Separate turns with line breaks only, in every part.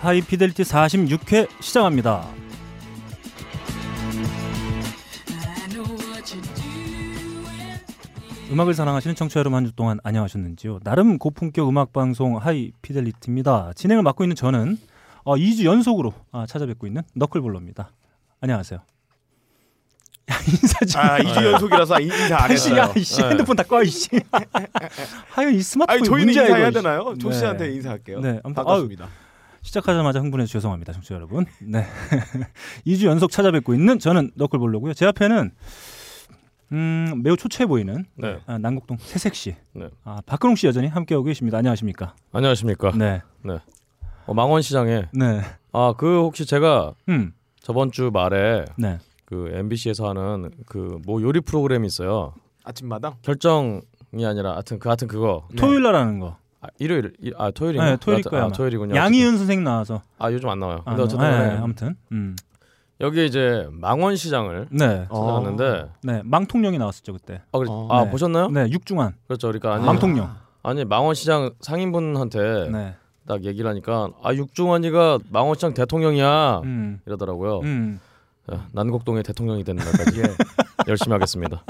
하이피델리티 46회 시작합니다. 음악을 사랑하시는 청취자 여러분 한 주 동안 안녕하셨는지요. 나름 고품격 음악 방송 하이피델리티입니다. 진행을 맡고 있는 저는 어, 2주 연속으로 아, 찾아뵙고 있는 너클볼러입니다. 안녕하세요. 야, 인사 좀.
아, 2주 연속이라서 인사 안
아이씨,
했어요.
야, 이씨,
네.
핸드폰 닦아, 이씨. 하여 이 스마트폰
아니 저희는
문제야,
인사해야
이거, 이씨.
되나요? 조
네.
씨한테 인사할게요.
네, 아무튼
반갑습니다.
시작하자마자 흥분해서 죄송합니다, 청취자 여러분. 네. 2주 연속 찾아뵙고 있는 저는 너클볼로고요. 제 앞에는 음, 매우 초췌해 보이는
네.
아, 남곡동 새색 씨.
네.
아, 박근홍 씨 여전히 함께하고 계십니다. 안녕하십니까?
안녕하십니까.
네.
어, 망원시장에
네.
아 그 혹시 제가
음.
저번 주 말에
네.
그 MBC에서 하는 그 뭐 요리 프로그램이 있어요.
아침마당.
결정이 아니라 하여튼 그 하여튼 그거
토요일 날 하는 거.
아, 일요일 일- 아 토요일인가?
네, 토요일
하여튼-
거예요,
아,
아마.
토요일이군요.
양희은 선생님 나와서.
어쨌든- 아 요즘 안 나와요.
아,
근데 어쨌든
네,
간에
네, 아무튼. 음.
여기 이제 망원시장을
네.
찾아갔는데
네. 망통령이 나왔었죠, 그때.
아, 그래,
어,
아
네.
보셨나요?
네, 육중한.
그렇죠. 그러니까 아니,
망통- 망통령.
아니 망원시장 상인분한테
네.
딱 얘기를 하니까 아 육중환이가 망원시장 대통령이야
음.
이러더라고요.
음.
자, 어, 난곡동의 대통령이 되는
예.
날까지 열심히 하겠습니다.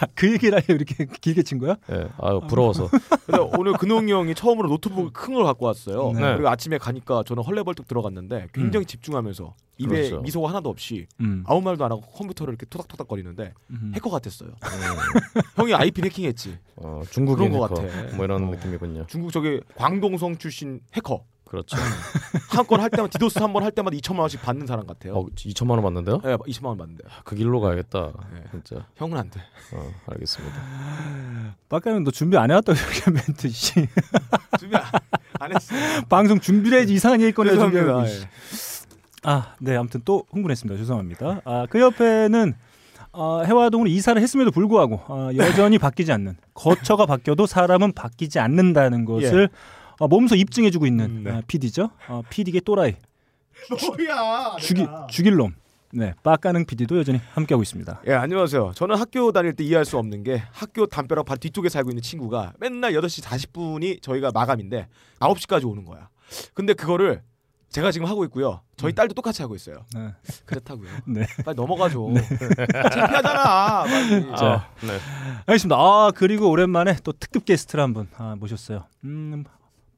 야, 그 얘기를 하려 이렇게 길게 친 거야?
예, 아유 부러워서.
근데 오늘 근홍이 형이 처음으로 노트북 큰 걸 갖고 왔어요.
네.
그리고 아침에 가니까 저는 헐레벌떡 들어갔는데 굉장히 집중하면서 입에
그렇죠.
미소가 하나도 없이
음.
아무 말도 안 하고 컴퓨터를 이렇게 토닥토닥 거리는데
음.
해커 같았어요. 형이 IP 해킹했지.
어, 중국인
그런
해커
것 같아.
뭐 이런
어.
느낌이군요.
중국 저기 광동성 출신 해커.
그렇죠.
한 건 할 때마다 디도스 한 번 할 때마다 2천만 원씩 받는 사람 같아요.
어, 2천만 원 받는데요?
네, 2천만 원 받는데.
그 길로 가야겠다.
네.
진짜.
형은 안 돼.
어, 알겠습니다.
박가는 너 준비 안 해왔다고 이렇게 멘트 씨.
준비 안- 안 했어.
방송 준비를 해야지 이상한 얘기 꺼내 준비하고
죄송합니다.
예.
있어. 아, 네, 아무튼 또 흥분했습니다. 죄송합니다. 아, 그 옆에는 어, 해화동으로 이사를 했음에도 불구하고 어,
네.
여전히 바뀌지 않는 거처가 바뀌어도 사람은 바뀌지 않는다는 것을 어, 몸소 입증해주고 있는
예. 음, 네.
어, PD죠. 어, PD계 또라이
뭐야?
죽이, 죽일 놈. 네, 빠까능 PD도 여전히 함께하고 있습니다.
예, 안녕하세요. 저는 학교 다닐 때 이해할 수 없는 게 학교 담벼락 바로 뒤쪽에 살고 있는 친구가 맨날 8시 40분이 저희가 마감인데 9시까지 오는 거야. 근데 그거를 제가 지금 하고 있고요. 저희 딸도 똑같이 하고 있어요.
음. 네.
그렇다고요.
네.
빨리 넘어가 줘. 창피하잖아. 빨리.
자.
아, 네.
알겠습니다. 아 그리고 오랜만에 또 특급 게스트를 한 분 아, 모셨어요. 음,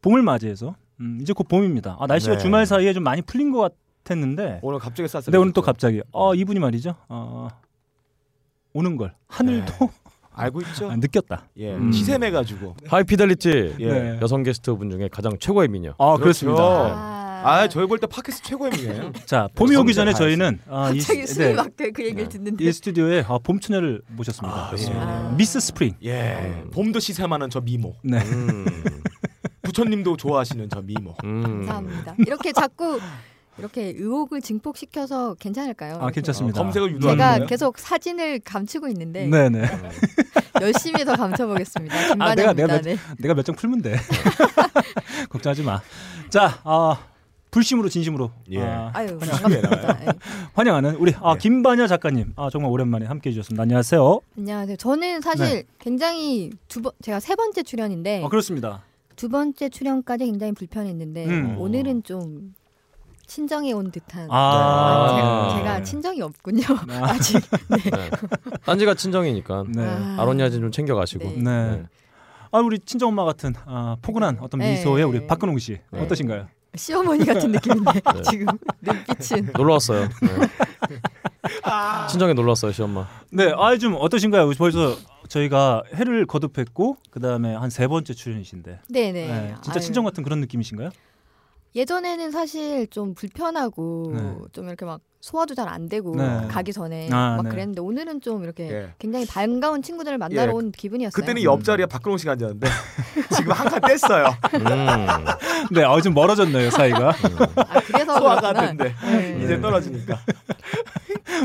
봄을 맞이해서 음, 이제 곧 봄입니다. 아, 날씨가
네.
주말 사이에 좀 많이 풀린 것 같았는데,
오늘 갑자기 쌌어요.
근데 오늘 또 갑자기 어, 이분이 말이죠. 어, 오는 걸 하늘도
알고 있죠?
아, 느꼈다.
예.
음.
시샘해 가지고.
하이피델리티
예.
네.
여성 게스트 분 중에 가장 최고의 미녀.
아
그렇죠.
그렇습니다. 음.
아, 저희 볼 때 팟캐스트 최고입니다.
자 봄이 오기 전에
감사합니다.
저희는 아, 이,
갑자기
스-
숨이
네,
막혀 그 얘기를 듣는데
이 스튜디오에 아, 봄처녀를
아,
모셨습니다. 예. 미스 스프링.
예. 봄도 시샘하는 저 미모.
네.
음,
부처님도 좋아하시는 저 미모.
음.
감사합니다. 이렇게 자꾸 이렇게 의혹을 증폭시켜서 괜찮을까요?
아 괜찮습니다. 네.
검색을 유도하는
제가
거예요?
계속 사진을 감추고 있는데
네네.
열심히 더 감춰보겠습니다. 김반장입니다.
아, 내가- 내가
네.
내가 몇 장 풀면 돼. 걱정하지 마. 자, 아 불심으로 진심으로
예.
아,
아유 반갑습니다. 예.
환영하는 우리 아,
예.
김반야 작가님. 아 정말 오랜만에 함께해 주셨습니다. 안녕하세요.
안녕하세요. 저는 사실 굉장히 두 번 제가 세 번째 출연인데
네. 아 그렇습니다.
두 번째 출연까지 굉장히 불편했는데
음.
오늘은 좀 친정에 온 듯한.
아,
네.
아,
제가, 제가 친정이 없군요.
아.
아직.
네. 딴지가 친정이니까
네.
아로니아진 좀 챙겨 가시고.
네.
네. 아 우리 친정 엄마 같은 아, 포근한 어떤 미소의
네.
우리 박근홍 씨
네.
어떠신가요?
시어머니 같은 느낌인데
네.
지금 눈빛은
놀러 왔어요. 네.
아.
친정에 놀러 왔어요, 시엄마.
네, 아좀 어떠신가요? 벌써 저희가 해를 거듭했고 그 다음에 한 세 번째 출연이신데
네네
네, 진짜
아유.
친정 같은 그런 느낌이신가요?
예전에는 사실 좀 불편하고
네.
좀 이렇게 막 소화도 잘 안 되고
네.
가기 전에
아,
막
네.
그랬는데 오늘은 좀 이렇게
예.
굉장히 반가운 친구들을 만나러
예.
온 기분이었어요.
그때는 옆자리에 박근홍 씨가 앉았는데 지금 한 칸
아,
뗐어요.
음.
네, 아좀 멀어졌네요 사이가.
아, 그래서
소화가
그렇구나.
안 된대.
네.
이제 떨어지니까.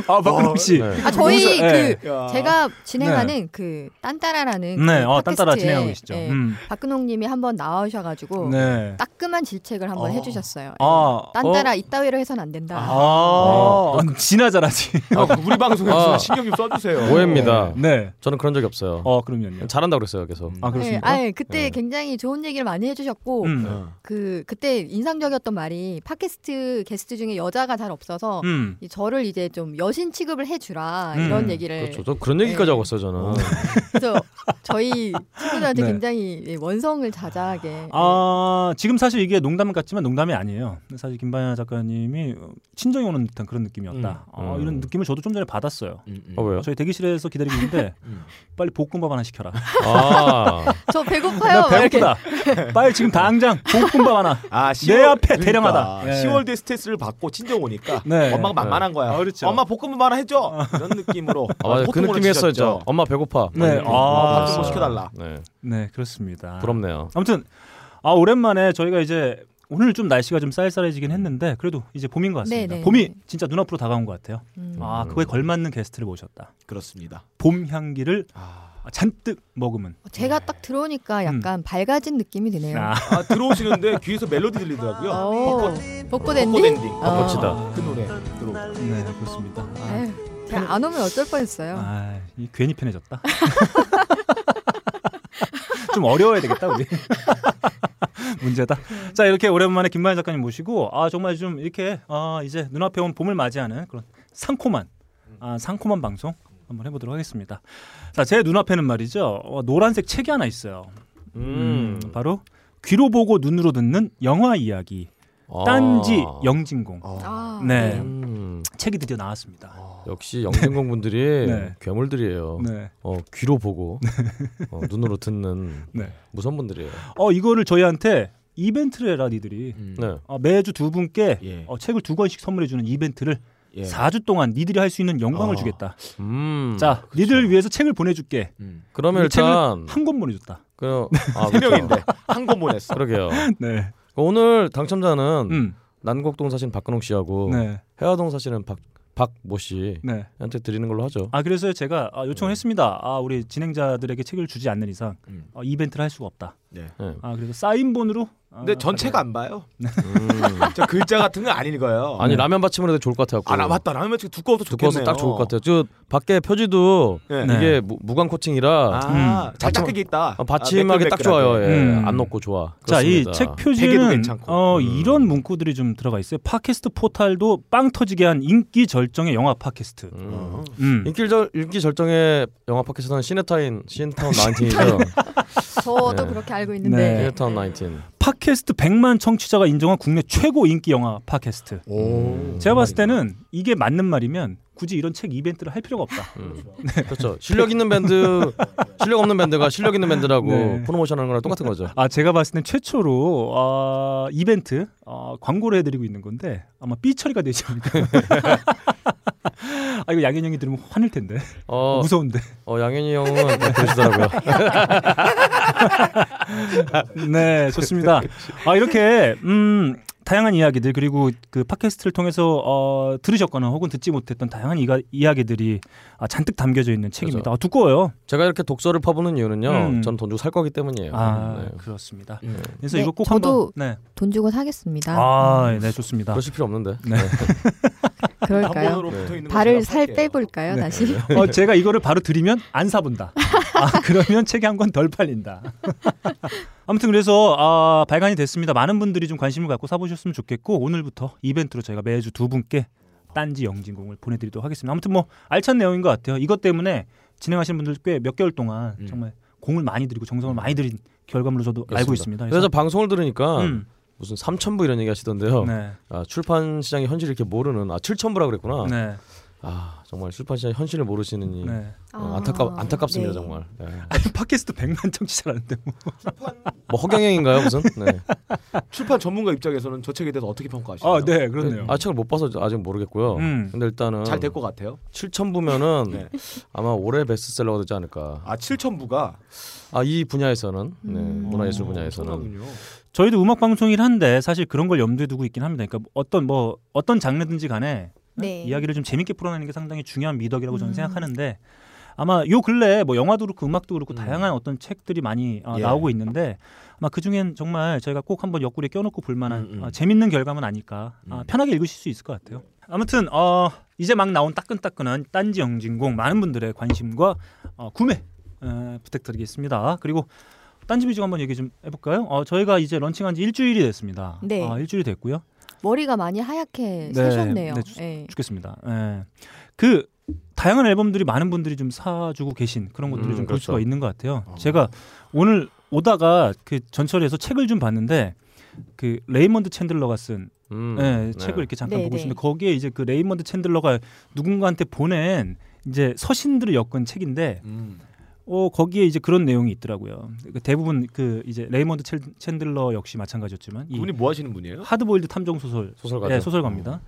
아 박근홍
예.
씨.
네.
아 저희
네.
그 제가 진행하는 그 딴따라라는
네,
그
어, 딴따라
팟캐스트에,
진행하고 계시죠.
예,
음.
박근홍님이 한번 나와셔가지고
네.
따끔한 질책을 한번
어.
해주셨어요.
아,
딴따라 이따위로 해서는 안 된다.
아,
어.
아, 지나자라지.
아, 우리 방송에서
아.
신경 좀 써주세요.
오해입니다.
네.
저는 그런 적이 없어요.
어, 그럼요.
잘한다 그랬어요. 계속.
아, 그렇습니까?
네, 아니, 그때
네.
굉장히 좋은 얘기를 많이 해주셨고
음.
어.
그 그때 인상적이었던 말이 팟캐스트 게스트 중에 여자가 잘 없어서
음.
이 저를 이제 좀 여신 취급을 해주라
음, 그렇죠.
이런 얘기를
그렇죠. 저 그런 얘기까지 하고 있어요. 저는.
그래서 저희 친구들한테
네.
굉장히 예, 원성을 자자하게
아, 지금 사실 이게 농담 같지만 농담이 아니에요. 사실 김반야 작가님이 친정이 오는 듯한 그런 느낌이었다.
음.
어,
음.
이런 느낌을 저도 좀 전에 받았어요.
음, 음.
어, 왜요?
저희 대기실에서 기다리고 있는데
음.
빨리 볶음밥 하나 시켜라.
아,
예. 저 배고파요.
나 배고프다. 빨리 지금 당장 볶음밥 하나.
아,
내 앞에 대령하다. 예.
10월
네.
때 스트레스를 받고 친정 오니까
네.
엄마가 만만한 거야.
아, 그렇죠.
엄마 볶음밥 하나 해줘. 이런 느낌으로.
어. 아 맞아. 그
호통으로
느낌이었어요. 저.
치셨죠.
엄마 배고파.
네.
이렇게.
아,
어,
밥좀
시켜달라.
네.
네, 그렇습니다.
부럽네요.
아무튼 아 오랜만에 저희가 이제 오늘 좀 날씨가 좀 쌀쌀해지긴 했는데 그래도 이제 봄인 것 같습니다.
네네.
봄이 진짜 눈앞으로 다가온 것 같아요.
음.
아
음.
그거에 걸맞는 게스트를 모셨다.
그렇습니다.
봄 향기를
아,
잔뜩 머금은.
어, 제가 딱 들어오니까 약간 밝아진 느낌이 드네요.
네. 음. 아,
아, 들어오시는데 귀에서 melody 들리더라고요.
오,
벚꽃-
벚꽃
벚꽃
엔딩.
엔딩.
아.
벚꽃이다.
그 노래 들어.
네 그렇습니다. 아,
에휴, 제가 어. 네. 안 오면 어쩔 뻔했어요.
아, 이 괜히 편해졌다. 좀 어려워야 되겠다 우리. 문제다. 자 이렇게 오랜만에 김만희 작가님 모시고 아 정말 좀 이렇게 아 이제 눈앞에 온 봄을 맞이하는 그런 상콤한 아 상콤한 방송 한번 해보도록 하겠습니다. 자 제 눈앞에는 말이죠 어, 노란색 책이 하나 있어요. 음,
음.
바로 귀로 보고 눈으로 듣는 영화 이야기
아.
딴지 영진공
어.
아,
네.
음.
책이 드디어 나왔습니다.
역시 영진공 분들이
네.
괴물들이에요.
네.
어, 귀로 보고 어, 눈으로 듣는
네.
무서운 분들이에요.
어 이거를 저희한테 이벤트를 해라 니들이
네.
어, 매주 두 분께
음. 예.
어, 책을 두 권씩 선물해 주는 이벤트를
예.
사 주 동안 니들이 할 수 있는 영광을
어.
주겠다.
음.
자, 니들을 위해서 책을 보내줄게.
음.
그러면
이 책을
일단
한 권 보내줬다.
그 아,
세
그렇죠.
명인데 한 권만 했어.
그러게요.
네.
오늘 당첨자는
음.
난곡동 사신 박근홍 씨하고
네.
해화동 사시는 박 박모 씨한테
네.
드리는 걸로 하죠.
아 그래서 제가 아, 요청을 했습니다. 아 우리 진행자들에게 책을 주지 않는 이상
음.
어, 이벤트를 할 수가 없다.
네.
네.
아 그래서 사인본으로. 아,
근데 전체가 안 봐요.
음.
저 글자 같은 거 안 읽어요.
아니 라면 받침으로 해도 좋을 것 같아요. 그.
아, 나 맞다. 라면 치고 두꺼워서
두꺼워서
좋겠네요.
딱 좋을 것 같아요. 저 밖에 표지도
예.
네.
이게 무, 무광 코칭이라
아, 잘 닦이게 있다.
어, 받침하기 딱 좋아요. 예.
음.
안 녹고 좋아. 그렇습니다.
자이 책
베개도
표지에는
괜찮고.
어,
음.
이런 문구들이 좀 들어가 있어요. 팟캐스트 포탈도 빵 터지게 한 인기 절정의 영화 팟캐스트.
음.
어.
음.
인기 절 인기 절정의 영화 팟캐스트는 시네타인 시네타운 19이죠.
저도
네.
그렇게 알고
네.
있는데.
시네타운 19.
팟캐스트 100만 청취자가 인정한 국내 최고 인기 영화 팟캐스트.
오.
제가 봤을 때는 이게 맞는 말이면 굳이 이런 책 이벤트를 할 필요가 없다.
음. 그렇죠. 실력 있는 밴드, 실력 없는 밴드가 실력 있는 밴드라고
네.
프로모션하는 거랑 똑같은 거죠.
아 제가 봤을 땐 최초로 아, 이벤트 아, 광고를 해드리고 있는 건데 아마 삐 처리가 되지 않을까. 아 이거 양현 형이 들으면 화낼 텐데
어,
무서운데.
어 양현이 형은 그러시더라고요.
네 좋습니다. 아 이렇게 음. 다양한 이야기들 그리고 그 팟캐스트를 통해서 어, 들으셨거나 혹은 듣지 못했던 다양한 이가, 이야기들이 아, 잔뜩 담겨져 있는 책입니다. 아, 두꺼워요.
제가 이렇게 독서를 퍼부는 이유는요.
음.
저는 돈 주고 살 거기 때문이에요.
아
네.
그렇습니다.
음.
그래서
네,
이거 꼭
저도-
한번 네.
돈 주고 사겠습니다.
아, 네 좋습니다.
그러실 필요 없는데.
네.
그럴까요?
단번으로
네.
붙어 있는
발을 살 빼볼까요
네.
다시?
어, 제가 이거를 바로 드리면 안 사본다. 아, 그러면 책이 한 권 덜 팔린다. 아무튼 그래서 아, 발간이 됐습니다. 많은 분들이 좀 관심을 갖고 사보셨으면 좋겠고 오늘부터 이벤트로 저희가 매주 두 분께 딴지 영진공을 보내드리도록 하겠습니다. 아무튼 뭐 알찬 내용인 것 같아요. 이것 때문에 진행하시는 분들 꽤 몇 개월 동안
음.
정말 공을 많이 들이고 정성을 많이 들인 결과물로 저도 알고 있습니다.
그래서, 방송을 들으니까
음,
무슨 3천부 이런 얘기 하시던데요.
네,
아, 출판 시장의 현실을 이렇게 모르는 아 7천부라 그랬구나.
네,
아 정말 출판 시장의 현실을 모르시는 이
네.
어, 안타깝 안타깝습니다
아. 네.
정말. 네.
아니, 팟캐스트 100만 청취자라는데 뭐.
뭐 허경영인가요 무슨? 네.
출판 전문가 입장에서는 저 책에 대해서 어떻게 평가하시나요?
아, 네, 그렇네요.
아 책을 못 봐서 아직 모르겠고요.
음.
근데 일단은
잘 될 것 같아요.
7천부면은
네.
아마 올해 베스트셀러가 되지 않을까.
아, 7천부가
아 이 분야에서는 네, 문화예술 분야에서는
엄청나군요.
저희도 음악 방송이긴 한데 사실 그런 걸 염두에 두고 있긴 합니다. 그러니까 어떤 뭐 어떤 장르든지 간에
네.
이야기를 좀 재밌게 풀어내는 게 상당히 중요한 미덕이라고 저는
음.
생각하는데 아마 요 근래 뭐 영화도 그렇고 음악도 그렇고
음.
다양한 어떤 책들이 많이 어,
예.
나오고 있는데 아마 그 중엔 정말 저희가 꼭 한번 옆구리에 껴놓고 볼 만한
음, 음.
어, 재밌는 결과만 아닐까 아,
음.
편하게 읽으실 수 있을 것 같아요. 아무튼 어, 이제 막 나온 따끈따끈한 딴지 영진공 많은 분들의 관심과 어, 구매 에, 부탁드리겠습니다. 그리고 딴지 뮤직 한번 얘기 좀 해볼까요? 어, 저희가 이제 런칭한 지 일주일이 됐습니다.
네.
아, 일주일이 됐고요.
머리가 많이 하얗게
네,
새셨네요.
네,
네,
주- 죽겠습니다. 예. 그 다양한 앨범들이 많은 분들이 좀 사주고 계신 그런 것들을
음,
좀 볼
그렇죠.
수가 있는 것 같아요.
어.
제가 오늘 오다가 그 전철에서 책을 좀 봤는데 그 레이먼드 챈들러가 쓴
음.
예,
네.
책을 이렇게 잠깐
네,
보고
네.
있었는데 거기에 이제 그 레이먼드 챈들러가 누군가한테 보낸 이제 서신들을 엮은 책인데
음.
어, 거기에 이제 그런 내용이 있더라고요. 그 대부분 그 이제 레이먼드 챈- 챈들러 역시 마찬가지였지만 이
그분이 뭐 하시는 분이에요?
하드보일드 탐정 소설
소설가죠.
예, 소설가입니다.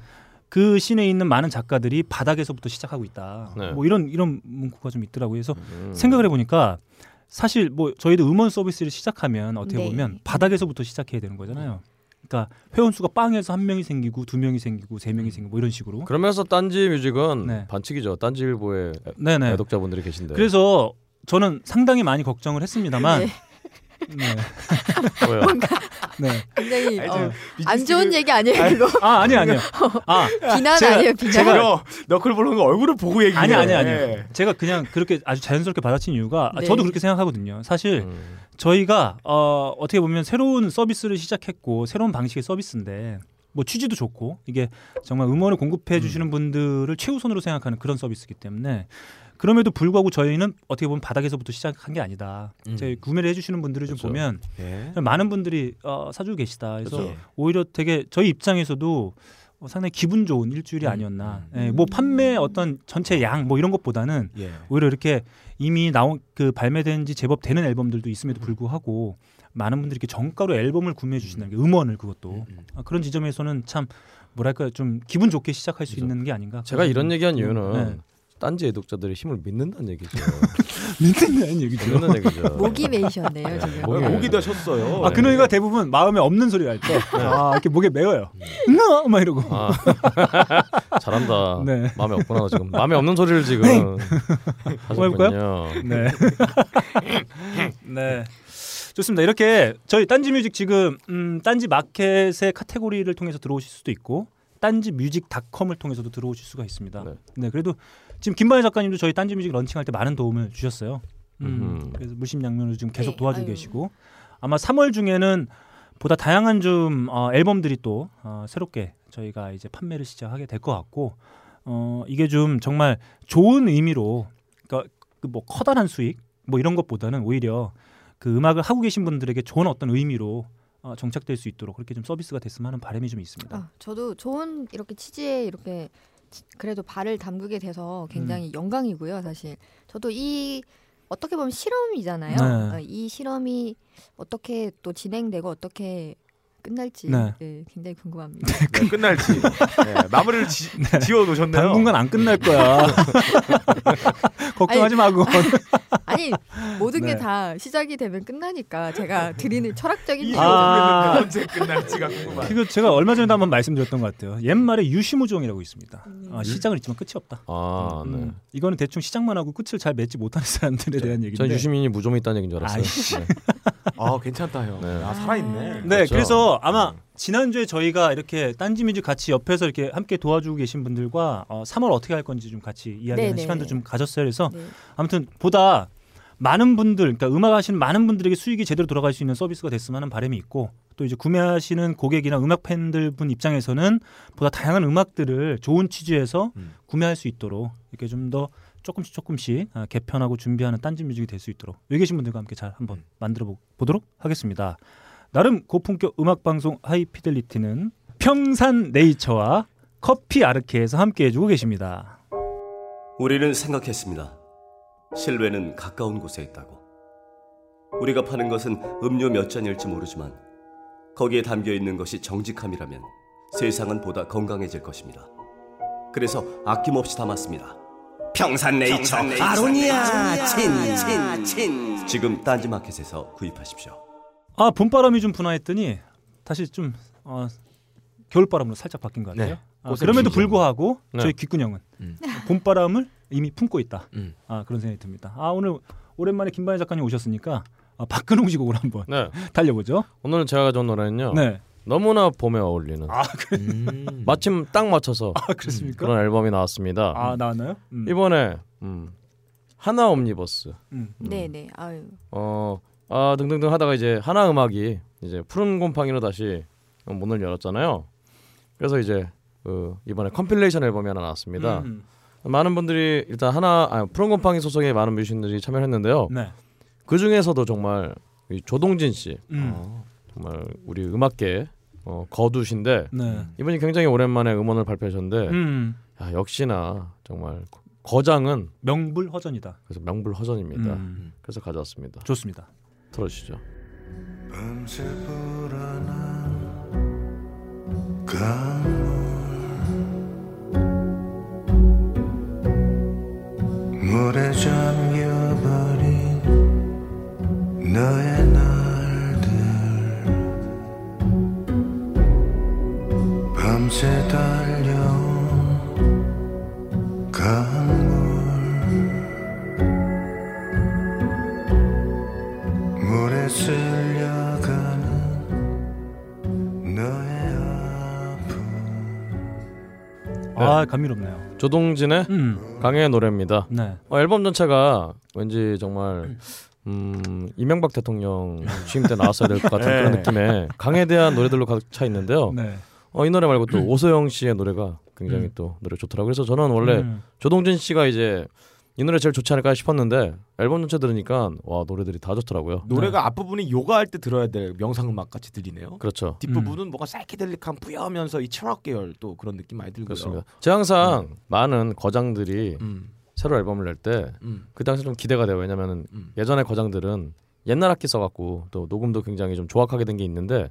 그 시내에 있는 많은 작가들이 바닥에서부터 시작하고 있다.
네.
뭐 이런 이런 문구가 좀 있더라고요. 그래서
음.
생각을 해보니까 사실 뭐 저희도 음원 서비스를 시작하면 어떻게
네.
보면 바닥에서부터 시작해야 되는 거잖아요. 그러니까 회원 수가 빵에서 한 명이 생기고 두 명이 생기고 세 명이 생기고 뭐 이런 식으로.
그러면서 딴지 뮤직은
네.
반칙이죠. 딴지 일보의 애-
네네.
애독자분들이 계신데.
그래서 저는 상당히 많이 걱정을 했습니다만.
네.
네.
뭐야?
네.
굉장히
아니,
어,
저
안 좋은 얘기 아니에요. 이거
아 아니 아니요. 아
비난
제가-
아니에요. 비난.
제가 너- 너클볼로는 얼굴을 보고 얘기해.
아니 아니 아니.
예.
요 제가 그냥 그렇게 아주 자연스럽게 받아친 이유가 아,
네.
저도 그렇게 생각하거든요. 사실
음.
저희가 어, 어떻게 보면 새로운 서비스를 시작했고 새로운 방식의 서비스인데 뭐 취지도 좋고 이게 정말 음원을 공급해 주시는 분들을 최우선으로 생각하는 그런 서비스이기 때문에 그럼에도 불구하고 저희는 어떻게 보면 바닥에서부터 시작한 게 아니다.
음.
저희 구매를 해주시는 분들을
그렇죠.
좀 보면
예.
네. 많은 분들이 어, 사주고 계시다. 그래서
그렇죠.
오히려 되게 저희 입장에서도 어, 상당히 기분 좋은 일주일이 아니었나.
음.
예, 뭐 판매 어떤 전체 양 뭐 이런 것보다는
예.
오히려 이렇게 이미 나온 그 발매된 지 제법 되는 앨범들도 있음에도 불구하고 많은 분들이 이렇게 정가로 앨범을 구매해 주신다는 게 음원을 그것도
음.
아, 그런 지점에서는 참 뭐랄까 좀 기분 좋게 시작할 수
그죠.
있는 게 아닌가
제가 이런 얘기한 이유는
네.
딴지 애독자들의 힘을 믿는다는 얘기죠.
믿는다는 얘기죠
믿는 얘기죠.
네, 모기메이션이에요 지금.
목이-
목이 아, 되셨어요.
아 그놈이가 대부분 마음에 없는 소리 할때 음. 아, 이렇게 목에 메어요 응아 막 이러고
아, 잘한다.
네.
마음에 없구나 너 지금. 마음에 없는 소리를 지금
네.
하셨군요.
네. 네. 좋습니다. 이렇게 저희 딴지 뮤직 지금 음, 딴지 마켓의 카테고리를 통해서 들어오실 수도 있고 딴지 뮤직닷컴을 통해서도 들어오실 수가 있습니다. 네.
네.
그래도 지금 김만희 작가님도 저희 딴지 뮤직 런칭할 때 많은 도움을 주셨어요. 음,
음흠.
그래서 물심양면으로 지금 계속
네,
도와주고
아유.
계시고 아마 3월 중에는 보다 다양한 좀 어, 앨범들이 또 어, 새롭게 저희가 이제 판매를 시작하게 될 것 같고 어, 이게 좀 정말 좋은 의미로 그러니까 그 뭐 커다란 수익 뭐 이런 것보다는 오히려 그 음악을 하고 계신 분들에게 좋은 어떤 의미로 어, 정착될 수 있도록 그렇게 좀 서비스가 됐으면 하는 바람이 좀 있습니다.
아, 저도 좋은 이렇게 취지에 이렇게 치- 그래도 발을 담그게 돼서 굉장히 영광이고요, 사실. 저도 이 어떻게 보면 실험이잖아요.
네.
어, 이 실험이 어떻게 또 진행되고 어떻게 끝날지
네.
예, 굉장히 궁금합니다.
네, 끝날지 네, 마무리를 지, 지어 놓으셨네요.
당분간 안 끝날 거야. 걱정하지 마고.
아니 모든
네.
게 다 시작이 되면 끝나니까 제가 드리는 철학적인
이
조언.
아.
아~ 언제 끝날지가 궁금한.
그거 제가 얼마 전에도 한번 말씀드렸던 것 같아요. 옛말에 유시무종이라고 있습니다. 아, 시작은 있지만 끝이 없다.
아, 네.
음, 이거는 대충 시작만 하고 끝을 잘 맺지 못하는 사람들에 대한 얘기인데.
전 유시민이 무좀이 있다는 얘기인 줄 알았어요.
아이씨.
네.
아 괜찮다 형.
네.
아 살아있네.
네,
그렇죠.
그래서 아마 지난주에 저희가 이렇게 딴지뮤직 같이 옆에서 이렇게 함께 도와주고 계신 분들과 어, 3월 어떻게 할 건지 좀 같이 이야기하는
네네.
시간도 좀 가졌어요. 그래서
네.
아무튼 보다 많은 분들, 그러니까 음악 하시는 많은 분들에게 수익이 제대로 돌아갈 수 있는 서비스가 됐으면 하는 바람이 있고 또 이제 구매하시는 고객이나 음악 팬들 분 입장에서는 보다 다양한 음악들을 좋은 취지에서
음.
구매할 수 있도록 이렇게 좀 더 조금씩 조금씩 아, 개편하고 준비하는 딴지뮤직이 될 수 있도록 여기 계신 분들과 함께 잘 한번
음.
만들어 보- 보도록 하겠습니다. 나름 고품격 음악 방송 하이피델리티는 평산 네이처와 커피 아르케에서 함께 해주고 계십니다.
우리는 생각했습니다. 실외는 가까운 곳에 있다고. 우리가 파는 것은 음료 몇 잔일지 모르지만 거기에 담겨 있는 것이 정직함이라면 세상은 보다 건강해질 것입니다. 그래서 아낌없이 담았습니다.
평산네이처 아로니아 친친친
지금 딴지마켓에서 구입하십시오.
아 봄바람이 좀 분화했더니 다시 좀 어, 겨울바람으로 살짝 바뀐 것 같아요. 아,
꽃샘
그럼에도
주죠.
불구하고
네.
저희 귓근 형은
음.
봄바람을 이미 품고 있다.
음.
아, 그런 생각이 듭니다. 아 오늘 오랜만에 김반야 작가님 오셨으니까 아, 박근홍 시곡으로 한번
네.
달려보죠.
오늘 제가 가져온 노래는요.
네.
너무나 봄에 어울리는.
음.
마침 딱 맞춰서
아 그렇습니까?
음, 그런 앨범이 나왔습니다.
아 나왔나요? 음.
이번에 음, 하나 옴니버스.
음.
네네. 아유.
어, 아 등등등 하다가 이제 하나 음악이 이제 푸른 곰팡이로 다시 문을 열었잖아요. 그래서 이제 그 이번에 컴필레이션 앨범이 하나 나왔습니다.
음.
많은 분들이 일단 하나 아, 푸른 곰팡이 소속의 많은 뮤지션들이 참여했는데요.
네.
그 중에서도 정말 이 조동진 씨
음.
어. 정말 우리 음악계 어, 거두신데
네.
이분이 굉장히 오랜만에 음원을 발표하셨는데
음.
야, 역시나 정말 거- 거장은
명불허전이다.
그래서 명불허전입니다.
음.
그래서 가져왔습니다.
좋습니다.
들어주시죠.
밤새 불어난 강물 물에 잠겨버린 너의 날들 밤새 달려온 강물 물에 쓸려가는 너의 아픔
네.
아 감미롭네요.
조동진의
음.
강의 노래입니다.
네.
어, 앨범 전체가 왠지 정말 음, 이명박 대통령 취임 때 나왔어야 될 것 같은 그런 느낌의 강에 대한 노래들로 가득 차 있는데요.
네. 음.
어, 이 노래 말고 또 오소영 씨의 노래가 굉장히 또 노래 좋더라고요. 그래서 저는 원래
음.
조동진 씨가 이제 이 노래 제일 좋지 않을까 싶었는데 앨범 전체 들으니까 와 노래들이 다 좋더라고요.
노래가 앞부분이 요가할 때 들어야 될 명상 음악 같이 들리네요.
그렇죠.
뒷부분은 뭔가 사이키델릭한 뿌여하면서 이 철학 계열 또 그런 느낌 많이 들고요.
그렇습니다. 제가 항상
음.
많은 거장들이
음,
새로 앨범을 낼 때 그
음,
당시 좀 기대가 돼요. 왜냐면은
음.
예전에 거장들은 옛날 악기 써갖고 또 녹음도 굉장히 좀 조악하게 된 게 있는데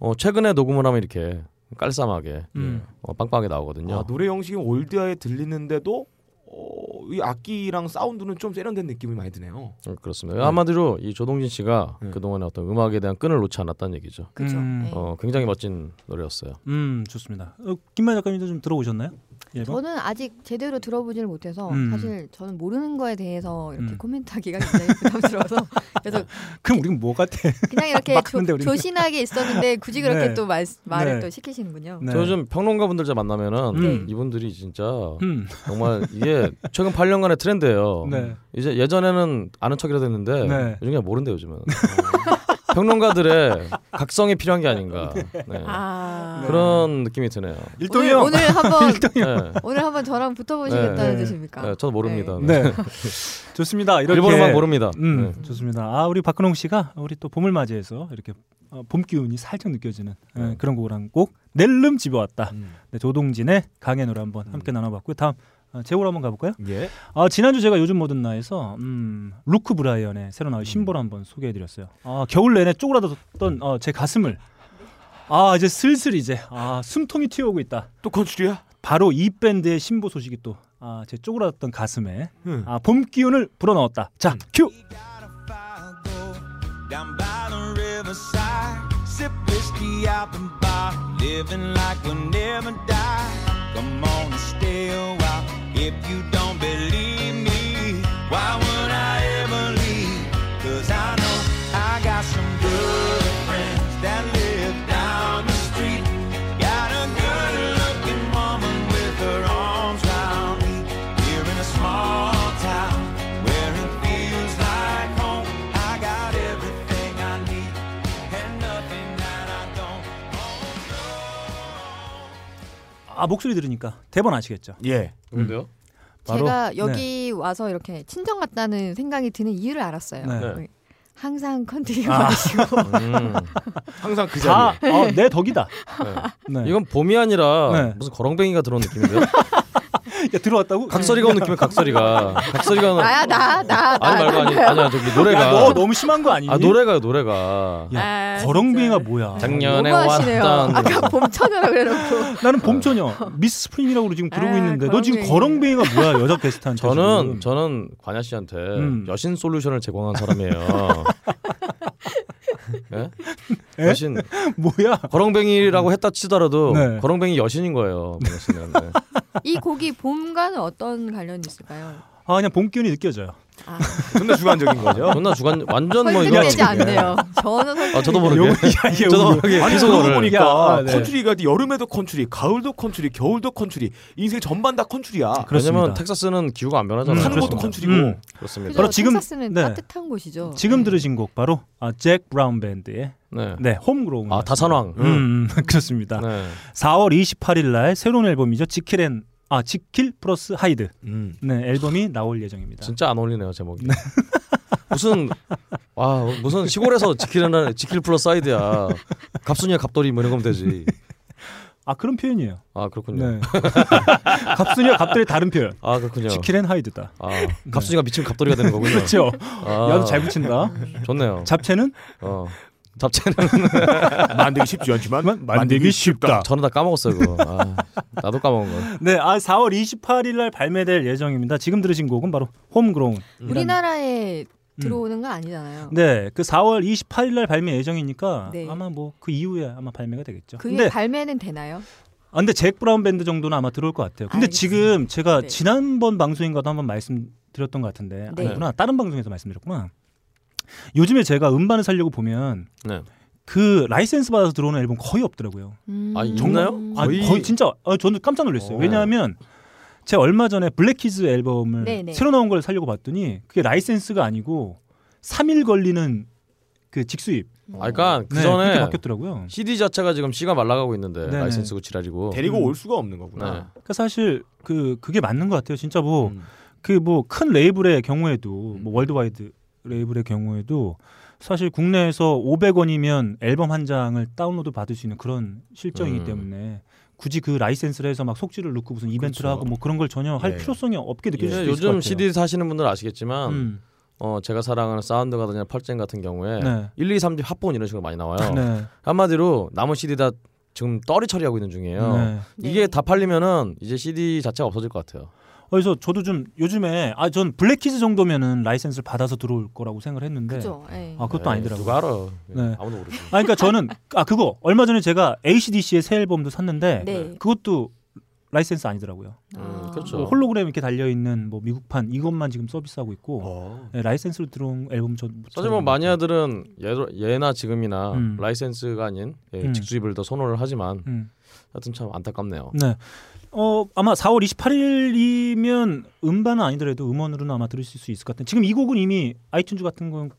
어, 최근에 녹음을 하면 이렇게 깔쌈하게
음.
어, 빵빵하게 나오거든요.
아, 노래 형식이 올드하게 들리는데도 어, 이 악기랑 사운드는 좀 세련된 느낌이 많이 드네요.
음, 그렇습니다. 한마디로 이 조동진 씨가
네.
그동안의 어떤 음악에 대한 끈을 놓지 않았다는 얘기죠.
그죠.
음.
네.
어, 굉장히 멋진 노래였어요.
음 좋습니다. 어, 김만 작가님도 좀 들어오셨나요? 예.
저는 아직 제대로 들어보지를 못해서
음.
사실 저는 모르는 거에 대해서 이렇게
음.
코멘트하기가 굉장히 부담스러워서 그래서
그럼 우리는 뭐 같아?
그냥 이렇게
막
조,
하는데 우리는.
조신하게 있었는데 굳이 그렇게
네.
또 말, 말을
네.
또 시키시는군요.
네.
저 요즘 평론가분들 잘 만나면은
음.
이분들이 진짜
음.
정말 이게 최근 8년간의 트렌드예요.
네.
이제 예전에는 아는 척이라도 했는데
네.
요즘에 모른대 요즘은. 어. 평론가들의 각성이 필요한 게 아닌가 네.
아
그런 느낌이 드네요.
일동이
오늘
형.
오늘 한번
네.
오늘 한번 저랑 붙어보시겠다는
네.
뜻입니까?
네, 저는 모릅니다.
네. 좋습니다. 이렇게
일본어만 모릅니다.
음,
네.
좋습니다. 아, 우리 박근홍 씨가 우리 또 봄을 맞이해서 이렇게 어, 봄 기운이 살짝 느껴지는 예,
네.
그런 곡을 한곡 낼름 집어왔다.
음.
네, 조동진의 강연으로 한번 함께 나눠봤고요. 다음 어, 제호로 한번 가볼까요?
예.
아, 지난주 제가 요즘 모든 나에서 음, 루크 브라이언의
음.
새로 나온 신보를 한번 소개해드렸어요. 아, 겨울 내내 쪼그라들었던 어, 제 가슴을 아 이제 슬슬 이제 아, 숨통이 튀어오고 있다.
또 컨츄리야?
바로 이 밴드의 신보 소식이 또 아, 제 쪼그라졌던 가슴에
음.
아, 봄 기운을 불어넣었다. 자,
음.
큐.
Got a fire go down by the riverside. Sip whiskey out the bar, living like we'll never die. Come on and stay a while. If you don't believe me, why would I ever leave? Cause I know I got some good friends that live down the street. Got a good looking woman with her arms round me. Here in a small town where it feels like home. I got everything I need and nothing that I don't.
아 목소리 들으니까 대본 아시겠죠?
예.
누군데요?
바로 네.
제가 여기 와서 이렇게 친정 같다는 생각이 드는 이유를 알았어요.
네.
네.
항상 컨트리가 많으시고
음.
항상 그 자리에.
아, 다내 덕이다.
네.
네.
이건 봄이 아니라
네.
무슨 거렁뱅이가 들어온 느낌인데요.
야, 들어왔다고?
각설이가 온 느낌이에요. 각설이가. 각설이가 는
아, 나야 나 나 나.
아니 말고 아니 아니야 저기 노래가.
야, 너 너무 심한 거 아니니?
아 노래가요 노래가.
야,
아,
거렁뱅이가
진짜.
뭐야?
작년에
너무하시네요.
왔던
아까 봄천으로 그래놓고.
나는
어.
봄처녀 미스 스프링이라고 지금 부르고
아,
있는데 너 지금
거렁뱅이.
거렁뱅이가 뭐야 여자 게스트한테?
저는
지금.
저는 관야 씨한테
음.
여신 솔루션을 제공한 사람이에요. 예?
예?
여신
뭐야?
거렁뱅이라고 했다 치더라도
네.
거렁뱅이 여신인 거예요. 문화 씨는. 네.
이 곡이 봄과는 어떤 관련이 있을까요?
아 그냥 봄 기운이 느껴져요.
아,
존나 주관적인 거죠.
예? 존나 주관 완전 뭐 이거
설득되지 않네요. 저는 설득.
아, 저도
요거-
모르게
야, 이게
저도
뭐-
모르게
아니
계속
그러고
그거를
보니까
야, 네.
컨트리가 여름에도 컨트리, 가을도 컨트리, 겨울도 컨트리, 인생 전반 다 컨트리야.
왜냐면
그렇습니다.
텍사스는 기후가 안 변하잖아요.
사는 것도
그렇습니다.
컨트리고
음.
그렇습니다.
그죠?
바로 지금-
텍사스는
네.
따뜻한 곳이죠.
지금
네.
들으신 곡 바로 아, 잭 브라운 밴드의
네.
네 홈그로운.
아 다산왕.
음, 음, 그렇습니다.
네.
4월 28일 날 새로운 앨범이죠. 지킬 앤, 아, 지킬 플러스 하이드.
음.
네, 앨범이 나올 예정입니다.
진짜 안 어울리네요 제목이. 무슨 와 무슨 시골에서 지킬이라는 지킬 플러스 사이드야. 갑순이야 갑돌이 뭐 이런 거면 되지.
아, 그런 표현이에요.
아 그렇군요.
네. 갑순이와 갑들의 다른 표현.
아 그렇군요.
지킬 앤 하이드다.
아 갑순이가 미치면 갑돌이가 되는 거군요.
네. 그렇죠.
아,
야도 잘 붙인다.
좋네요.
잡채는
어. 잡채는
만들기 쉽지 않지만 만들기, 쉽다.
저는 다 까먹었어요 그거. 아, 나도 까먹은 거.
네, 아 4월 28일 날 발매될 예정입니다. 지금 들으신 곡은 바로 홈그로운.
음. 우리나라에 들어오는 건 아니잖아요.
네, 그 4월 28일 날 발매 예정이니까
네.
아마 뭐 그 이후에 아마 발매가 되겠죠.
그게
근데
발매는 되나요?
아, 근데 잭 브라운 밴드 정도는 아마 들어올 것 같아요. 근데
알겠습니다.
지금 제가
네.
지난번 방송인가도 한번 말씀드렸던 것 같은데
네.
아니구나 다른 방송에서 말씀드렸구나. 요즘에 제가 음반을 살려고 보면
네.
그 라이센스 받아서 들어오는 앨범 거의 없더라고요.
음.
아, 있나요?
아, 거의,
거의-
진짜 아, 저는 깜짝 놀랐어요.
오.
왜냐하면 제가 얼마 전에 블랙키즈 앨범을
네, 네.
새로 나온 걸 살려고 봤더니 그게 라이센스가 아니고 3일 걸리는 그 직수입
아, 그러니까 그
네, 그렇게
전에
바뀌었더라고요.
CD 자체가 지금 씨가 말라가고 있는데
네네.
라이센스고 지랄이고.
데리고
음.
올 수가 없는
네.
거구나.
그러니까 사실 그 그게 맞는 것 같아요. 진짜 뭐
음.
그 뭐 큰 레이블의 경우에도
음.
뭐 월드와이드 레이블의 경우에도 사실 국내에서 500원이면 앨범 한 장을 다운로드 받을 수 있는 그런 실정이기
음.
때문에 굳이 그 라이센스를 해서 막 속지를 넣고 무슨 이벤트를
그렇죠.
하고 뭐 그런 걸 전혀 할
예.
필요성이 없게 느낄
예,
수 있을 것
요즘
같아요.
CD 사시는 분들 아시겠지만
음.
어 제가 사랑하는 사운드가든이나 펄쟁 같은 경우에
네.
1, 2, 3집 합본 이런 식으로 많이 나와요.
네.
한마디로 남은 CD 다 지금 떨이 처리하고 있는 중이에요.
네.
이게
네.
다 팔리면은 이제 CD 자체가 없어질 것 같아요.
그래서 저도 좀 요즘에 아 전 블랙키즈 정도면은 라이센스를 받아서 들어올 거라고 생각을 했는데
그죠. 예.
아 그것도
에이, 네,
아니더라고요.
누가 알아?
네.
아무도 모르지.
아 그러니까 저는 아 그거 얼마 전에 제가 ACDC의 새 앨범도 샀는데
네.
그것도 라이센스 아니더라고요.
아.
음, 그렇죠.
뭐 홀로그램 이렇게 달려 있는 뭐 미국판 이것만 지금 서비스하고 있고
어.
네, 라이센스로 들어온 앨범 전
사실 뭐 마니아들은 예, 나 지금이나
음.
라이센스가 아닌 예,
음.
직수입을 더 선호를 하지만
음.
하여튼 참 안타깝네요.
네. 어 아마 4월 28일이면 음반은 아니더라도 음원으로는 아마 들으실 수 있을 것 같은. 지금 이 곡은 이미 아이튠즈 같은 건-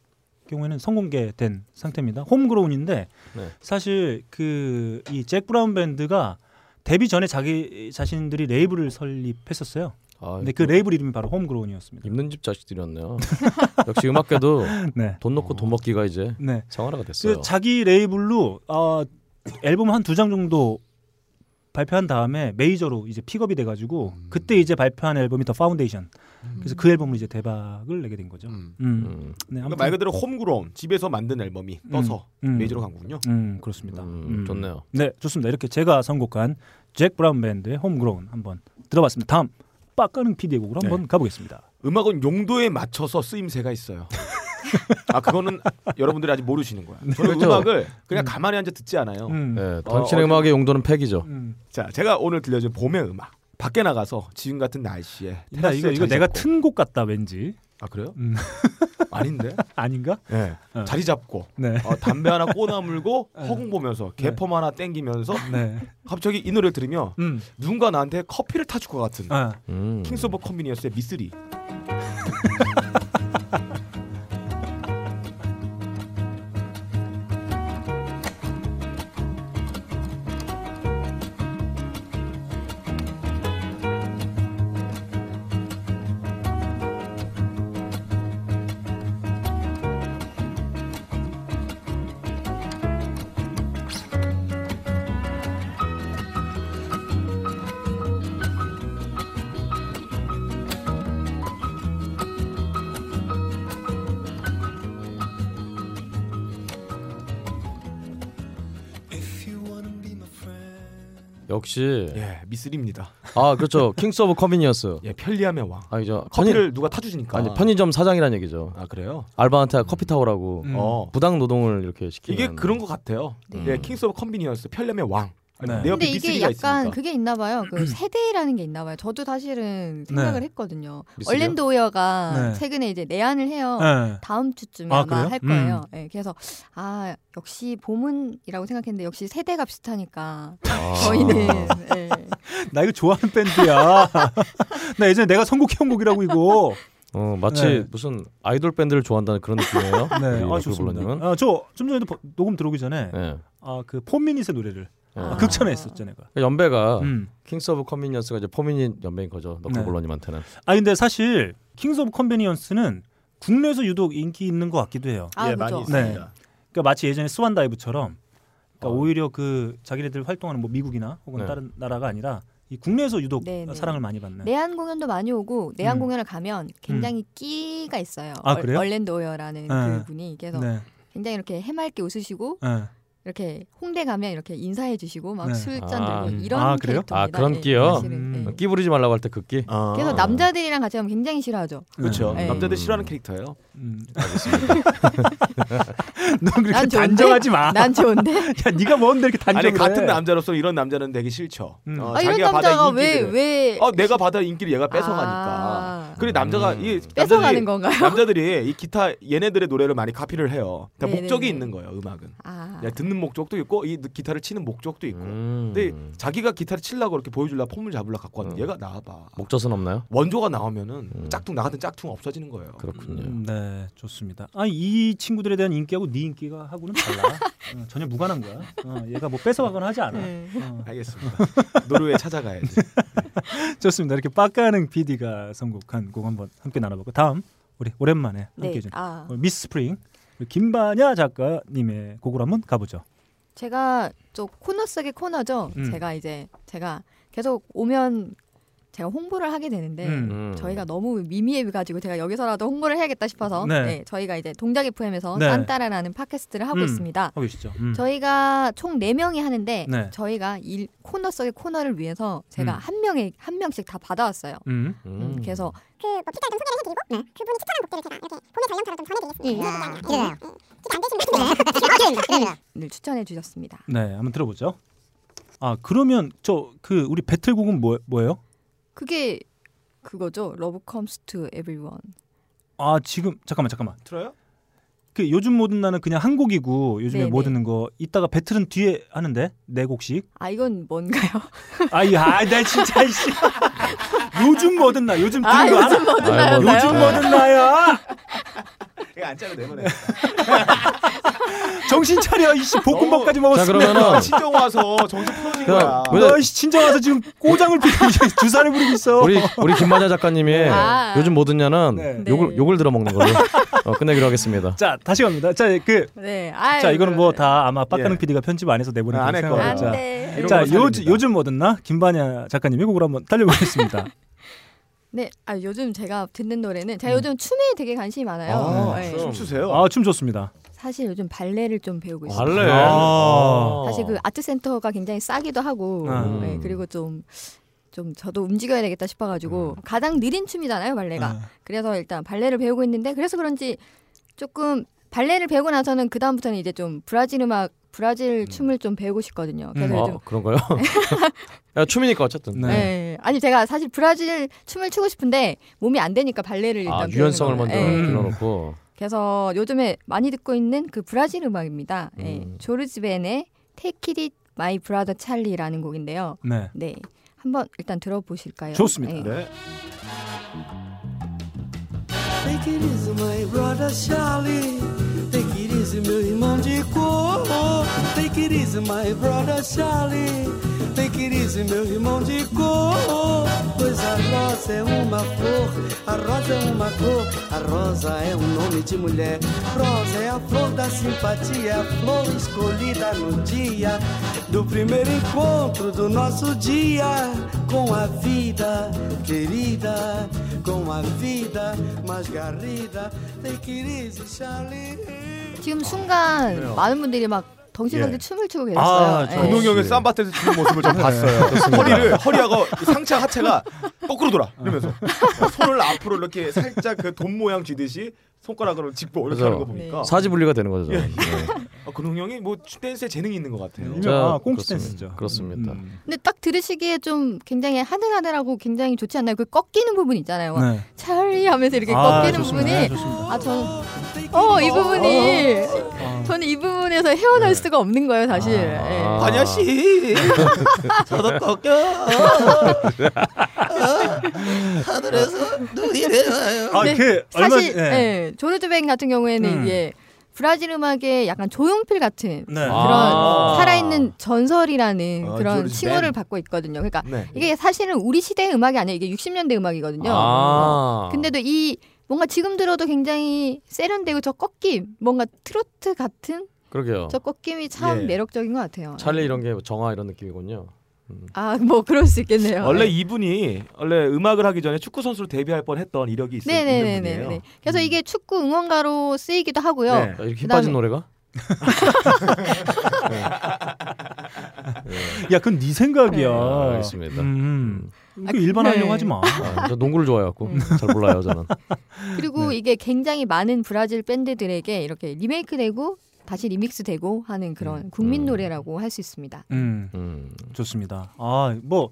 경우에는 선공개된 상태입니다. 홈그로운인데
네.
사실 그 이 잭 브라운 밴드가 데뷔 전에 자기 자신들이 레이블을 설립했었어요.
아,
근데 그 레이블 이름이 바로 홈그로운이었습니다.
입는 집 자식들이었네요. 역시 음악계도
네.
돈 넣고 돈 먹기가 이제
네.
생활화가
그
됐어요.
자기 레이블로 어, 앨범 한 두 장 정도 발표한 다음에 메이저로 이제 픽업이 돼가지고
음.
그때 이제 발표한 앨범이 더 파운데이션. 그래서 그 앨범으로 이제 대박을 내게 된 거죠.
음.
음.
음.
네, 아무튼,
그러니까 말 그대로 홈그로운 집에서 만든 앨범이 떠서
음.
메이저로 간 거군요.
음, 그렇습니다.
음,
음.
좋네요.
네, 좋습니다. 이렇게 제가 선곡한 잭 브라운 밴드의 홈그로운 한번 들어봤습니다. 다음 빡가는 PD의 곡으로
네.
한번 가보겠습니다.
음악은 용도에 맞춰서 쓰임새가 있어요. 아 그거는 여러분들이 아직 모르시는 거야. 저는
그렇죠.
음악을 그냥 가만히 앉아 듣지 않아요.
음.
네,
어,
당신의
어디-
음악의 용도는 팩이죠.
음.
자, 제가 오늘 들려준 봄의 음악. 밖에 나가서 지금 같은 날씨에
나 이거
테라스에
이거
자리
내가
잡고.
튼 곡 같다 왠지
아 그래요?
음.
아닌데.
아닌가?
예.
어.
자리 잡고
네,
어, 담배 하나 꼬나물고 허공 보면서 개펌 하나 땡기면서
네,
갑자기 이 노래를 들으며
음,
누군가 나한테 커피를 타줄 것 같은
아,
음.
킹스 오브 컨비니언스의 미쓰리
If you wanna be my friend.
역시
예 미쓰리입니다
아 그렇죠. 킹스 오브 커비니언스.
예, 편리함의 왕.
아 이제
커피를 누가 타주시니까.
아니 편의점 사장이란 얘기죠.
아 그래요?
알바한테 커피 타오라고
음.
어.
부당 노동을 이렇게 시키는.
이게 그런 것 같아요.
네.
예, 킹스 오브 컨비니언스 편리함의 왕.
네.
내 옆에
근데
미쓰리
이게
가
약간
있으니까.
그게 있나 봐요. 그 세대라는 게 있나 봐요. 저도 사실은 생각을
네.
했거든요.
미쓰리요?
얼랜도 오어가
네.
최근에 이제 내한을 해요.
네.
다음 주쯤에
아,
아, 마
그래요?
할 거예요. 예, 그래서 아 역시 봄은이라고 생각했는데 역시 세대가 비슷하니까
아.
저희는 예.
나 이거 좋아하는 밴드야. 나 예전에 내가 선곡해온 곡이라고 이거.
어 마치
네.
무슨 아이돌 밴드를 좋아한다는 그런 느낌이에요.
네, 아
우리 그
좋습니다.
불러는.
아, 저좀 전에도 버- 녹음 들어오기 전에
네.
아그 폼미닛의 노래를
아.
그
극찬에 했었죠 내가.
연배가
음.
킹스 오브 컨비니언스가 이제 포미닛 연배인 거죠.
네.
너클볼러님한테는.
아 근데 사실 킹스 오브 컨베니언스는 국내에서 유독 인기 있는 것 같기도 해요.
아
예, 많이
그죠.
있어요. 네. 그러니까 마치 예전에 스완 다이브처럼 그러니까 오히려 그 자기네들 활동하는 뭐 미국이나 혹은
아. 네.
다른 나라가 아니라 이 국내에서 유독
네, 네.
사랑을 많이 받는.
내한 공연도 많이 오고 내한
음.
공연을 가면 굉장히 끼가 있어요.
아,
얼-
그래요?
얼랜도 오어라는
네.
그분이 그래서
네.
굉장히 이렇게 해맑게 웃으시고
네.
이렇게 홍대 가면 이렇게 인사해 주시고 막
네.
술잔
아,
들고
음.
이런
아, 그래요?
캐릭터입니다.
아, 그런
예,
끼요?
사실은.
음.
예.
끼 부리지 말라고 할 때 그 끼.
아.
그래서 남자들이랑 같이 하면 굉장히 싫어하죠.
그렇죠.
네.
남자들 싫어하는 캐릭터예요.
음. 넌 그렇게
난 좋은데?
단정하지 마.
난 좋은데.
야, 네가 뭔데 이렇게 단정해?
아니 같은 남자로서 이런 남자는 되게 싫죠.
음.
어,
아, 이런
자기가 받아
남자가 왜
인기를.
왜?
어, 내가 받아 인기를 얘가 뺏어가니까.
예, 아,
그래 남자가
음.
이
뺏어가는
남자들이
건가요?
남자들이 이 기타 얘네들의 노래를 많이 카피를 해요. 다
네네네.
목적이 있는 거예요. 음악은.
아,
야, 듣는 목적도 있고 이 기타를 치는 목적도 있고.
음.
근데 자기가 기타를 치려고 이렇게 보여주려 폼을 잡으려 갖고
음.
왔는데 얘가 나와봐. 뭐
목젖은 없나요?
원조가 나오면은
음.
짝퉁 나 같은 짝퉁 없어지는 거예요.
그렇군요.
음, 네, 좋습니다. 아이 친구들에 대한 인기하고 네 인기가 하고는 달라. 어, 전혀 무관한 거야. 어, 얘가 뭐 뺏어가거나 하지 않아.
네.
어.
알겠습니다. 노르웨이 찾아가야지.
좋습니다. 이렇게 빡가는 PD가 선곡한 곡 한번 함께 나눠보고 다음 우리 오랜만에
네.
함께해 준
아,
미스 스프링 우리 김반야 작가님의 곡으로 한번 가보죠.
제가 저 코너 속의 코너죠.
음.
제가 이제 제가 계속 오면 제가 홍보를 하게 되는데
음.
음.
저희가 너무 미미해 가지고 제가 여기서라도 홍보를 해야겠다 싶어서
네.
네. 저희가 이제 동작 FM에서
네.
딴따라라는 팟캐스트를 하고
음.
있습니다.
하고 계시죠. 음.
저희가 총 네명이 하는데
네.
저희가 이 코너 속의 코너를 위해서 제가
음.
한 명에 한 명씩 다 받아왔어요.
음.
음, 그래서
그 어떻게든 소개를 해드리고 그분이 추천한 곡들을 제가 이렇게 봄의 전령처럼 좀 전해드리겠습니다. 이래요. 이게 안 되시면 안 돼요.
늘 추천해 주셨습니다.
네, 한번 들어보죠. 아 그러면 저 그 우리 배틀곡은 뭐, 뭐예요?
그게 그거죠. 러브 컴스 투 에브리원.
아 지금 잠깐만 잠깐만.
틀어요?
그 요즘 뭐 듣나는 그냥 한 곡이고 요즘에
네,
뭐
네.
듣는 거 이따가 배틀은 뒤에 하는데 네 곡씩.
아 이건 뭔가요?
아이 아나 진짜 씨. 요즘 뭐 듣나 요즘 듣는
아
거
요즘 뭐
아,
듣나요?
하나. 요즘 뭐 듣나요?
이거 안 짜도 내보내.
정신 차려 이씨 볶음밥까지
뭐 자
먹었으면
그러면은
친정 와서 정신 풀어주는 거야.
그냥 왜-
너 이씨 친정 와서 지금 꼬장을 피고 이제 주사를 부리고 있어.
우리 우리 김만자 작가님이
아.
요즘 뭐 듣냐는
네.
욕을
네.
욕을 들어먹는 걸로 어, 끝내기로 하겠습니다.
자 다시 갑니다. 자 그.
네. 아유,
자 이거는 뭐 다 아마 빡가는
예.
PD가 편집 안 해서 내보낸
아, 안할 거예요.
자,
안돼.
이런
자
거는
요즘
살립니다.
요즘 뭐 듣나 김반야 작가님의 곡으로 한번 달려보겠습니다.
네. 아 요즘 제가 듣는 노래는 제가 요즘 춤에 되게 관심이 많아요.
아,
네.
춤 추세요.
아 춤 좋습니다.
사실 요즘 발레를 좀 배우고 있어요.
발레.
아.
사실 그 아트 센터가 굉장히 싸기도 하고
음.
네, 그리고 좀. 좀 저도 움직여야 되겠다 싶어가지고 가장 느린 춤이잖아요 발레가
아.
그래서 일단 발레를 배우고 있는데 그래서 그런지 조금 발레를 배우고 나서는 그 다음부터는 이제 좀 브라질 음악 브라질 춤을 좀 배우고 싶거든요 그래서
음.
요즘
아, 그런가요? 야, 춤이니까 어쨌든.
네.
네. 아니 제가 사실 브라질 춤을 추고 싶은데 몸이 안 되니까 발레를 일단
아,
배우는
유연성을
거예요.
먼저
예.
음.
길러놓고.
그래서 요즘에 많이 듣고 있는 그 브라질 음악입니다. 예.
음.
조르지 벤의 Take It My Brother Charlie라는 곡인데요.
네.
네. 한번 일단 들어보실까요?
좋습니다.
예.
네.
Take it easy, my brother Charlie. Take it easy, meu irmão de cor. Take it easy, my brother Charlie. Take it easy, meu irmão de cor. Pois a rosa é uma flor, a rosa é uma cor, a rosa é um nome de mulher. Rosa é a flor da simpatia, a flor escolhida no dia do primeiro encontro do nosso dia com a vida querida, com a vida mais garrida. Take it easy, Charlie.
지금 순간 많은 분들이 막 덩실덩실
예.
춤을 추고 계셨어요.
아, 저-
예.
근홍이 형의 쌈밭에서 주는 모습을 좀 봤어요. 허리를 허리하고 상체 하체가 거꾸로 돌아 이러면서 손을 앞으로 이렇게 살짝 그 돈 모양 쥐듯이 손가락으로 짚고 이렇게
그래서
하는 거 보니까
사지 분리가 되는 거죠.
예.
저는. 네.
아, 근홍이 형이 뭐 댄스에 재능이 있는 것 같아요.
유명-
자,
아, 꽁치
그렇습니다.
댄스죠. 음.
그렇습니다.
근데 딱 들으시기에 좀 굉장히 하늘하늘하고 굉장히 좋지 않나요? 그 꺾이는 부분 있잖아요. 막
네.
찰리 하면서 이렇게 꺾이는 부분이
네, 좋습니다.
아 저는 어이 부분이
아.
저는 이 부분에서 헤어날 수가 없는 거예요 사실. 예.
네. 아.
반야 씨, 저도 꺾여.
아,
네,
그 얼마
사실 예. 조르드뱅 같은 경우에는
음.
이게 브라질 음악의 약간 조용필 같은
네.
아.
그런 살아있는 전설이라는
아,
그런
조르드뱅.
칭호를 받고 있거든요. 그러니까
네.
이게 사실은 우리 시대의 음악이 아니에요. 이게 60년대 음악이거든요.
아.
근데도 이 뭔가 지금 들어도 굉장히 세련되고 저 꺾임 뭔가 트로트 같은
그러게요.
저 꺾임이 참
예.
매력적인 것 같아요.
어. 찰리 이런 게 정화 이런 느낌이군요.
아뭐 그럴 수 있겠네요.
어,
원래
네.
이분이 원래 음악을 하기 전에 축구 선수로 데뷔할 뻔했던 이력이 있, 있는
네네네네.
분이에요.
네. 그래서 이게 축구 응원가로 쓰이기도 하고요.
네.
아, 이렇게 힘
그다음에-
빠진 노래가?
야, 그건 네 생각이야.
아, 알겠습니다.
음.
아,
그 일반하려고
네.
하지 마.
아, 저 농구를 좋아해갖고
음.
잘 몰라요 저는.
그리고 이게 굉장히 많은 브라질 밴드들에게 이렇게 리메이크되고 다시 리믹스되고 하는 그런 국민
음.
노래라고 할 수 있습니다.
음.
음.
좋습니다. 아, 뭐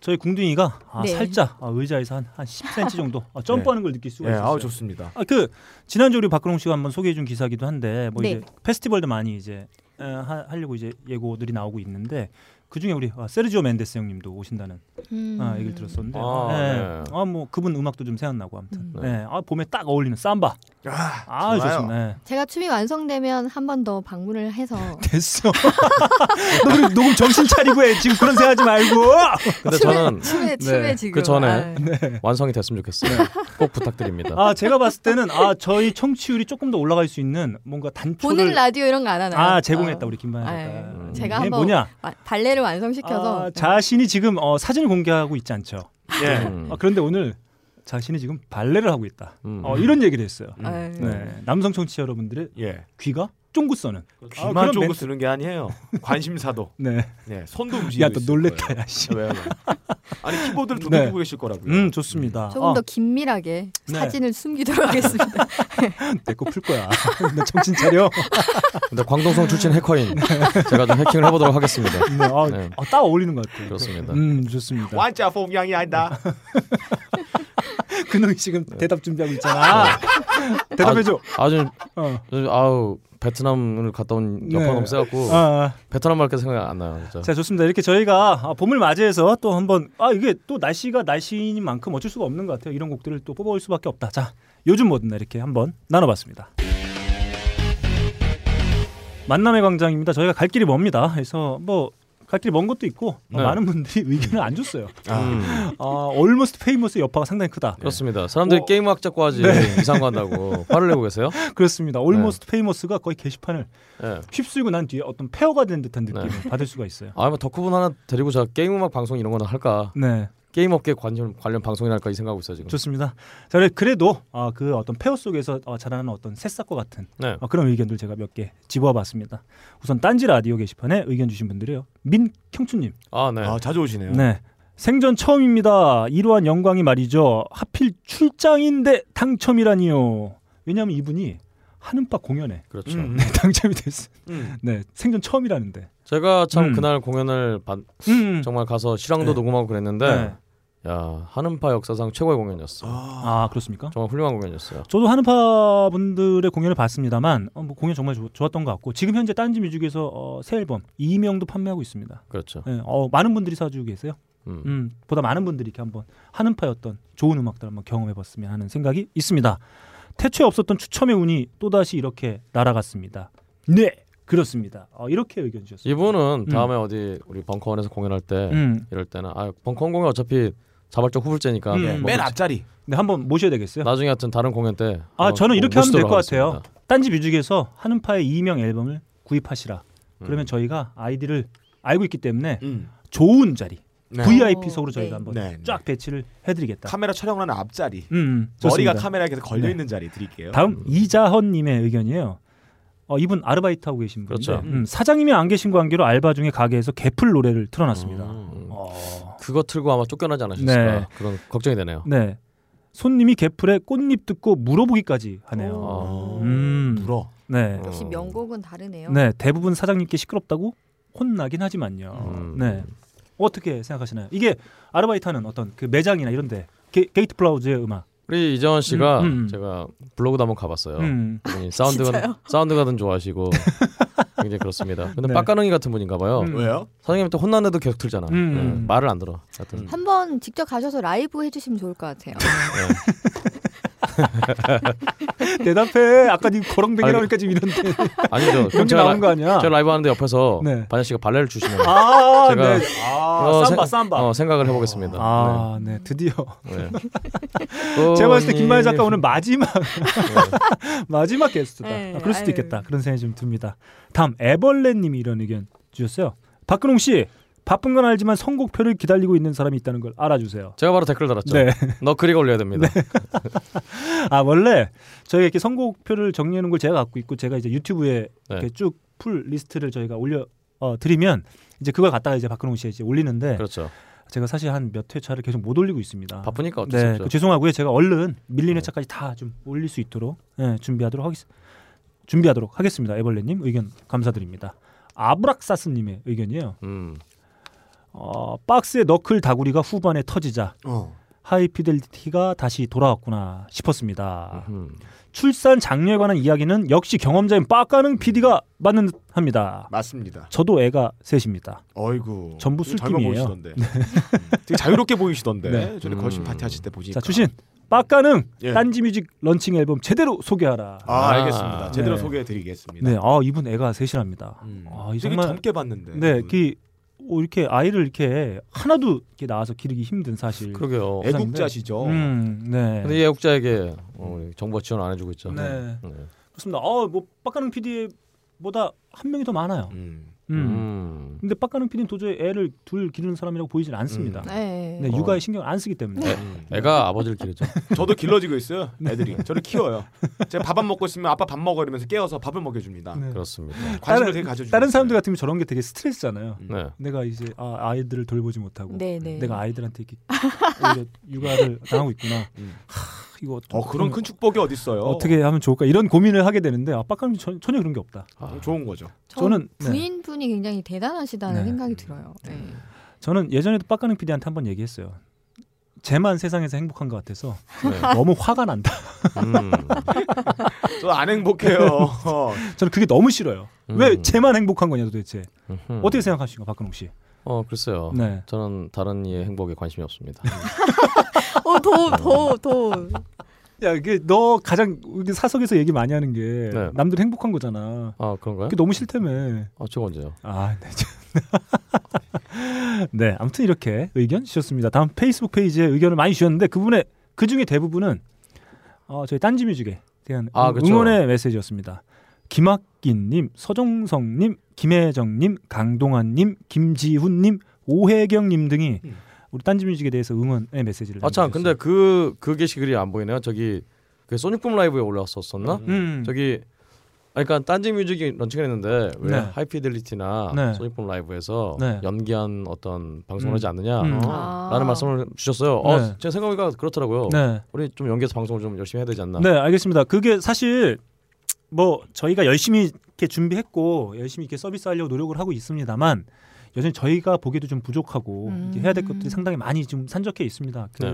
저희 궁둥이가 아,
네.
살짝 아, 의자에서 한, 한 10cm 정도
네.
아, 점프하는 걸 느낄 수가
예,
있었어요.
아우 좋습니다.
아, 그 지난주 우리 박근홍 씨가 한번 소개해준 기사기도 한데 뭐
네.
이제 페스티벌도 많이 이제 에, 하, 하려고 이제 예고들이 나오고 있는데 그 중에 우리 아, 세르지오 멘데스 형님도 오신다는 아, 얘기를 들었었는데
아,
예.
네.
아, 뭐 그분 음악도 좀 생각나고 아무튼
음.
네. 아 봄에 딱 어울리는 삼바
아,
아
좋아요.
좋습니다. 네.
제가 춤이 완성되면 한 번 더 방문을 해서
됐어. 너 그럼 녹음 정신 차리고 해. 지금 그런 생각하지 말고.
근데
춤에-
저는
춤에 춤에 지금
그 전에
아,
완성이 됐으면 좋겠어요.
네.
꼭 부탁드립니다.
아 제가 봤을 때는 아 저희 청취율이 조금 더 올라갈 수 있는 뭔가 단초를
보는 라디오 이런 거 안 하나요?
아 제공했다
어.
우리 김만희
아,
작가.
예.
음.
제가
이게
한번
뭐냐?
아, 발레를 완성시켜서 네.
아, 자신이 지금 어, 사진을 공개하고 있지 않죠.
예.
음.
아, 그런데 오늘 자신이 지금 발레를 하고 있다.
음.
어, 이런 얘기를 했어요.
아, 예.
네. 남성 청취 자 여러분들의
예,
귀가 쫑긋 써는.
귀만
그런
쪼고
멘트-
쓰는 게 아니에요. 관심사도,
네.
예, 손도 움직이고
야 또
있을
놀랬다.
거예요. 아,
야, 씨.
왜요? 왜요? 아니 키보드를 두드리고 계실 거라고요.
음 좋습니다.
조금
아,
더 긴밀하게
네.
사진을 숨기도록 하겠습니다.
내거 풀 거야. 너 정신 차려.
근데 광동성 출신 해커인 제가 좀 해킹을 해보도록 하겠습니다.
네, 아,
네.
아, 딱 어울리는 것 같아요.
그렇습니다.
음 좋습니다.
네. 완자 폼양이 아니다.
근홍이 지금 대답 준비하고 있잖아. 대답해줘.
아주
어.
아주- 아우 베트남을 갔다 온 여파가
네.
너무 세갖고
아, 아.
베트남 말밖에 생각이 안 나요. 진짜.
자 좋습니다. 이렇게 저희가 아, 봄을 맞이해서 또 한번 아 이게 또 날씨가 날씨인 만큼 어쩔 수가 없는 것 같아요. 이런 곡들을 또 뽑아올 수밖에 없다. 자 요즘 뭐든나 이렇게 한번 나눠봤습니다. 만남의 광장입니다. 저희가 갈 길이 멉니다. 그래서 뭐 갈 길이 먼 것도 있고 어,
네.
많은 분들이 의견을 안 줬어요.
음,
아 almost famous의 여파가 상당히 크다.
그렇습니다. 사람들이
어.
게임학자까지 이상한다고 화를 내고 계세요.
그렇습니다.
네.
almost famous가 거의 게시판을
예.
휩쓸고 난 뒤에 어떤 폐허가 된 듯한 느낌을 받을 수가 있어요.
아, 뭐 덕후분 하나 데리고 제가 게임 음악 방송 이런 거나 할까?
네.
게임 업계 관련 관련 방송이나 할까 이 생각하고 있어 요 지금.
음. 좋습니다. 자, 그래- 그래도 아, 그 어떤 폐허 속에서 어, 자라는 어떤 새싹과 같은
네.
어, 그런 의견들 제가 몇 개 집어봤습니다. 우선 딴지 라디오 게시판에 의견 주신 분들이요. 민경춘님,
아, 네.
아 자주 오시네요.
네. 생전 처음입니다. 이러한 영광이 말이죠. 하필 출장인데 당첨이라니요. 왜냐하면 이분이 한음파 공연에
그렇죠.
음.
당첨이 됐어.
음.
네, 생전 처음이라는데.
제가 참
음.
그날 공연을 받,
음.
정말 가서 실황도
네.
녹음하고 그랬는데
네.
야 한음파 역사상 최고의 공연이었어.
아 그렇습니까?
정말 훌륭한 공연이었어요.
저도 한우파 분들의 공연을 봤습니다만 어, 뭐 공연 정말 좋, 좋았던 것 같고 지금 현재 딴지 뮤직에서 어, 새 앨범 2명도 판매하고 있습니다.
그렇죠.
예, 어, 많은 분들이 사주고 계세요.
음.
음, 보다 많은 분들이 이렇게 한번 한우파였던 좋은 음악들 한번 경험해봤으면 하는 생각이 있습니다. 태초에 없었던 추첨의 운이 또다시 이렇게 날아갔습니다. 네, 그렇습니다. 어, 이렇게 의견 주셨어요.
이분은 다음에 어디 우리 벙커원에서 공연할 때
음,
이럴 때는 아 벙커원 공연 어차피 자발적 후불제니까
음.
뭐
맨
그치-
앞자리.
네, 한번 모셔야 되겠어요.
나중에 하여튼 다른 공연 때.
아,
한번
저는 이렇게 하면 될
모시도록
것 같아요.
하겠습니다.
딴지 뮤직에서 한우파의 2명 앨범을 구입하시라. 그러면
음.
저희가 아이디를 알고 있기 때문에
음.
좋은 자리
네.
VIP석으로
어,
저희가
네.
한번
네, 네.
쫙 배치를 해드리겠다.
카메라 촬영하는 앞자리.
음, 음,
머리가
좋습니다.
네. 카메라에 계속 걸려 있는 자리 드릴게요.
다음 이자헌님의 의견이에요. 어, 이분 아르바이트 하고 계신 분인데
그렇죠.
음, 사장님이 안 계신 관계로 알바 중에 가게에서 개풀 노래를 틀어놨습니다.
음.
어.
그거 틀고 아마 쫓겨나지 않으셨을까
네.
그런 걱정이 되네요.
네. 손님이 개풀에 꽃잎 듣고 물어보기까지 하네요.
어.
음.
물어.
네.
역시 명곡은 다르네요.
네, 대부분 사장님께 시끄럽다고 혼나긴 하지만요.
음.
네. 어떻게 생각하시나요? 이게 아르바이트하는 어떤 그 매장이나 이런데 게, 이트 플라우즈의 음악.
우리 이재원 씨가
음, 음.
제가 블로그도 한번 가봤어요.
음.
분이 사운드가 사운드가든 좋아하시고 굉장히 그렇습니다. 근데
네.
빡가능이 같은 분인가 봐요.
음.
왜요?
사장님한테 혼났는데도 계속 틀잖아.
음.
음, 말을 안 들어. 하여튼
한번 직접 가셔서 라이브 해주시면 좋을 것 같아요.
네.
대답해. 아까 니 거렁뱅이라니까 지금 이런데
아니죠. 그럼
연기
제가
나온
라-
거 아니야?
제가 라이브 하는데 옆에서
네.
반야 씨가 발레를 주시면
아,
제가-
네. 아,
어,
삼바,
생-
삼바.
어, 생각을 해보겠습니다.
아, 네. 드디어.
네. 네. 어,
제가 봤을
예,
때 김만희 작가
꽃잎.
오늘 마지막 마지막 게스트다.
네,
아, 그럴 수도
아유.
있겠다. 그런 생각이 좀 듭니다. 다음 에벌레님이 이런 의견 주셨어요. 박근홍 씨 바쁜 건 알지만 선곡표를 기다리고 있는 사람이 있다는 걸 알아주세요.
제가 바로 댓글 달았죠.
네.
너 그리고 올려야 됩니다.
아 원래 저희가 이렇게 선곡표를 정리하는 걸 제가 갖고 있고 제가 이제
네.
유튜브에 이렇게 쭉 풀 리스트를 저희가 올려 어, 드리면 이제 그걸 갖다가 이제 박근홍 씨에 이제 올리는데
그렇죠.
제가 사실 한 몇 회차를 계속 못 올리고 있습니다.
바쁘니까 어쩔 수
네,
없죠.
그 죄송하고요. 제가 얼른
네.
밀린 회차까지 다 좀 올릴 수 있도록 예, 준비하도록 하겠 준비하도록 하겠습니다. 에벌레님 의견 감사드립니다. 아브락사스님의 의견이에요.
음.
어, 박스의 너클 다구리가 후반에 터지자
어.
하이피델리티가 다시 돌아왔구나 싶었습니다.
음.
출산 장려에 관한 이야기는 역시 경험자인 빡가는 PD가
음.
맞는 듯합니다.
맞습니다.
저도 애가 셋입니다.
어이구.
전부
되게
술김이에요.
젊어 보이시던데. 음, 되게 자유롭게 보이시던데.
네.
전에
음.
거신 파티 하실 때 보시니까.
자 추신 빡가는
그러니까. 예.
딴지뮤직 런칭 앨범 제대로 소개하라.
아,
아,
알겠습니다. 제대로
네.
소개해드리겠습니다.
네, 아 이분 애가 셋이랍니다.
음.
아, 이
되게
정말-
젊게 봤는데. 음.
네,
그분.
그 어, 이렇게 아이를 이렇게 하나도 이렇게 낳아서 기르기 힘든 사실.
그러게요.
애국자시죠.
음, 네.
근데 이 애국자에게 어, 우리 정부가 지원 안 해주고 있죠.
네.
네.
그렇습니다. 어, 뭐 빡가는 PD보다 한 명이 더 많아요.
음.
음.
음.
근데 빡가는 PD는 도저히 애를 둘 기르는 사람이라고 보이진 않습니다.
네.
어.
네, 육아에 신경 안 쓰기 때문에.
음.
애가 아버지를 기르죠.
저도 길러지고 있어요. 애들이 저를 키워요. 제가 밥 안 먹고 있으면 아빠 밥 먹어 이러면서 깨워서 밥을 먹여줍니다.
네.
그렇습니다.
아, 관심을
다른-
되게 가져주고.
다른 사람들
있어요.
같으면 저런 게 되게 스트레스잖아요.
네.
내가 이제 아, 아이들을 돌보지 못하고
네, 네.
내가 아이들한테 이렇게 오히려 육아를 당하고 있구나.
음.
하, 이거 어떻게,
어 그런 큰 축복이 어딨어요
음. 어떻게 하면 좋을까 이런 고민을 하게 되는데 아, 빡가는 전- 전혀 그런 게 없다.
아,
좋은 거죠.
저는-
저는 부인분이 굉장히 대단하시다는
네.
생각이 들어요. 네.
저는 예전에도 빡가는 PD한테 한 번 얘기했어요. 쟤만 세상에서 행복한 것 같아서
네.
너무 화가 난다.
음.
저 안 행복해요. 어,
저는 그게 너무 싫어요.
음.
왜 쟤만 행복한 거냐 도대체.
음흠.
어떻게 생각하십니까 박근홍 씨?
어 글쎄요.
네. 음.
저는 다른 이의 행복에 관심이 없습니다.
어, 더, 더, 더.
야 이게 너 가장 이렇게 사석에서 얘기 많이 하는 게
네.
남들 행복한 거잖아.
아 그런가요?
그게 너무 싫다며.
아 저거 언제요?
아, 네. 참. 네, 아무튼 이렇게 의견 주셨습니다. 다음 페이스북 페이지에 의견을 많이 주셨는데 그분의 그 중에 대부분은 어, 저희 딴지뮤직에 대한
아,
응-
그쵸.
응원의 메시지였습니다. 김학기님, 서정성님, 김혜정님, 강동환님, 김지훈님, 오혜경님 등이
음.
우리 딴지뮤직에 대해서 응원의 메시지를
아 참 근데
남겨주셨어요.
그 그 게시글이 안 보이네요. 저기 그 소닉붐 라이브에 올라왔었었나?
음,
저기 아 그러니까 딴지 뮤직이 런칭했는데 왜
네.
하이피델리티나
네.
소닉붐 라이브에서
네.
연기한 어떤 방송을
음.
하지 않느냐
음.
아.
라는 말씀을 주셨어요.
네.
어, 제 생각보다 그렇더라고요.
네.
우리 좀 연기해서 방송을 좀 열심히 해야 되지 않나.
네, 알겠습니다. 그게 사실 뭐 저희가 열심히 이렇게 준비했고 열심히 이렇게 서비스하려고 노력을 하고 있습니다만 여전히 저희가 보기에도 좀 부족하고
음.
이제 해야 될 것들이 상당히 많이 좀 산적해 있습니다. 그
네.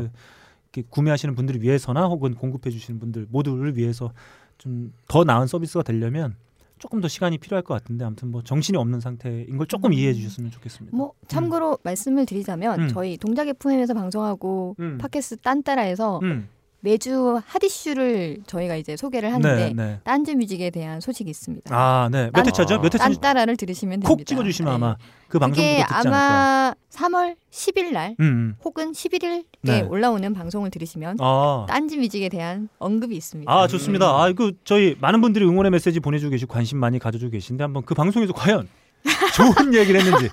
이렇게 구매하시는 분들을 위해서나 혹은 공급해 주시는 분들 모두를 위해서 좀 더 나은 서비스가 되려면 조금 더 시간이 필요할 것 같은데 아무튼 뭐 정신이 없는 상태인 걸 조금 이해해 주셨으면 좋겠습니다.
음. 뭐 참고로 말씀을 드리자면
음.
저희 동작 FM에서 방송하고
음.
팟캐스트 딴따라에서
음.
매주 핫 이슈를 저희가 이제 소개를
네,
하는데
네.
딴지 뮤직에 대한 소식이 있습니다.
아, 네. 몇
딴-
회차죠? 몇 회차인지
딴따라를 들으시면 됩니다.
콕 찍어 주시면
네.
아마 그 방송부터
그게
듣지 않을까.
아마 3월 10일 날
음, 음.
혹은 11일에
네.
올라오는 방송을 들으시면
아.
딴지 뮤직에 대한 언급이 있습니다.
아 좋습니다. 아 이거 저희 많은 분들이 응원의 메시지 보내주고 계시고 관심 많이 가져주고 계신데 한번 그 방송에서 과연 좋은 얘기를 했는지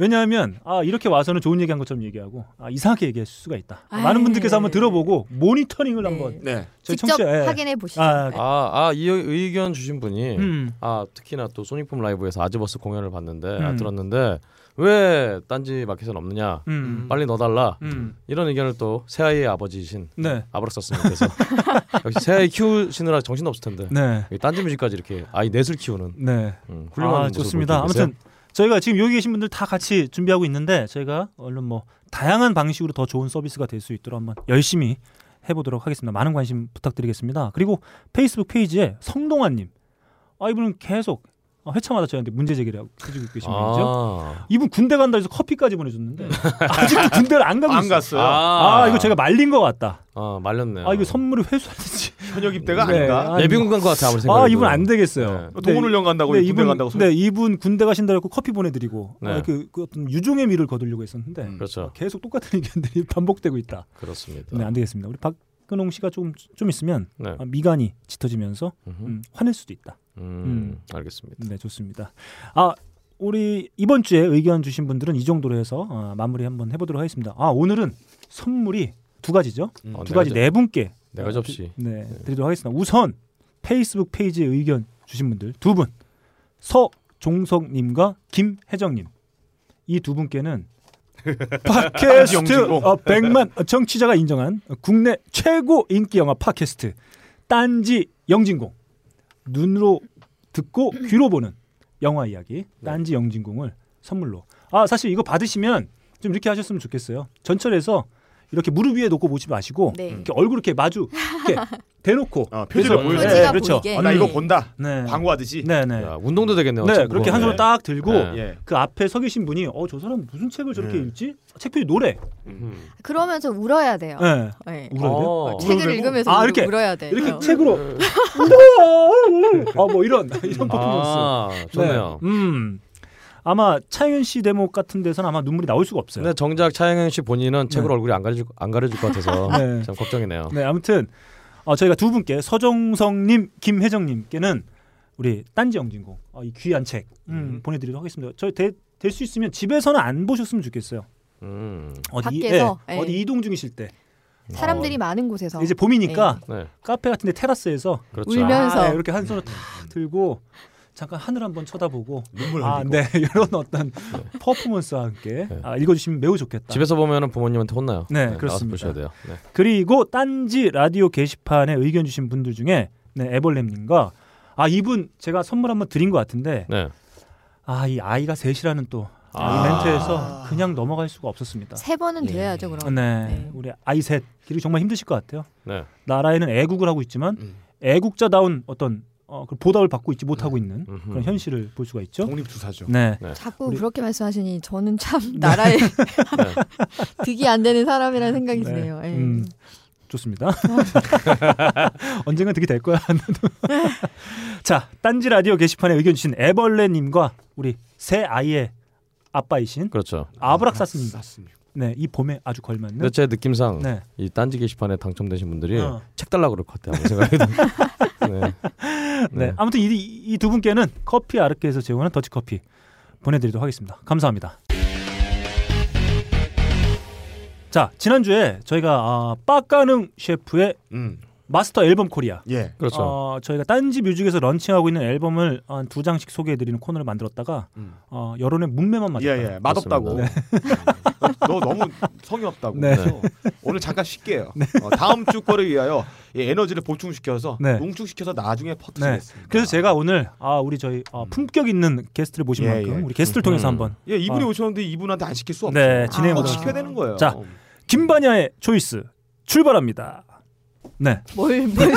왜냐하면 아, 이렇게 와서는 좋은 얘기한 것처럼 얘기하고 아, 이상하게 얘기할 수가 있다.
아이.
많은 분들께서 한번 들어보고 모니터링을
네.
한번
네.
저희
직접
청취자, 예.
확인해 보시죠. 네.
아,
아, 아, 이 의견 주신 분이
음.
아, 특히나 또 소닉붐 라이브에서 아즈버스 공연을 봤는데 아,
음.
들었는데 왜 딴지 마켓은 없느냐?
음.
빨리 넣어달라.
음.
이런 의견을 또 새아이의 아버지이신
네.
아브락사스님께서 역시 새아이 키우시느라 정신 없을 텐데
네.
이 딴지 뮤직까지 이렇게 아이 넷을 키우는
네.
음, 훌륭한
아,
모습을
좋습니다.
보여주고 계세요.
아무튼 저희가 지금 여기 계신 분들 다 같이 준비하고 있는데 저희가 얼른 뭐 다양한 방식으로 더 좋은 서비스가 될 수 있도록 한번 열심히 해보도록 하겠습니다. 많은 관심 부탁드리겠습니다. 그리고 페이스북 페이지에 성동환님, 아 이분은 계속 아, 회차마다 저희한테 문제 제기를 하고 해주고 계신 분이죠.
아,
이분 군대 간다 해서 커피까지 보내줬는데 아직도 군대를 안 가고
안
있어요.
갔어요.
아, 이거 제가 말린 것 같다.
아, 말렸네요.
아 이거 선물을 회수하는지.
현역 입대가
네,
아닌가?
아,
예비군 간것 같아 아무리 생각해도.
아 이분 안 되겠어요.
네.
동원훈련 간다고
네,
군대
이분
간다고
네 이분 군대 가신다 고 커피 보내드리고
네.
아, 그, 그 어떤 유종의 미를 거두려고 했었는데
음.
그렇죠.
계속 똑같은 의견들이 반복되고 있다.
그렇습니다.
네 안 되겠습니다. 우리 박근홍 씨가 조금 좀 있으면
네.
아, 미간이 짙어지면서
음.
음, 화낼 수도 있다.
음, 알겠습니다.
네 좋습니다. 아 우리 이번 주에 의견 주신 분들은 이 정도로 해서 아, 마무리 한번 해보도록 하겠습니다. 아 오늘은 선물이 두 가지죠.
음.
어,
두 가지
내가
네 분께
저- 내가 접시.
네, 드리도록 하겠습니다. 우선 페이스북 페이지에 의견 주신 분들 두 분. 서종석님과 김혜정님. 이 두 분께는 팟캐스트
영진공.
어, 100만 청취자가 인정한 국내 최고 인기 영화 팟캐스트 딴지 영진공. 눈으로 듣고 귀로 보는 영화
네.
이야기 딴지 영진공을 선물로. 아 사실 이거 받으시면 좀 이렇게 하셨으면 좋겠어요. 전철에서 이렇게 무릎 위에 놓고 보지 마시고
네.
이렇게 얼굴 이렇게 마주 이렇게 대놓고
어, 표지를
그래서-
보여줘요.
네,
표지가
그렇죠.
보이게.
아, 나 이거 본다.
네.
광고하듯이.
네, 네.
야, 운동도 되겠네요.
네,
어차피
그렇게 한
그거는.
손을 딱 들고
네.
예.
그 앞에 서 계신 분이 어 저 사람 무슨 책을 저렇게
네.
읽지? 책표지 노래.
음.
그러면서 울어야 돼요.
네.
네.
울어야 돼요?
어.
울어도
책을
되고?
읽으면서
아,
울-
이렇게
울어야 돼요. 네.
이렇게 책으로 어, 뭐야? 아뭐 이런 이런 퍼포먼스.
네. 아, 좋네요.
네. 음. 아마 차윤 씨 대목 같은 데서는 아마 눈물이 나올 수가 없어요.
근데 정작 차영현 씨 본인은 책으로 얼굴이 안 가려질 안 가려질 것 같아서
네.
참 걱정이네요.
네, 아무튼 어, 저희가 두 분께 서정성님, 김혜정님께는 우리 딴지 영진공 어, 이 귀한 책 음,
음.
보내드리도록 하겠습니다. 저될수 있으면 집에서는 안 보셨으면 좋겠어요.
음.
어디
밖에서?
예,
예. 어.
어디 이동 중이실 때
사람들이 많은 곳에서
어. 이제 봄이니까
예.
네.
카페 같은데 테라스에서
그렇죠.
울면서
아, 네, 이렇게 한 손을 탁 들고 잠깐 하늘 한번 쳐다보고
음. 눈물
아,
흘리고.
네 이런 어떤 퍼포먼스와 함께
네.
아, 읽어주시면 매우 좋겠다.
집에서 보면은 부모님한테 혼나요.
네,
나가서
그렇습니다.
보셔야 돼요. 네.
그리고 딴지 라디오 게시판에 의견 주신 분들 중에 네, 에벌렘님과 아 이분 제가 선물 한번 드린 것 같은데
네.
아 이 아이가 셋이라는 또
아.
이 멘트에서 그냥 넘어갈 수가 없었습니다.
세 번은 돼야죠 그럼.
네,
네.
우리 아이 셋 그리고 정말 힘드실 것 같아요.
네.
나라에는 애국을 하고 있지만
음.
애국자다운 어떤 어, 그 보답을 받고 있지 못하고
네.
있는
음흠.
그런 현실을 볼 수가 있죠.
독립투사죠.
네.
자꾸
우리- 네.
그렇게 말씀하시니 저는 참 나라에 득이 안 되는 사람이라는 생각이
네.
드네요. 예. 어.
음, 좋습니다. 언젠간 되게 될 거야. 나도. 자, 딴지 라디오 게시판에 의견 주신 에벌레님과 우리 새 아이의 아빠이신
그렇죠.
아브락사스님.
쌌습니다.
네, 이 봄에 아주 걸맞는.
근데 제 느낌상
네.
이 딴지 게시판에 당첨되신 분들이
어.
책 달라고 그럴 것 같아요. 아무 생각이 네.
네.
네.
아무튼 이 두 분께는 커피 아르케에서 제공하는 더치 커피 보내드리도록 하겠습니다. 감사합니다. 자, 지난주에 저희가 아, 빠까능 셰프의
음.
마스터 앨범 코리아
예.
그렇죠.
어, 저희가 딴지 뮤직에서 런칭하고 있는 앨범을 한 두 장씩 소개해드리는 코너를 만들었다가
음.
어, 여론의 문매만 맞았다.
예, 예. 맛없다고. 아, 너 너무 성의 없다고.
네.
그래서 오늘 잠깐 쉴게 해요. 어, 다음 주 거를 위하여 이 에너지를 보충시켜서
네.
농축시켜서 나중에
네.
퍼뜨리겠습니다. 음.
그래서 제가 오늘 아, 우리 저희 어, 품격 있는 게스트를 모신
예,
만큼
예.
우리 게스트를 통해서
음.
한번
예, 이분이
아.
오셨는데 이분한테 안 시킬 수 없어요.
네, 진행해
어,
보도록
시켜야 되는 거예요.
자.
어.
김바냐의 초이스 출발합니다. 네,
뭘, 뭘,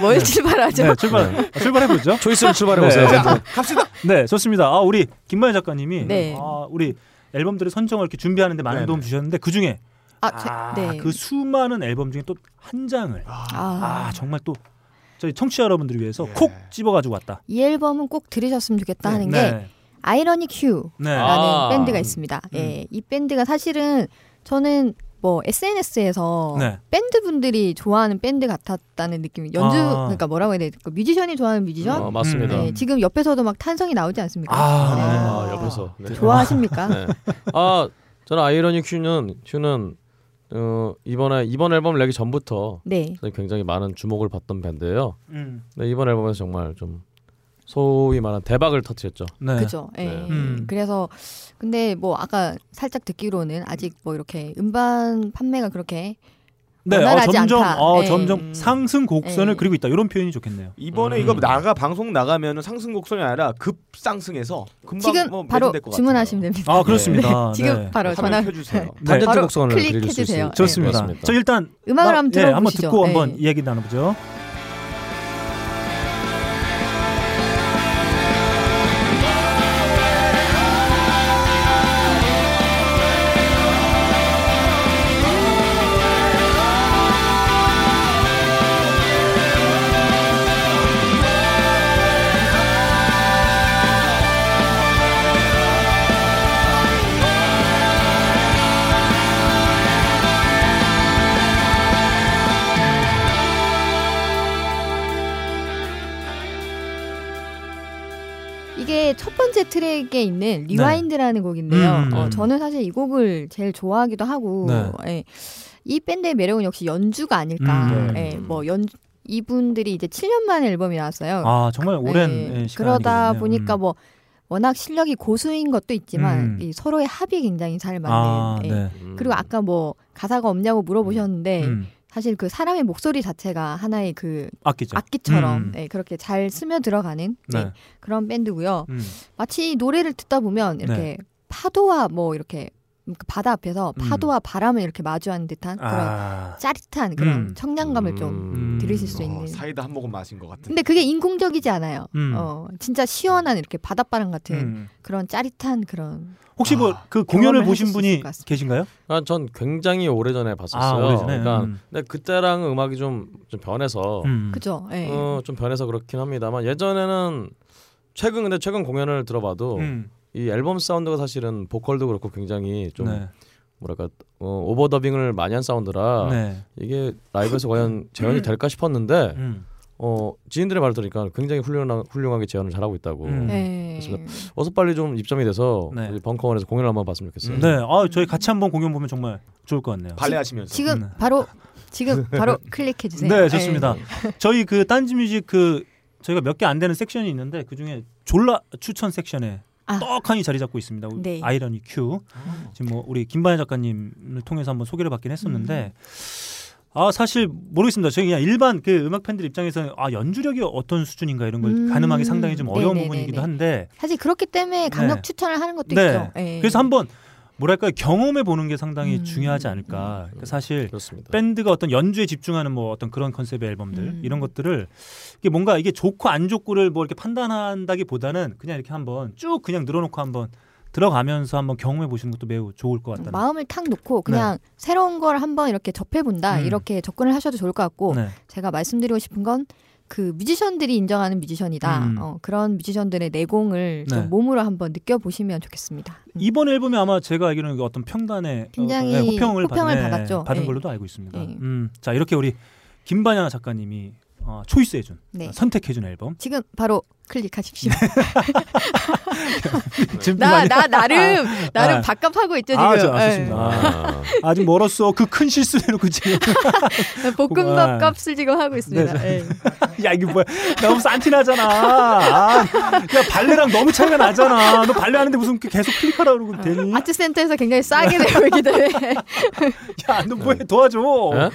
뭘 출발하죠?
네 출발 출발해 보죠.
초이스를 출발해 보세요.
네.
자, 갑시다.
네, 좋습니다. 아, 우리 김바냐 작가님이
네.
아, 우리 앨범들의 선정을 이렇게 준비하는데 많은
네,
도움 주셨는데 그 중에
아, 제-
아,
네.
그 수많은 앨범 중에 또 한 장을
아,
아 정말 또 저희 청취자 여러분들을 위해서
예.
콕 집어 가지고 왔다.
이 앨범은 꼭 들으셨으면 좋겠다 하는 게
네.
아이러니 큐라는
네.
아.
밴드가 있습니다. 예, 이 밴드가 사실은 저는 뭐 SNS에서
네.
밴드 분들이 좋아하는 밴드 같았다는 느낌. 연주
아.
그러니까 뭐라고 해야 되지? 그 뮤지션이 좋아하는 뮤지션.
아,
음,
맞습니다.
네, 지금 옆에서도 막 탄성이 나오지 않습니까?
아,
아, 옆에서. 네.
좋아하십니까?
네. 아 저는 아이러니 큐는 큐는 어, 이번에 이번 앨범 내기 전부터
네.
저는 굉장히 많은 주목을 받던 밴드예요.
네. 음.
근데 이번 앨범에서 정말 좀 소위 말한 대박을 터뜨렸죠.
네.
그죠. 예.
네.
음.
그래서 근데 뭐 아까 살짝 듣기로는 아직 뭐 이렇게 음반 판매가 그렇게
네, 어,
원활하지
점점
않다.
어,
네.
점점
음.
상승
네.
곡선을 그리고 있다. 이런 표현이 좋겠네요.
이번에
음.
이거 나가 방송 나가면은 상승 곡선이 아니라 급상승해서 금방
지금
뭐
바로
매진될 것
주문하시면
같아요.
됩니다.
아, 그렇습니다.
네, 지금
네.
바로
화면
전화
켜주세요.
네.
반전적
바로
곡선을
클릭해
드릴 수
주세요.
있을-
좋습니다.
네, 맞습니다.
저 일단
음악을
나-
한번
예, 한번
들어보시죠.
듣고
네.
한번 이야기 나눠보죠.
이게 첫 번째 트랙에 있는 리와인드라는 곡인데요.
네. 음,
어,
음.
저는 사실 이 곡을 제일 좋아하기도 하고
네.
예. 이 밴드의 매력은 역시 연주가 아닐까.
음,
네.
예, 뭐 연, 이분들이 이제 7년 만에 앨범이 나왔어요.
아, 정말 오랜
예,
예, 시간.
그러다
아니겠네요.
보니까
음.
뭐 워낙 실력이 고수인 것도 있지만
음.
이 서로의 합이 굉장히 잘 맞는.
아,
예.
네.
음.
그리고 아까 뭐 가사가 없냐고 물어보셨는데
음.
사실 그 사람의 목소리 자체가 하나의 그
악기죠.
악기처럼
음.
예, 그렇게 잘 스며 들어가는 예,
네.
그런 밴드고요.
음.
마치 노래를 듣다 보면 이렇게
네.
파도와 뭐 이렇게 그 바다 앞에서
음.
파도와 바람을 이렇게 마주하는 듯한 그런
아,
짜릿한 그런
음.
청량감을 좀
음.
들으실 수 있는.
어, 사이다 한 모금 마신 것 같은.
근데 그게 인공적이지 않아요.
음.
어, 진짜 시원한 이렇게 바닷바람 같은
음.
그런 짜릿한 그런
혹시 뭐
아,
그 공연을
경험을
보신
하실 수
분이
있을 것 같습니다.
계신가요?
아, 전 굉장히 오래전에 봤었어요.
아, 오래전에.
그러니까
음.
근데 그때랑 음악이 좀, 좀 변해서
음.
그죠? 예.
어, 좀 변해서 그렇긴 합니다만 예전에는 최근 근데 최근 공연을 들어봐도
음.
이 앨범 사운드가 사실은 보컬도 그렇고 굉장히 좀
네.
뭐랄까 어, 오버더빙을 많이 한 사운드라
네.
이게 라이브에서 과연 재현이 될까 싶었는데
음.
어, 지인들의 말을 들으니까 굉장히 훌륭하, 훌륭하게 재현을 잘하고 있다고
음.
예.
그렇습니다. 어서 빨리 좀 입점이 돼서
네.
우리 벙커원에서 공연을 한번 봤으면 좋겠어요.
네. 아, 저희 같이 한번 공연 보면 정말 좋을 것 같네요.
발레하시면서.
지금
음.
바로 지금 바로 클릭해 주세요. 예.
네, 좋습니다. 저희 그 딴지뮤직 그 저희가 몇 개 안 되는 섹션이 있는데 그 중에 졸라 추천 섹션에
아.
떡하니 자리 잡고 있습니다. 우리
네.
아이러니 큐. 지금 뭐 우리 김반야 작가님을 통해서 한번 소개를 받긴 했었는데
음.
아 사실 모르겠습니다. 저희 그냥 일반 그 음악 팬들 입장에서는 아 연주력이 어떤 수준인가 이런 걸
음.
가늠하기 상당히 좀 어려운
네네네네.
부분이기도 한데
예. 사실 그렇기 때문에 강력
네.
추천을 하는 것도
네.
있죠. 예.
그래서 한번 뭐랄까 경험해 보는 게 상당히
음.
중요하지 않을까. 그러니까 사실
그렇습니다.
밴드가 어떤 연주에 집중하는 뭐 어떤 그런 컨셉의 앨범들
음.
이런 것들을 이게 뭔가 이게 좋고 안 좋고를 뭐 이렇게 판단한다기보다는 그냥 이렇게 한번 쭉 그냥 늘어놓고 한번 들어가면서 한번 경험해 보시는 것도 매우 좋을 것 같다는.
마음을 탁 놓고 그냥 새로운 걸 한번 이렇게 접해 본다.
네. 음.
이렇게 접근을 하셔도 좋을 것 같고
네.
제가 말씀드리고 싶은 건 그 뮤지션들이 인정하는 뮤지션이다.
음.
어, 그런 뮤지션들의 내공을
네.
좀 몸으로 한번 느껴보시면 좋겠습니다. 음.
이번 앨범에 아마 제가 알기로는 어떤 평단에
굉장히
어, 네, 호평을,
호평을
받, 네,
받았죠.
받은
네.
걸로도 알고 있습니다.
네.
음, 자 이렇게 우리 김반야 작가님이 어, 초이스해준
네.
어, 선택해준 앨범
지금 바로 클릭하십시오.
네, 지금
나
김반야-
나 나름 나름
아.
밥값하고 있죠 지금.
네. 아, 저, 아,
예.
좋습니다. 아,
아,
아직 멀었어. 그 큰 실수를 놓고 지금.
볶음밥
고마워요.
값을 예, 지금 하고 있습니다.
네,
예.
저- 야 이게 뭐야 너무 산티나잖아 아, 야 발레랑 너무 차이가 나잖아 너 발레 하는데 무슨 이렇게 계속 클릭하라 그러고 되니
아트 센터에서 굉장히 싸게 되고 있기
네.
때문에
야너 뭐해
예?
도와줘 어,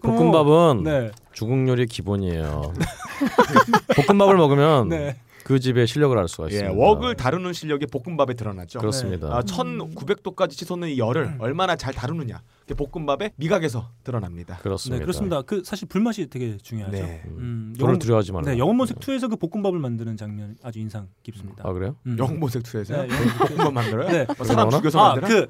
네.
그럼-
볶음밥은
네,
중국 요리 기본이에요. 볶음밥을 먹으면
네.
그 집의 실력을 알 수가
예,
있습니다.
웍을 다루는 실력이 볶음밥에 드러났죠.
그렇습니다.
네.
음.
아, 1900도까지 치솟는 이 열을 얼마나 잘 다루느냐. 그게 볶음밥의 미각에서 드러납니다.
그렇습니다.
네 그렇습니다 그 사실 불맛이 되게 중요하죠
네.
음,
불을
영혼,
두려워하지 말라.
네, 영혼모색 2에서 그 볶음밥을 만드는 장면 아주 인상 깊습니다
아 그래요?
음.
영웅본색 2에서
네, 영웅본색
볶음밥 만들어요?
네.
어, 사람
그러나?
죽여서 만드나?
아그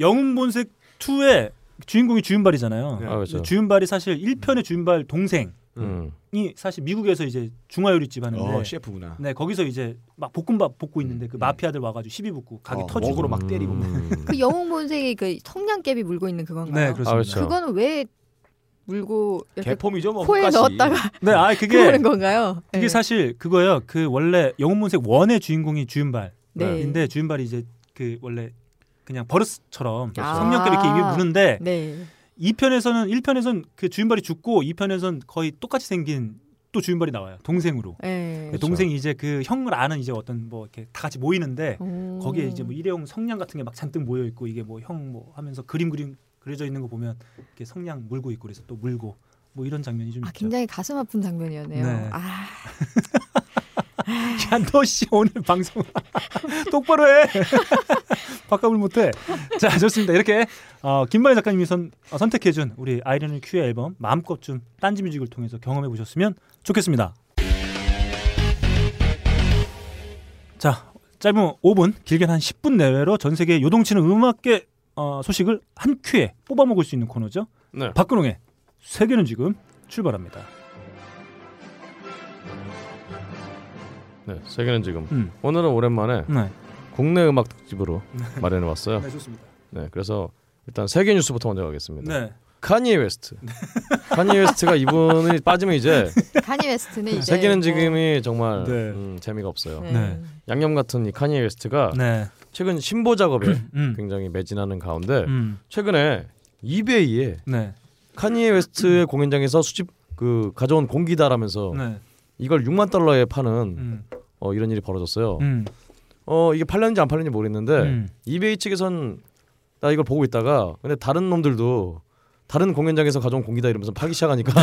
영웅본색 2의 주인공이 주윤발이잖아요
네.
아 그렇죠.
주윤발이 사실 1편의 주윤발 동생
음.
이 사실 미국에서 이제 중화요리집
그,
하는데
어, 셰프구나.
네 거기서 이제 막 볶음밥 볶고 있는데 그
음.
마피아들 와가지고 시비 붙고 가게
어,
터지고
먹으러 막 때리고.
음.
그 영웅 본색이 그 성냥개비 물고 있는 그건가요?
네 그렇습니다.
아, 그렇죠.
그거는 왜 물고 이렇게
개폼이죠 뭐.
코에
끝까지.
넣었다가
네, 아 그게
그러는 건가요?
그게
네.
사실 그거예요. 그 원래 영웅문색 원의 주인공이 주윤발인데
네.
주윤발이 이제 그 원래 그냥 버릇처럼
아.
성냥개 이렇게 입에 무는데
네.
2편에서는 1편에서는 그 주윤발이 죽고 2편에서는 거의 똑같이 생긴 또 주윤발이 나와요. 동생으로.
네.
동생이 이제 그 형을 아는 이제 어떤 뭐 이렇게 다 같이 모이는데
음.
거기에 이제 뭐 일회용 성냥 같은 게 막 잔뜩 모여 있고 이게 뭐 형 뭐 하면서 그림 그림 그려져 있는 거 보면 이렇게 성냥 물고 있고 그래서 또 물고 뭐 이런 장면이 좀
아
있죠.
굉장히 가슴 아픈 장면이었네요.
네.
아
야너씨 오늘 방송 똑바로 해 바꿔볼 못해 자 좋습니다 이렇게 어, 김만희 작가님이 선, 어, 선택해준 우리 아이러니 큐의 앨범 마음껏 좀 딴지 뮤직을 통해서 경험해 보셨으면 좋겠습니다 자 짧은 5분 길게는 한 10분 내외로 전 세계 요동치는 음악계 어, 소식을 한 큐에 뽑아 먹을 수 있는 코너죠
네.
박근홍의 세계는 지금 출발합니다
네. 세계는 지금.
음.
오늘은 오랜만에
네,
국내 음악 특집으로 마련해 왔어요.
네 좋습니다
네. 그래서 일단 세계 뉴스부터 먼저 가겠습니다.
네
카니에 웨스트. 카니에 웨스트가 이분이 빠지면 이제
카니 웨스트는 이제
세계는
뭐-
지금이 정말
네.
음, 재미가 없어요.
네.
네.
양념 같은 이 카니에 웨스트가
네.
최근 신보 작업에
음.
굉장히 매진하는 가운데
음.
최근에 이베이에
네.
카니에 웨스트의 공연장에서 수집 그 가져온 공기다라면서
음. 네.
이걸 6만 달러에 파는
음.
어, 이런 일이 벌어졌어요.
음.
어 이게 팔렸는지 안 팔렸는지 모르겠는데
음.
이베이 측에선 나 이걸 보고 있다가 근데 다른 놈들도 다른 공연장에서 가져온 공기다 이러면서 팔기 시작하니까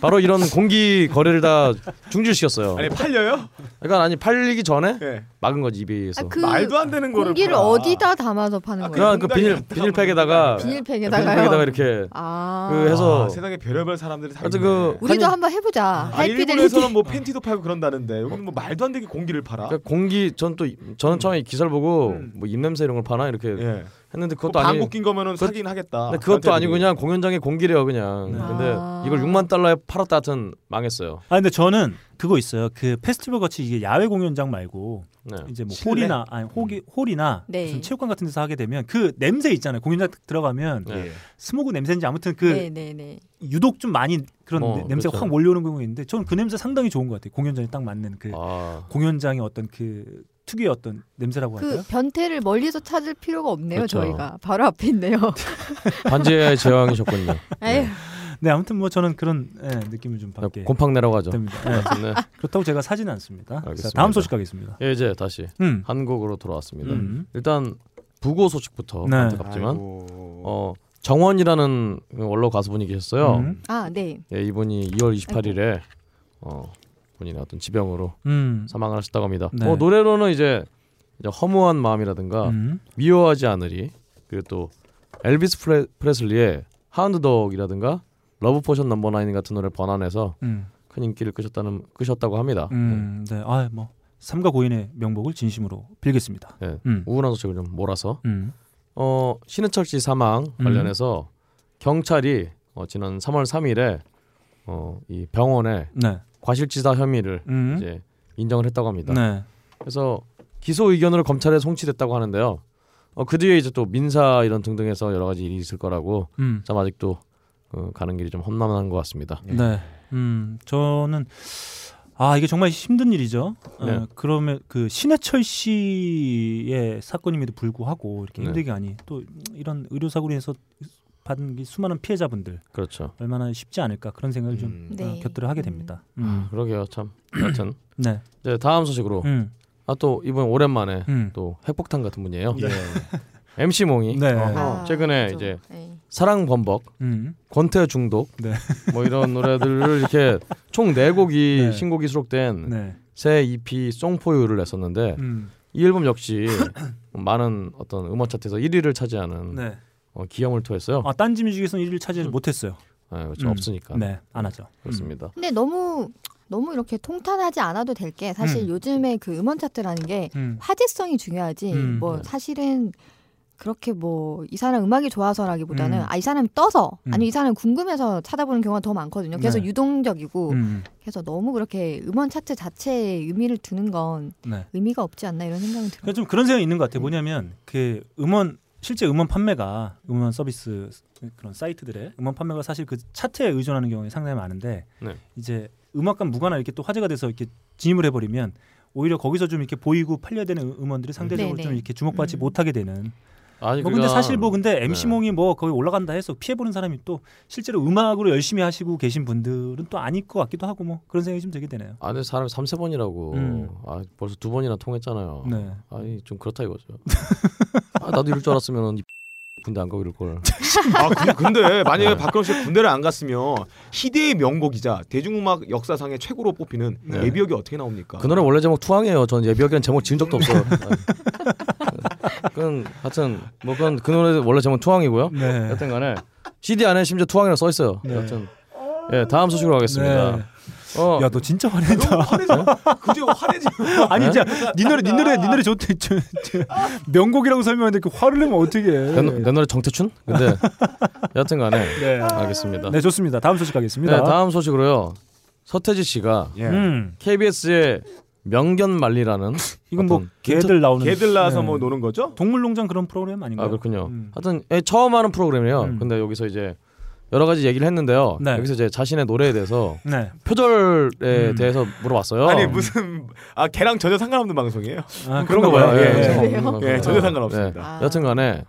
바로 이런 공기 거래를 다 중지시켰어요.
아니 팔려요?
그러니까 아니 팔리기 전에
예.
막은 거지 이베이에서.
아, 그
말도 안 되는 거를
공기를
팔아.
어디다 담아서 파는
아,
거예요?
그냥 그 비닐 비닐팩에다가
비닐팩에다가요.
비닐팩에다가 그러니까 이렇게
아.
그 해서
아, 세상에 별의별 사람들이 다
하여튼
있네.
그
우리도
아니-
한번 해보자.
아,
할피들이
일본에서는 뭐 팬티도 팔고 그런다는데 여기는 뭐 말도 안 되게 공기를 팔아.
그러니까 공기 전 또 저는 처음에 이 기사를 보고
음.
뭐 입냄새 이런 걸 파나 이렇게
예.
했는데
뭐
그것도 아니
방귀 낀 거면은 사긴 하겠다.
근데 그것도 아니고
변태들이.
그냥 공연장의 공기래요 그냥.
음.
네.
근데
아.
이걸 6만 달러에 팔았다 하여튼 망했어요.
아 근데 저는 그거 있어요. 그 페스티벌 같이 이게 야외 공연장 말고
네. 음.
이제 뭐
실내?
홀이나 아니 홀이, 홀이나
네.
무슨 체육관 같은 데서 하게 되면 그 냄새 있잖아요. 공연장 들어가면
네.
스모그 냄새인지 아무튼 그
네네네.
유독 좀 많이 그런
어,
내- 냄새가
그렇죠.
확 몰려오는 경우가 있는데 저는 그 냄새 상당히 좋은 것 같아요. 공연장에 딱 맞는 그
아.
공연장의 어떤 그 특유의 어떤 냄새라고 할까요?
그 변태를 멀리서 찾을 필요가 없네요.
그렇죠.
저희가 바로 앞에 있네요.
반지의 제왕이셨군요.
에휴.
네 아무튼 뭐 저는 그런 예, 느낌을
아,
좀 받게
곰팡 내려가죠.
됩니다. 예.
네.
그렇다고 제가 사진 않습니다. 자,
알겠습니다. 네.
다음 소식 가겠습니다.
예, 이제 다시
음.
한국으로 돌아왔습니다.
음.
일단 부고 소식부터
네.
안타깝지만
아이고.
어 정원이라는 원로 가수분이 계셨어요.
음.
아 네.
예, 이분이 2월 28일에 어 본인의 어떤 지병으로
음.
사망을 하셨다고 합니다.
네.
어, 노래로는 이제, 이제 허무한 마음이라든가
음.
미워하지 않으리 그리고 또 엘비스 프레, 프레슬리의 하운드독이라든가 러브 포션 넘버 나인 같은 노래 번안해서
음.
큰 인기를 끄셨다는 끄셨다고 합니다.
음. 네. 아, 뭐 삼가 고인의 명복을 진심으로 빌겠습니다.
네.
음.
우울한 소식을 좀 몰아서
음.
어, 신해철 씨 사망
음.
관련해서 경찰이 어, 지난 3월 3일에 어, 이 병원에
네.
과실치사 혐의를
음.
이제 인정을 했다고 합니다.
네.
그래서 기소 의견으로 검찰에 송치됐다고 하는데요. 어, 그 뒤에 이제 또 민사 이런 등등에서 여러 가지 일이 있을 거라고
음.
참 아직도 어, 가는 길이 좀 험난한 것 같습니다.
네. 음. 저는 아, 이게 정말 힘든 일이죠.
네.
어, 그러면 그 신해철 씨의 사건임에도 불구하고 이렇게
네.
힘들게 하니 또 이런 의료 사고로 인해서 받은 이 수많은 피해자분들
그렇죠.
얼마나 쉽지 않을까 그런 생각을 좀
음.
네.
어, 곁들여 하게 됩니다. 음.
그러게요, 참. 여튼
네.
이제 다음 소식으로
음.
아 또 이번 오랜만에
음.
또 핵폭탄 같은 분이에요.
예.
MC 몽이 어,
네.
아,
최근에
그죠.
이제
네.
사랑 범벅,
음.
권태 중독,
네.
뭐 이런 노래들을 이렇게 총 네 곡이
네.
신곡이 수록된
네.
새 EP 송포유를 냈었는데
음.
이 앨범 역시 많은 어떤 음원 차트에서 1위를 차지하는
네.
어, 기염을 토했어요.
아, 딴지 뮤직에서는 1위를 차지를 못했어요.
네, 그렇죠.
음.
없으니까
네, 음. 안 하죠.
그렇습니다.
근데 너무 너무 이렇게 통탄하지 않아도 될 게 사실
음.
요즘에 그 음원 차트라는 게
음.
화제성이 중요하지
음.
뭐
네.
사실은 그렇게 뭐 이 사람 음악이 좋아서라기보다는
음.
아 이 사람 떠서
음.
아니 이 사람 궁금해서 찾아보는 경우가 더 많거든요. 그래서
네.
유동적이고
음.
그래서 너무 그렇게 음원 차트 자체의 의미를 두는 건
네.
의미가 없지 않나 이런 생각이 들어요.
그러니까 좀 그런 생각이 있는 것
음.
같아요. 뭐냐면 그 음원 실제 음원 판매가 음원 서비스 그런 사이트들의 음원 판매가 사실 그 차트에 의존하는 경우가 상당히 많은데
네.
이제 음악과 무관한 이렇게 또 화제가 돼서 이렇게 진입을 해버리면 오히려 거기서 좀 이렇게 보이고 팔려야 되는 음원들이 상대적으로
네, 네.
좀 이렇게 주목받지
음.
못하게 되는.
아니 그러니까 네.
뭐 근데 사실 뭐 근데 MC 몽이 뭐 거기 올라간다 해서 피해보는 사람이 또 실제로 음악으로 열심히 하시고 계신 분들은 또 아닐 것 같기도 하고 뭐 그런 생각이 좀 되게 되네요.
아니 사람이 3세 번이라고
음.
아 벌써 두 번이나 통했잖아요.
네.
아니 좀 그렇다 이거죠. 아, 나도 이럴 줄 알았으면 이 군대 안 가고 이럴 걸.
아 그- 근데 만약에
네.
박근혜 씨 군대를 안 갔으면 희대의 명곡이자 대중음악 역사상의 최고로 뽑히는
네.
예비역이 어떻게 나옵니까?
그 노래 원래 제목 투항이에요. 전 예비역에는 제목 지은 적도 없어요.
네.
아, 그건 하여튼 뭐 그건 그 노래 원래 제목 투항이고요.
네.
여튼간에 CD 안에 심지어 투항이라고 써 있어요.
네.
여튼 예 다음 소식으로 가겠습니다. 어 네?
야 너 진짜 화낸다.
그제 화내지.
아니 진짜 니 노래 니 노래 니 노래 좋대 저- 저- 명곡이라고 설명하는데 그 화를 내면 어떻게
내,
해?
노- 내 노래 정태춘? 근데 여튼간에
네.
알겠습니다.
네 좋습니다. 다음 소식 가겠습니다.
네, 다음 네. 소식으로요. 서태지 씨가
예.
음
KBS의 명견 말리라는
이건 뭐
어떤
개들 나오는
개들 낳아서
네.
뭐 노는 거죠?
동물농장 그런 프로그램 아닌가요?
아 그렇군요.
음.
하여튼 예, 처음 하는 프로그램이에요.
음.
근데 여기서 이제 여러 가지 얘기를 했는데요.
네.
여기서 이제 자신의 노래에 대해서
네.
표절에
음.
대해서 물어봤어요.
아니 무슨 아 걔랑 전혀 상관없는 방송이에요.
아,
그런가
그런가
봐요. 예,
예.
예.
그래요?
그런가
예,
봐요.
전혀 상관없습니다.
아.
예. 여튼간에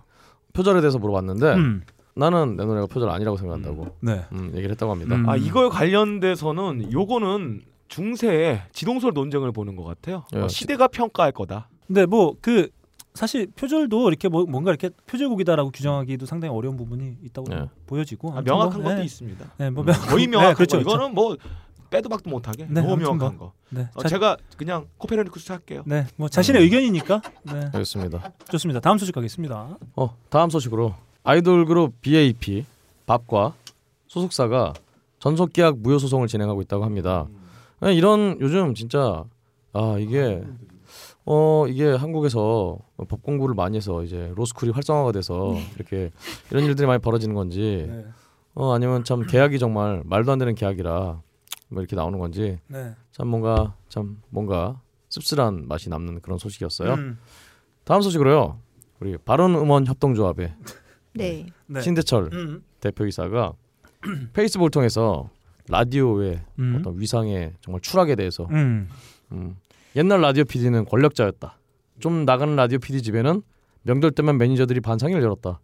표절에 대해서 물어봤는데
음.
나는 내 노래가 표절 아니라고 생각한다고
네.
음, 얘기를 했다고 합니다.
음.
아 이거 관련돼서는 요거는 중세의 지동설 논쟁을 보는 것 같아요.
예.
어, 시대가 평가할 거다.
근데 뭐 그 사실 표절도 이렇게 뭐 뭔가 이렇게 표절곡이다라고 규정하기도 상당히 어려운 부분이 있다고
예.
보여지고
아,
아무튼
명확한
뭐,
것도
네.
있습니다.
네, 뭐
음.
명확한-
거의 명확한
네, 그렇죠.
거. 이거는 뭐 빼도 박도 못하게
네,
너무
아무튼
명확한 거.
네,
어,
자,
제가 그냥 코페르니쿠스 할게요.
네, 뭐 자신의 의견이니까 네,
알겠습니다.
좋습니다. 다음 소식 가겠습니다.
어 다음 소식으로 아이돌 그룹 BAP 밥과 소속사가 전속 계약 무효 소송을 진행하고 있다고 합니다.
음.
예, 이런 요즘 진짜 아 이게 어 이게 한국에서 법 공부를 많이 해서 이제 로스쿨이 활성화가 돼서
음.
이렇게 이런 일들이 많이 벌어지는 건지
네.
어 아니면 참 계약이 정말 말도 안 되는 계약이라 뭐 이렇게 나오는 건지
네.
참 뭔가 참 뭔가 씁쓸한 맛이 남는 그런 소식이었어요.
음,
다음 소식으로요. 우리 바른 음원 협동조합의
네.
네.
신대철
음.
대표이사가 페이스북을 통해서 라디오의
음.
어떤 위상에 정말 추락에 대해서
음.
음, 옛날 라디오 PD는 권력자였다. 좀 나가는 라디오 PD 집에는 명절 때면 매니저들이 반상회를 열었다.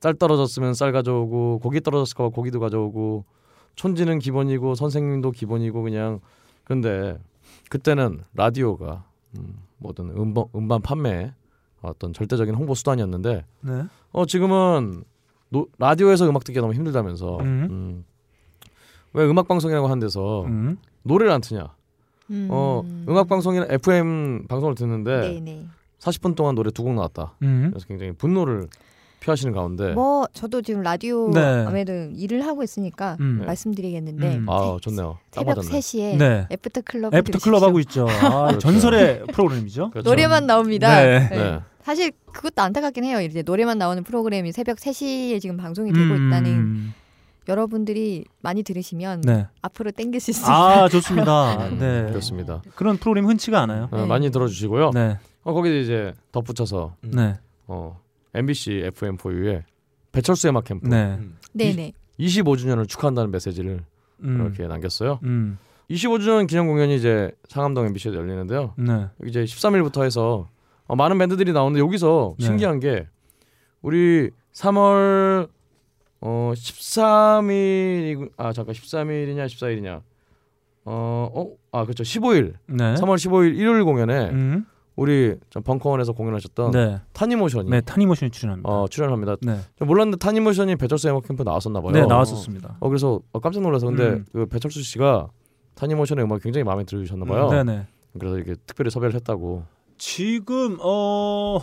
쌀 떨어졌으면 쌀 가져오고 고기 떨어졌을까 봐 고기도 가져오고 촌지는 기본이고 선생님도 기본이고 그냥 그런데 그때는 라디오가 음, 뭐든 음반, 음반 판매 어떤 절대적인 홍보 수단이었는데
네.
어 지금은 노, 라디오에서 음악 듣기가 너무 힘들다면서
음.
음, 어. 왜 음악 방송이라고 하는 데서
음.
노래를 안 트냐?
음.
어 음악 방송이나 FM 방송을 듣는데
네, 네.
40분 동안 노래 두 곡 나왔다.
음.
그래서 굉장히 분노를 표하시는 가운데
뭐 저도 지금 라디오
네.
아무래도 일을 하고 있으니까
음.
말씀드리겠는데
음.
아 좋네요. 딱
새벽
맞았네.
3시에
네.
애프터 클럽
애프터 클럽 하고 있죠. 아,
그렇죠.
전설의 프로그램이죠.
그렇죠.
노래만 나옵니다.
네.
네.
네.
사실 그것도 안타깝긴 해요. 이제 노래만 나오는 프로그램이 새벽 3시에 지금 방송이 되고 있다는
음.
여러분들이 많이 들으시면
네.
앞으로 땡기실 수 있어요.
아 좋습니다.
음,
네.
그렇습니다.
그런 프로그램 흔치가 않아요.
어,
네.
많이 들어주시고요.
네.
어, 거기 이제 덧붙여서
네.
어, MBC FM4U의 배철수의 음악 캠프
네.
네, 네.
25주년을 축하한다는 메시지를
음.
이렇게 남겼어요.
음.
25주년 기념 공연이 이제 상암동 MBC에서 열리는데요.
네.
여기 이제 13일부터 해서 어, 많은 밴드들이 나오는데 여기서
네.
신기한 게 우리 3월 어 13일 아 잠깐 13일이냐 14일이냐 어어아 그렇죠 15일
네.
3월 15일 일요일 공연에
음.
우리 저 벙커원에서 공연하셨던
네.
타니모션이
네. 타니모션이 출연합니다.
어 출연합니다.
네.
저 몰랐는데 타니모션이 배철수 음악 캠프 나왔었나 봐요.
네 나왔었습니다.
어 그래서 어, 깜짝 놀라서 근데
음.
그 배철수 씨가 타니모션의 음악 굉장히 마음에 들으셨나 봐요.
네네.
그래서 이렇게 특별히 섭외를 했다고.
지금 어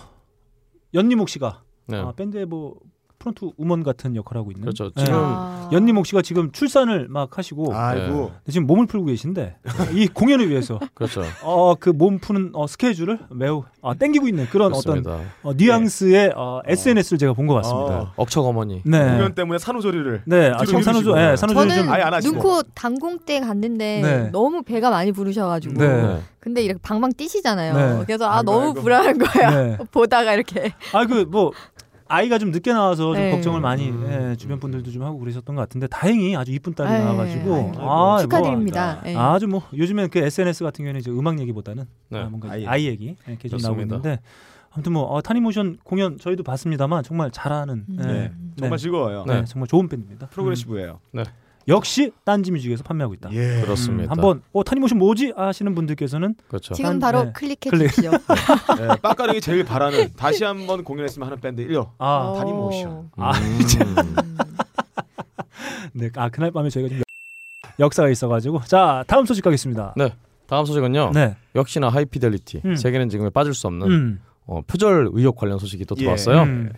연니목 씨가
네.
아, 밴드에 뭐 프론트 우먼 같은 역할을 하고 있는.
그렇죠.
예.
지금
아.
연님옥 씨가 지금 출산을 막 하시고
아이고
지금 몸을 풀고 계신데 이 공연을 위해서
그렇죠.
어 그 몸 푸는 어, 스케줄을 매우 어, 땡기고 있는 그런
그렇습니다. 네.
어떤 어, 뉘앙스의 어, SNS를 제가 본 것 같습니다.
어,
억척 어머니.
네.
공연 때문에 산후조리를
네, 아,
뒤로
청산호조,
밀으시고.
예, 산호조
저는
좀,
아예 안 하시고.
눈코 당공댁 갔는데
네.
너무 배가 많이 부르셔가지고
네.
근데 이렇게 방방 뛰시잖아요.
네.
그래서 아
아이고,
너무
아이고.
불안한 거야.
네.
보다가 이렇게
아그 뭐 아이가 좀 늦게 나와서 좀
네.
걱정을 많이
음.
예, 주변 분들도 좀 하고 그러셨던 것 같은데 다행히 아주 이쁜 딸이
아유,
나와가지고
네. 아유,
아,
축하드립니다. 예.
뭐, 아주 뭐 요즘엔 그 SNS 같은 경우에는 이제 음악 얘기보다는
네.
아, 뭔가
아이
아이, 얘기 이렇게 좀 나오고
좋습니다.
있는데 아무튼 뭐 어, 타니모션 공연 저희도 봤습니다만 정말 잘하는
음.
예,
네, 정말 즐거워요.
네,
네.
정말 좋은 밴드입니다.
프로그레시브예요.
음. 역시 딴지뮤직에서 판매하고 있다.
예.
그렇습니다.
한번 어 타니모션 뭐지 하시는 분들께서는
그렇죠.
지금
한-
바로
네.
클릭해
클릭.
주시죠.
음.
네, 빡가능이 제일 바라는 다시 한번 공연했으면 하는 밴드 1호
아,
어.
다리 모션.
아,
음.
네, 아 그날 밤에 저희가 좀 역- 역사가 있어가지고 자 다음 소식 가겠습니다.
네. 다음 소식은요.
네,
역시나 하이피델리티
음.
세계는 지금에 빠질 수 없는
음,
어, 표절 의혹 관련 소식이 또
예.
들어왔어요.
음.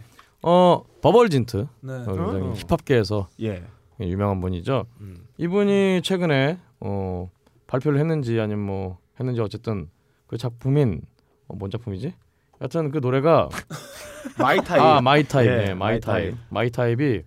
어 버벌진트 어,
네.
굉장히
어.
힙합계에서
예.
유명한 분이죠.
음.
이분이 최근에 어, 발표를 했는지 아니면 뭐 했는지 어쨌든 그 작품인 어, 뭔 작품이지? 여튼 그 노래가
마이 타입.
아 마이타입,
예,
네, 마이타입,
마이타입.
마이타입이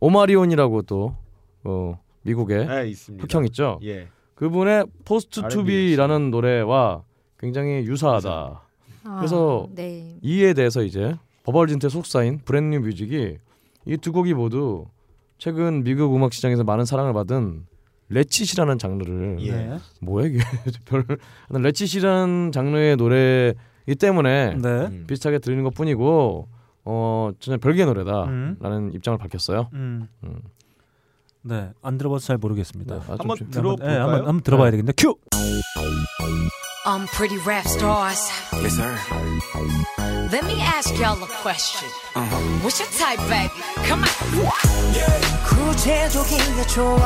오마리온이라고 또 어, 미국의
예, 있습니다.
그
흑형 있죠.
예.
아,
그분의 포스트
R&B
투비라는 노래와 굉장히 유사하다.
아,
그래서
네.
이에 대해서 이제 버벌진트 소속사인 브랜뉴 뮤직이 이 두 곡이 모두 최근 미국 음악 시장에서 많은 사랑을 받은 레치시라는 장르를
예.
네.
뭐야 이게 별 하여튼 레치시라는 장르의 노래이기 때문에
네.
음.
비슷하게 들리는 것뿐이고 어 전혀 별개의 노래다라는
음.
입장을 밝혔어요.
음.
음.
네. 안 들어봐서 잘 모르겠습니다.
아, 좀-
한번
좀-
네, 한번-
들어볼까요?
예, 한번 한번 들어봐야 되겠는데 큐.
I'm pretty rap stars.
Yes, sir.
Let me ask y'all a question. What's your type, baby? Come on.
구체적인 게 좋아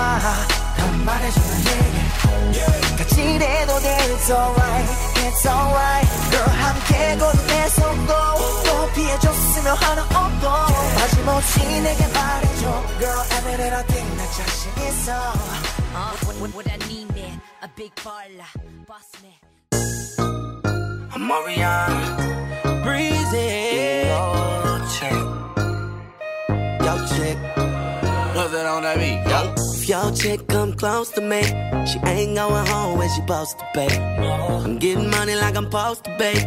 난 말해주는 얘기 까칠해도 돼 It's alright It's alright Girl 함께 걸을 내 속도 또 피해줬으면 하는 없고 빠짐없이 내게 말해줘 Girl every little thing 나 자신 있어
Uh, what, what, what I mean there? A big baller, boss man.
I'm Orion Breezy Yo chick Yo chick Put it on that beat Yo If your chick come close to me She ain't going home when she supposed to be I'm getting money like I'm supposed to be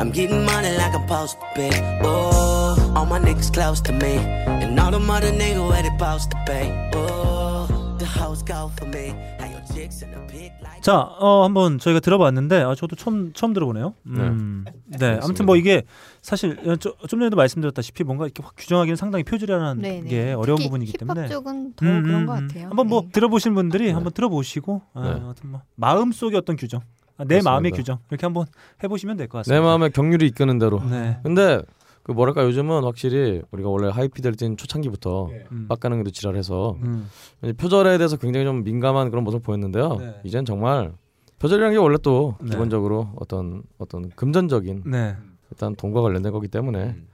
I'm getting money like I'm supposed to be Oh, all my niggas close to me And all them other niggas where they supposed to be Oh, the hoes go for me How your chicks in the pig like
자, 어 한번 저희가 들어봤는데 아 저도 처음 처음 들어보네요. 음. 네. 아무튼 뭐 이게 사실 저- 좀 전에도 말씀드렸다시피 뭔가 이렇게 확 규정하기는 상당히 표절이라는
네, 네.
게 어려운
특히
부분이기 때문에
힙합 쪽은 더
음,
그런
음,
것
음.
같아요.
한번 뭐
네.
들어보신 분들이 한번 들어보시고 아,
네.
아무튼 뭐 마음 속의 어떤 규정, 아, 내
그렇습니다.
마음의 규정 이렇게 한번 해보시면 될
내
것 같습니다.
마음의 격률이 이끄는 대로.
네.
근데 그 뭐랄까 요즘은 확실히 우리가 원래 하이피델리티는 초창기부터
음.
빡가능이도 지랄해서
음.
이제 표절에 대해서 굉장히 좀 민감한 그런 모습을 보였는데요.
네.
이젠 정말 표절이라는 게 원래 또
네.
기본적으로 어떤 어떤 금전적인
네.
일단 돈과 관련된 거기 때문에
음.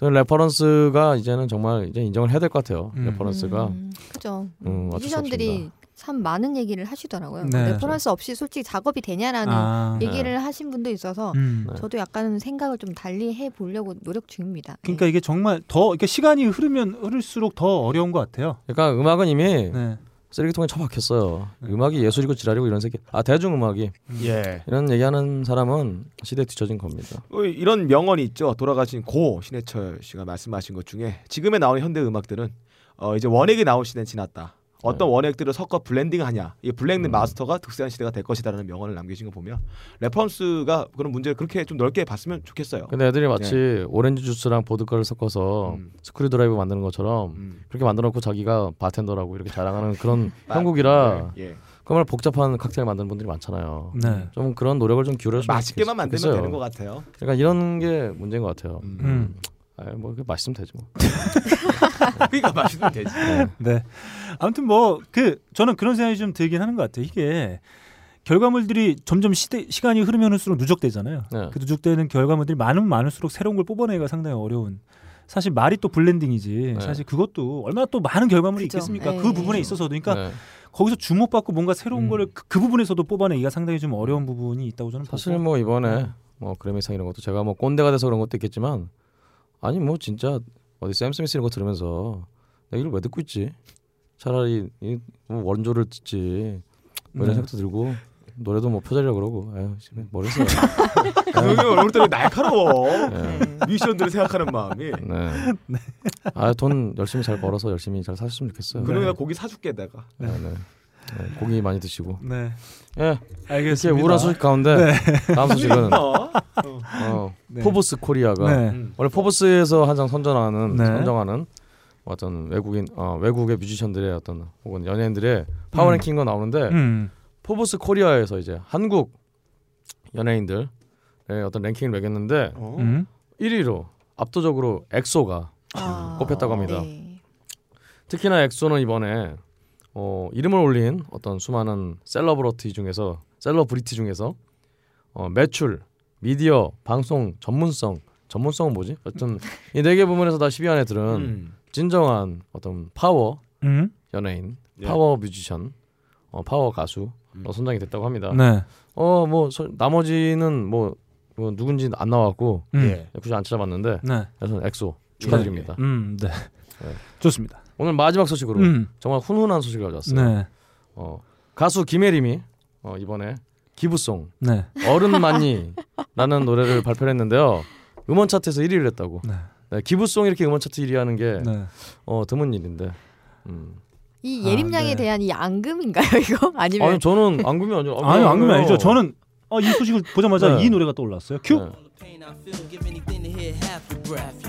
저는 레퍼런스가 이제는 정말 이제 인정을 해야 될 것 같아요.
음.
레퍼런스가
음, 그죠.
음, 어쩔 수
뮤지션들이 참 많은 얘기를 하시더라고요.
네.
레퍼런스 없이 솔직히 작업이 되냐라는
아.
얘기를 하신 분도 있어서
음.
네.
저도 약간 생각을 좀 달리 해 보려고 노력 중입니다. 네.
그러니까 이게 정말 더 이렇게 시간이 흐르면 흐를수록 더 어려운 것 같아요.
그러니까 음악은 이미
네.
쓰레기통에 처박혔어요.
네.
음악이 예술이고 지랄이고 이런 새끼 아 대중 음악이
예.
이런 얘기하는 사람은 시대에 뒤처진 겁니다.
어, 이런 명언이 있죠. 돌아가신 고 신해철 씨가 말씀하신 것 중에 지금에 나오는 현대 음악들은 어, 이제 원액이 나온 시대는 지났다. 어떤 원액들을 섞어 블렌딩하냐. 이 블렌딩 마스터가 득세한 시대가 될 것이다라는 명언을 남기신 거 보면 레퍼런스가 그런 문제를 그렇게 좀 넓게 봤으면 좋겠어요. 네.
근데 애들이 마치 오렌지 주스랑 보드카를 섞어서
음.
스크류 드라이브 만드는 것처럼
음.
그렇게 만들어놓고 자기가 바텐더라고 이렇게 자랑하는 그런 형국이라
예.
정말 복잡한 칵테일 만드는 분들이 많잖아요.
네.
좀 그런 노력을 좀 기울여주면
맛있게만 만들면 되는 것 같아요.
그러니까 이런 게 문제인 것 같아요.
음.
음.
아, 뭐 이렇게 맛있으면 되지 뭐.
그러니까 맛있으면 되지.
네. 아무튼 뭐 그 저는 그런 생각이 좀 들긴 하는 것 같아요. 이게 결과물들이 점점 시대 시간이 흐르면 흐를수록 누적되잖아요.
네.
그 누적되는 결과물들이 많으면 많을수록 새로운 걸 뽑아내기가 상당히 어려운 사실 말이 또 블렌딩이지
네.
사실 그것도 얼마나 또 많은 결과물이
그죠.
있겠습니까?
네.
그 부분에 있어서도 그러니까
네.
거기서 주목받고 뭔가 새로운
음.
거를 그, 그 부분에서도 뽑아내기가 상당히 좀 어려운 부분이 있다고 저는
사실
보고.
뭐 이번에
음.
뭐 그래미상 이런 것도 제가 뭐 꼰대가 돼서 그런 것도 있겠지만 아니 뭐 진짜 어디 샘 스미스 이런 거 들으면서 내가 이걸 왜 듣고 있지? 차라리 이뭐 원조를 듣지 뭐
네.
이런 생각도 들고 노래도 뭐 표절이라 그러고 아유 지금 모르겠어요.
그게 얼굴 때문에 날카로워.
네.
예.
뮤지션들을 생각하는 마음이.
네. 아돈 열심히 잘 벌어서 열심히 잘 사셨으면 좋겠어요.
그러면 나 고기 사줄게 내가.
네. 네. 네, 고기 많이 드시고.
네.
예. 이렇게
알겠습니다.
우울한 소식 가운데 다음 소식은
어?
어,
네.
포브스 코리아가
네.
음.
원래 포브스에서 한장 선전하는
네.
선정하는 어떤 외국인 어, 외국의 뮤지션들의 어떤 혹은 연예인들의 파워랭킹도 나오는데
음.
포브스 코리아에서 이제 한국 연예인들의 어떤 랭킹을 매겼는데
어?
음.
1위로 압도적으로 엑소가
아,
음, 꼽혔다고 합니다.
네.
특히나 엑소는 이번에 어, 이름을 올린 어떤 수많은 셀러브러티 중에서 셀러브리티 중에서 어, 매출, 미디어, 방송 전문성 전문성은 뭐지? 어떤 이 네 개 부문에서 다 10위 안에 들은
음.
진정한 어떤 파워
음.
연예인,
예.
파워 뮤지션, 어, 파워 가수로 선정이 됐다고 합니다.
네.
어 뭐 나머지는 뭐, 뭐 누군지 안 나왔고
음.
예.
굳이 안 찾아봤는데
네.
그래서 엑소 축하드립니다.
음. 네. 좋습니다.
오늘 마지막 소식으로
음.
정말 훈훈한 소식을 가져왔어요.
네.
어, 가수 김혜림이 어, 이번에 기부송
네.
어른만이라는 노래를 발표했는데요. 음원 차트에서 1위를 했다고.
네.
네, 기부송 이렇게 음원 차트 1위 하는 게
네.
어, 드문 일인데. 음.
이
아,
예림양에
네.
대한 이 앙금인가요 이거? 아니면
아니 저는 안금이 아니죠.
아니 안 그러면 아니죠. 저는 어, 이 소식을 보자마자
어, 네.
이 노래가 떠올랐어요. 큐.
네.
pain I feel. Give anything to hear half your breath.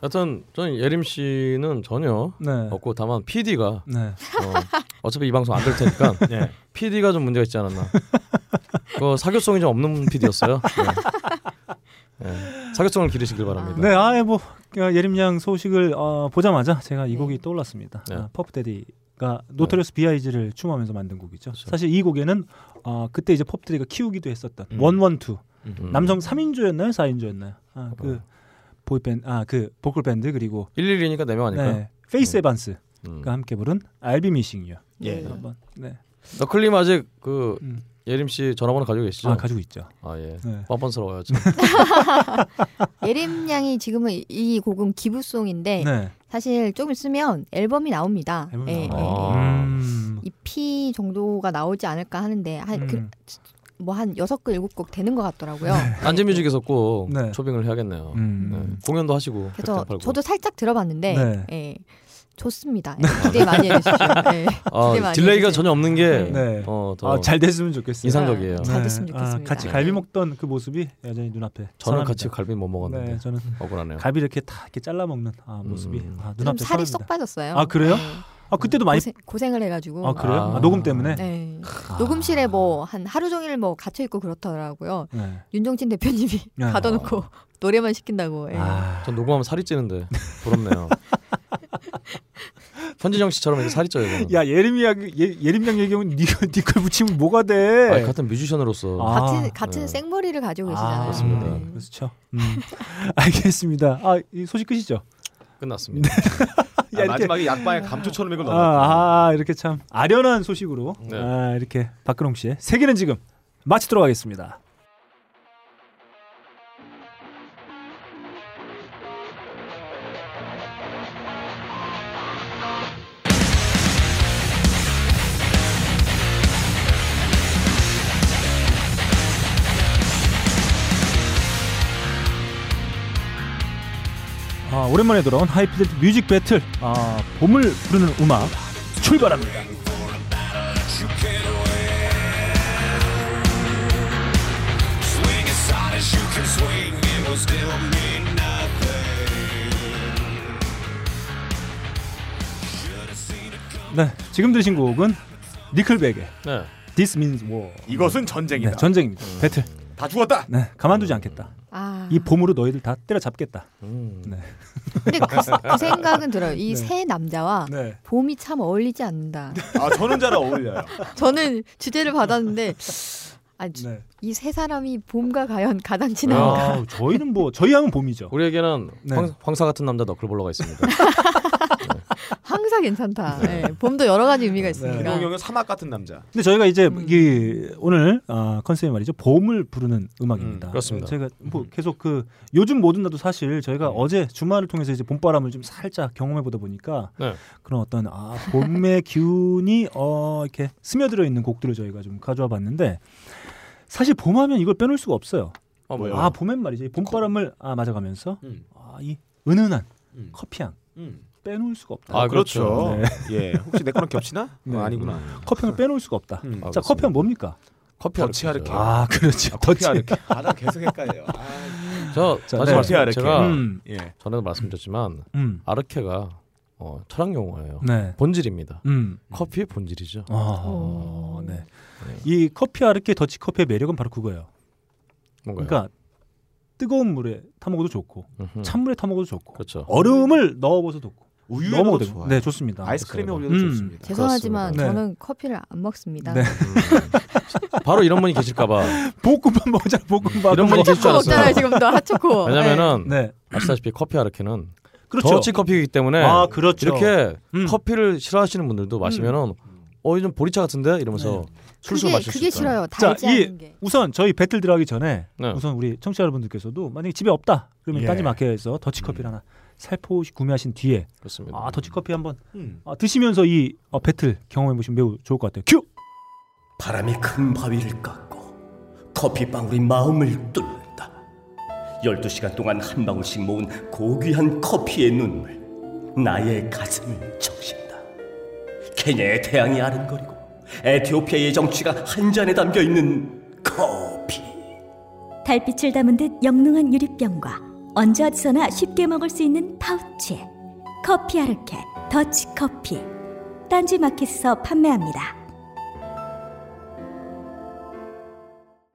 하여튼 저는 예림 씨는 전혀
네.
없고 다만 PD가 어,
네.
어차피 이 방송 안 될 테니까
네.
PD가 좀 문제가 있지 않았나. 그 사교성이 좀 없는 PD였어요. 네. 사교성을 기르시길 바랍니다.
네. 아예 뭐 어, 예림양 소식을 어, 보자마자 제가 이 곡이 떠올랐습니다.
네.
아, 퍼프데디가 노토리어스 비아이지를 춤하면서 만든 곡이죠.
그렇죠.
사실 이 곡에는 어, 그때 이제 퍼프데디가 키우기도 했었던
음.
원원투
음. 어.
남성 3인조였나요? 4인조였나요? 아, 그 보이밴드 아그 보컬 밴드 그리고
112니까 4명 아닐까요?
네. 페이스
음.
에반스가
음.
함께 부른 알비 미싱이요.
예.
네.
한번. 네.
너클님 아직 그
음.
예림 씨 전화번호 가지고 계시죠?
아, 가지고 있죠.
아, 예.
네.
뻔뻔스러워요. 지금.
예림양이 지금은 이- 이 곡은 기부송인데
네.
사실 조금 있으면 앨범이 나옵니다.
앨범이
예,
나와요.
예, 예.
아.
음.
EP 정도가 나오지 않을까 하는데 그
음.
한뭐한 여섯 곡 일곱 곡 되는 것 같더라고요.
네. 안재뮤직에서 꼭
네.
초빙을 해야겠네요.
음.
네. 공연도 하시고.
그래서
백장 팔고.
저도 살짝 들어봤는데
네.
예, 좋습니다.
네.
예, 기대 많이 해주시죠. 예. 기대
아,
많이
딜레이가
해주세요.
전혀 없는 게
네.
어, 더
아, 잘 됐으면 좋겠어요. 네.
인상적이에요. 네.
잘 됐으면 네. 좋겠습니다.
아, 같이 갈비 먹던 그 모습이 여전히 눈앞에.
저는
선합니다.
같이 갈비 못 먹었는데
네, 저는
억울하네요.
갈비 이렇게 다 이렇게 잘라 먹는 아, 모습이
음.
아,
네. 좀
눈앞에
살이
선합니다.
쏙 빠졌어요.
아, 그래요?
예.
아 그때도 많이.
고생, 을 해가지고
아 그래요? 아,
아.
녹음 때문에. 네.
예. 녹음실에 뭐 한 하루 종일 뭐 갇혀 있고 그렇더라고요.
네.
윤종신 대표님이
아.
가둬놓고 노래만 시킨다고. 예.
아,
전 녹음하면 살이 찌는데 부럽네요. 현진영 씨처럼 이렇게 살이 쪄요. 저는.
야 예림이야 예, 예림양 얘기하면 니가 니걸 붙이면 뭐가 돼?
아니, 같은 뮤지션으로서
예. 아,
같은 같은
네.
생머리를 가지고 계시잖아요.
아,
그렇습니다.
네.
그렇죠. 음. 알겠습니다. 아이 소식 끝이죠.
끝났습니다.
아,
이렇게-
마지막에 약방에 감초처럼 이걸 넣어.
아, 아 이렇게 참 아련한 소식으로
네.
아, 이렇게 박근홍 씨의 세계는 지금 마치도록 하겠습니다. 아, 오랜만에 돌아온 하이피델트 뮤직 배틀 아, 봄을 부르는 음악 출발합니다.
Swing as hard as you can swing, it will still mean nothing.
네, 지금 들으신 곡은 니클백의
네.
This Means War.
이것은 전쟁이다. 음.
네, 전쟁입니다. 배틀.
다 죽었다.
네, 가만두지 않겠다.
아.
이 봄으로 너희들 다 때려잡겠다. 네.
근데 그, 그 생각은 들어요. 이
네.
새 남자와
네.
봄이 참 어울리지 않는다.
아 저는 잘
그러니까.
어울려요.
저는 주제를 받았는데 아니
네.
이 세 사람이 봄과 과연 가장
어.
친한가?
아, 저희는 뭐 저희 하면 봄이죠.
우리에게는
네.
황, 황사 같은 남자 너클볼러가 있습니다.
항상 괜찮다. 네, 봄도 여러 가지 의미가 있으니까.
김용경은 사막 같은 남자.
근데 저희가 이제 이 오늘 아, 컨셉이 말이죠 봄을 부르는 음악입니다.
그렇습니다.
제가 뭐 계속 그 요즘 뭐든 나도 사실 저희가 어제 주말을 통해서 이제 봄바람을 좀 살짝 경험해 보다 보니까
네.
그런 어떤 아 봄의 기운이 어 이렇게 스며들어 있는 곡들을 저희가 좀 가져와 봤는데 사실 봄하면 이걸 빼놓을 수가 없어요.
아 뭐요?
아 봄엔 말이죠 이 봄바람을 아 맞아가면서
음.
아 이 은은한
음.
커피향
음.
빼놓을 수가 없다.
아, 그렇죠.
예, 혹시 내 거랑 겹치나?
네.
어, 아니구나.
커피향을 빼놓을 수가 없다.
음.
자 커피향 뭡니까?
커피
겹치
아르케죠.
아르케.
아 그렇죠.
커피
덧칠.
아르케. 아나 계속 헷갈려. 아,
저
자,
다시
커피
네.
말씀
아르케.
제가
음.
예.
전에도 말씀드렸지만
음.
아르케가 어, 철학 용어예요.
네.
본질입니다.
음.
커피의 본질이죠.
아, 네. 이 커피 아르케 더치 커피의 매력은 바로 그거예요.
뭔가요?
그러니까 뜨거운 물에 타 먹어도 좋고
음흠.
찬물에 타 먹어도 좋고
그렇죠.
얼음을 넣어버서 좋고
우유에
넣어
넣어도
먹어도
좋아요.
좋고. 네, 좋습니다.
아이스크림에
그렇습니다.
올려도
음.
좋습니다.
죄송하지만
그렇습니다.
저는 커피를 안 먹습니다.
네.
바로 이런 분이 계실까봐
볶음밥 먹자 볶음밥.
이런 분이 계실
하초코
줄 알았어요.
먹잖아요 지금도 하초코.
네. 왜냐면은
네.
아시다시피 커피 아르케는
그렇죠.
더치 커피이기 때문에
아, 그렇죠.
이렇게
음.
커피를 싫어하시는 분들도 마시면은 어 이좀 보리차 같은데 이러면서 술술
네. 그게
마실
그게
수 있어요.
싫어요.
자,
달지 않은
이
게.
우선 저희 배틀 들어가기 전에
네.
우선 우리 청취자 여러분들께서도 만약에 집에 없다 그러면
예. 음.
딴지 마켓에서 더치 커피를 하나 살포시 구매하신 뒤에
그렇습니다.
아 더치 커피 한번
음.
아, 드시면서 이 어, 배틀 경험해 보시면 매우 좋을 것 같아요. 큐.
바람이 큰 바위를 깎고 커피방울이 마음을 뚫는다. 12시간 동안 한 방울씩 모은 고귀한 커피의 눈물 나의 가슴을 적신다. 케냐의 태양이 아른거리고 에티오피아의 정취가 한 잔에 담겨 있는 커피.
달빛을 담은 듯 영롱한 유리병과 언제 어디서나 쉽게 먹을 수 있는 파우치에 커피 아르케 더치 커피 딴지 마켓에서 판매합니다.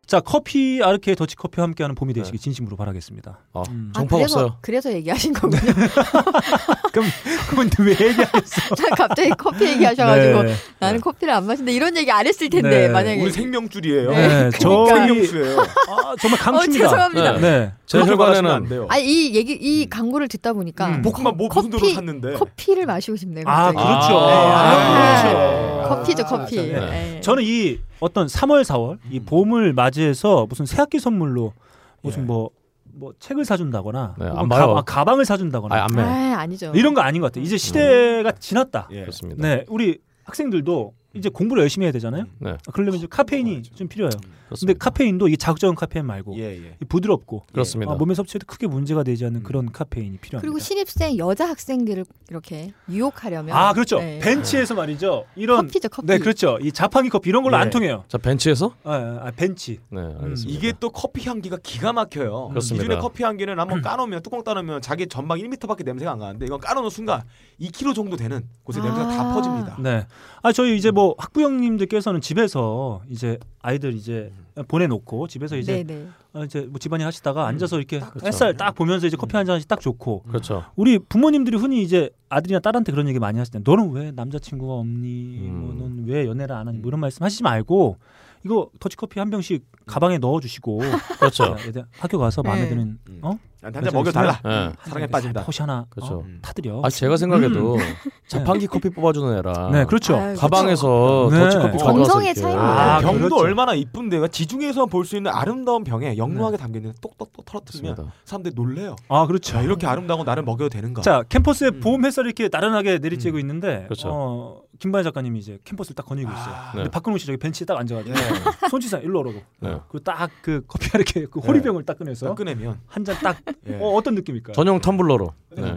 자 커피 아르케 더치 커피와 함께하는 봄이
네.
되시기 진심으로 바라겠습니다.
아,
음.
정파
그래서,
없어요.
그래서 얘기하신 거군요.
그럼 그건 왜 얘기하겠어?
난 갑자기 커피 얘기하셔가지고
네.
나는 커피를 안 마신다 이런 얘기 안 했을 텐데
네.
만약에 어,
우리 생명줄이에요.
네, 저희
생명줄이에요.
아, 정말
어
강추입니다.
죄송합니다.
네.
네.
제
그렇게 말하시면
혈관에는
안 돼요.
아니 이 얘기 이 광고를 듣다 보니까
음.
볶음밥 뭐 무슨 돈으로
커피-
샀는데.
커피를 마시고 싶네요.
아
갑자기.
그렇죠.
네.
아,
아, 그렇죠.
커피죠 커피.
네.
예.
저는 이 어떤 3월 4월 이 봄을 맞이해서 무슨 새학기 선물로 무슨
음. 예.
뭐, 뭐 책을 사준다거나
네,
혹은
안 봐요.
가방- 가방을 사준다거나
아, 안 음. 매.
아, 아니죠.
네. 이런 거 아닌 것 같아요. 이제 시대가 지났다.
예.
그렇습니다.
네, 우리 학생들도 이제 공부를 열심히 해야 되잖아요.
네.
그러려면 이제
어,
카페인이 좀 필요해요. 근데
그렇습니다.
카페인도 이게 자극적인 카페인 말고
예, 예.
이 부드럽고
그렇습니다. 음.
아, 몸에 섭취해도 크게 문제가 되지 않는 그런 카페인이 필요합니다.
그리고 신입생 여자 학생들을 이렇게 유혹하려면
아 그렇죠.
네.
벤치에서 말이죠. 이런
커피죠 커피.
네 그렇죠. 이 자판기 커피 이런 걸로
네.
예.
안 통해요.
자 벤치에서
아, 아, 아, 벤치.
네 알겠습니다.
이게 또 커피 향기가 기가 막혀요.
그렇습니다.
기존의 커피 향기는 한번 까놓으면 뚜껑 따놓으면 자기 전방 1m밖에 냄새가 안 가는데 이건 까놓는 순간 2km 정도 되는 곳에
아.
냄새가 다 퍼집니다.
네. 아 저희
음.
이제 뭐 학부 형님들께서는 집에서 이제 아이들 이제
음.
보내놓고 집에서 이제
네네.
아, 이제 뭐 집안일 하시다가 앉아서 이렇게
그렇죠. 음.
햇살 딱 보면서 이제 커피 한 잔씩 딱 좋고
그렇죠.
우리 부모님들이 흔히 이제 아들이나 딸한테 그런 얘기 많이 하시때 너는 왜 남자친구가 없니
음.
뭐 넌 왜 연애를 안 하니 뭐 이런 말씀 하시지 말고 이거 더치커피 한 병씩 가방에 넣어주시고
그렇죠.
자, 얘들 학교 가서 마음에
네.
드는
음.
어
한잔 먹여달라.
예.
사랑에 빠진다.
포시 하나
그렇죠.
어? 타드려
아 제가 생각해도 자판기 커피 뽑아주는 애랑
음. 네 그렇죠
아유,
가방에서
네.
더치 커피 가져와서
정성의
이렇게.
차이입니다.
아,
병도
그렇죠.
얼마나 이쁜데요. 지중해에서 볼 수 있는 아름다운 병에 영롱하게 담겨 있는 똑똑똑 털어뜨리면
그렇습니다.
사람들이 놀래요.
아 그렇죠
네. 자 이렇게 아름다운 나를 먹여도 되는가?
자 캠퍼스에 봄 햇살이 이렇게 나른하게 내리쬐고 있는데
그렇죠.
어, 김반야 작가님이 이제 캠퍼스를 딱 거닐고 있어요.
아,
근데
네.
박근홍 씨 저기 벤치에 딱 앉아가지고 손치상 일로 오라고.
네.
그리고 딱 그 커피 이렇게 그 호리병을 딱 꺼내서
끄내면
한 잔 딱
예.
어, 어떤 느낌일까요?
전용 텀블러로. 네.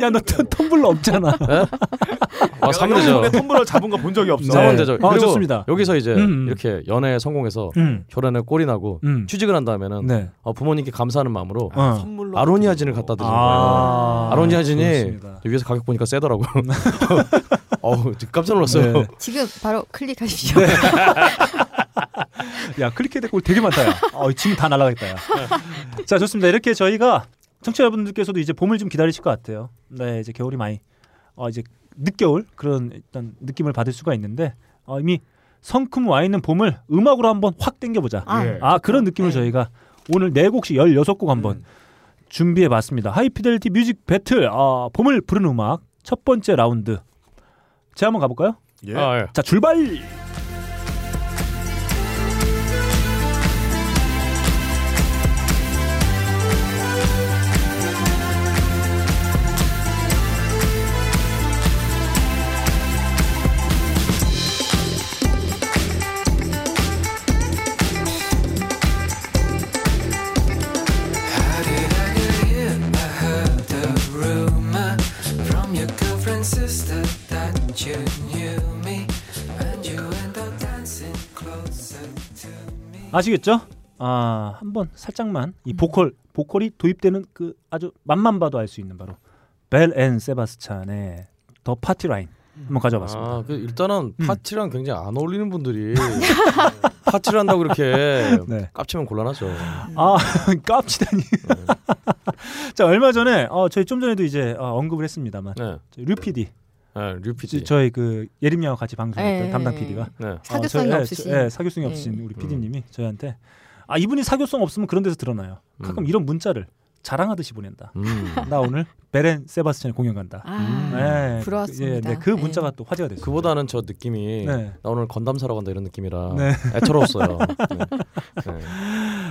야 너 텀블러 없잖아.
아, 사문대죠.
내 텀블러 잡은 거 본 적이 없어.
사문대죠.
아,
그리고
좋습니다.
여기서 이제
음, 음.
이렇게 연애에 성공해서
음.
결혼에 꼴이 나고
음.
취직을 한 다음에는
네.
어, 부모님께 감사하는 마음으로
아,
아로니아진을 갖다 드린
아,
거예요. 아로니아진이
좋습니다.
위에서 가격 보니까 세더라고요. 어우 지금 깜짝 놀랐어요.
네.
지금 바로 클릭하십시오.
야 클릭해야 될골 되게 많다. 야. 어, 지금 다 날아가겠다. 야. 자 좋습니다. 이렇게 저희가 청취자 여러분들께서도 이제 봄을 좀 기다리실 것 같아요. 네 이제 겨울이 많이 어, 이제 늦겨울 그런 일단 느낌을 받을 수가 있는데 어, 이미 성큼 와 있는 봄을 음악으로 한번 확 땡겨보자.
아,
아,
예.
그런 느낌을 저희가 오늘 네 곡씩 1 6곡 한번 준비해봤습니다. 하이피델리티 뮤직 배틀 어, 봄을 부르는 음악 첫 번째 라운드 제 한번 가볼까요?
예. 아, 예.
자 출발.
rumor from your girlfriend's sister that you knew me and you end up dancing closer to
아시겠죠? 아 한번 살짝만 이 보컬 보컬이 도입되는 그 아주 맛만 봐도 알 수 있는 바로 벨 앤 세바스찬의 더 파티 라인 한번 가져와봤습니다. 음.
아, 그 일단은 파티랑 굉장히 안 어울리는 분들이 파티를 한다고 이렇게
네.
깝치면 곤란하죠.
아 깝치다니. 자 얼마 전에 어, 저희 좀 전에도 이제 어, 언급을 했습니다만 저희 류 PD
네, 류 PD.
저희 그 예림양과 같이 방송했던
네.
담당 PD가
네.
사교성이
예,
없으신.
저- 예, 사교성이
네.
없으신 우리 PD님이 저희한테 아 이분이 사교성 없으면 그런 데서 드러나요. 가끔 이런 문자를 자랑하듯이 보낸다.
음.
나 오늘 베렌 세바스찬 공연 간다.
아,
예,
부러웠습니다.
예, 네, 그 문자가 또 화제가 됐어요.
그보다는 저 느낌이
네.
나 오늘 건담 사러 간다 이런 느낌이라
네.
애처로웠어요. 네.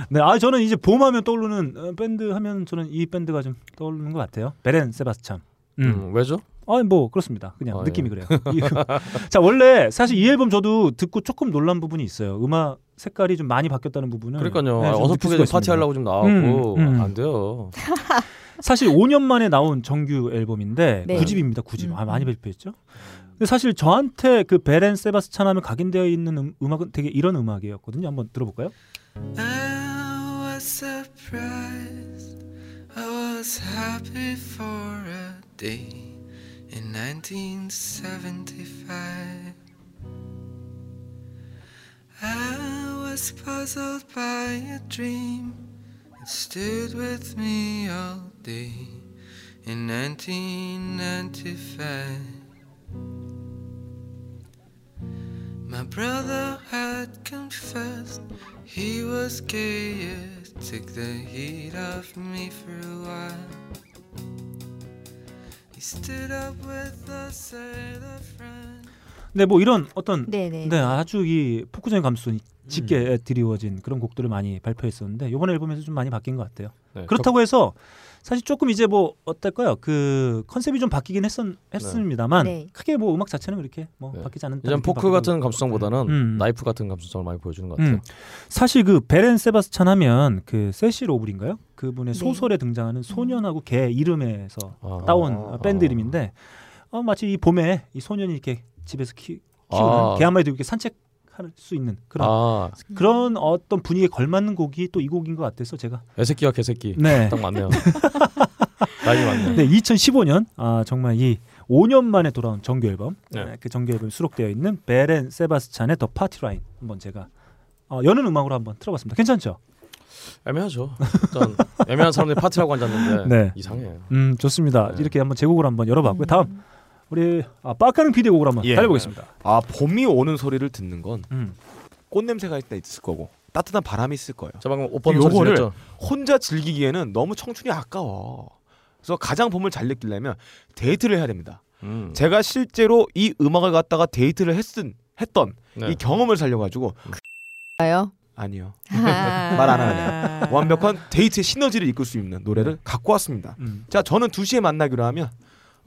네, 아 저는 이제 봄하면 떠오르는 어, 밴드 하면 저는 이 밴드가 좀 떠오르는 것 같아요. 베렌 세바스찬.
음, 왜죠?
아 뭐 그렇습니다. 그냥
아,
느낌이
예.
그래요. 이- 자 원래 사실 이 앨범 저도 듣고 조금 놀란 부분이 있어요. 음악 색깔이 좀 많이 바뀌었다는 부분은
그러니까요.
네,
아,
좀 느낄
어설프게
수가
좀
있습니다.
파티하려고 좀 나왔고 아,
음, 음.
안 돼요.
사실 5년 만에 나온 정규 앨범인데
네.
9집입니다. 9집. 아 많이 발표했죠. 근데 사실 저한테 그 베렌 세바스찬 하면 각인되어 있는 음, 음악은 되게 이런 음악이었거든요. 한번 들어볼까요?
I was surprised I was happy for a day in 1975 I was puzzled by a dream it stood with me all day in 1995 My brother had confessed he was gay. It took the heat off me for a while. He stood up with a sailor friend.
네, 뭐 이런 어떤 네
네네.
아주 이 폭구적인 감수성이
음.
짙게 드리워진 그런 곡들을 많이 발표했었는데 이번 앨범에서 좀 많이 바뀐 것 같아요.
네,
그렇다고 해서 사실 조금 이제 뭐 어떨까요? 그 컨셉이 좀 바뀌긴 했었, 했습니다만
네.
크게 뭐 음악 자체는 그렇게 뭐 바뀌지 않은
이젠 포크 같은 감수성보다는
음.
나이프 같은 감수성을 많이 보여주는 것 같아요.
음. 사실 그 베렌 세바스찬 하면 그 세실 오블인가요? 그분의
네.
소설에 등장하는 소년하고 개 이름에서
아.
따온 밴드 이름인데 어, 마치 이 봄에 이 소년이 이렇게 집에서 키, 키우는
아.
개 한 마리 들고 이렇게 산책할 수 있는 그런
아.
그런 어떤 분위기에 걸맞는 곡이 또 이 곡인 것 같아서 제가
애새끼와 개새끼.
네.
딱 맞네요. 나이 맞네.
네, 2015년 아 정말 이 5년 만에 돌아온 정규 앨범
네.
네, 그 정규 앨범 수록되어 있는 베렌 세바스찬의 더 파티 라인 한번 제가 어, 여는 음악으로 한번 틀어봤습니다. 괜찮죠?
애매하죠. 일단 애매한 사람들이 파티라고 앉았는데
네.
이상해.
음 좋습니다. 이렇게 한번 제곡을 한번 열어봤고요. 다음 우리 아, 빡가는 피디 곡으로 한번 달려보겠습니다.
아 봄이 오는 소리를 듣는 건
음.
꽃냄새가 일단 있을 거고 따뜻한 바람이 있을 거예요.
저 방금 옷 벗는 소리
요거를
들렸죠?
혼자 즐기기에는 너무 청춘이 아까워. 그래서 가장 봄을 잘 느끼려면 데이트를 해야 됩니다.
음.
제가 실제로 이 음악을 갖다가 데이트를 했은 했던
네.
이 경험을 살려가지고
아요?
아니요
아.
말 안 하네요. 완벽한 데이트의 시너지를 이끌 수 있는 노래를 갖고 왔습니다.
음.
자 저는 2시에 만나기로 하면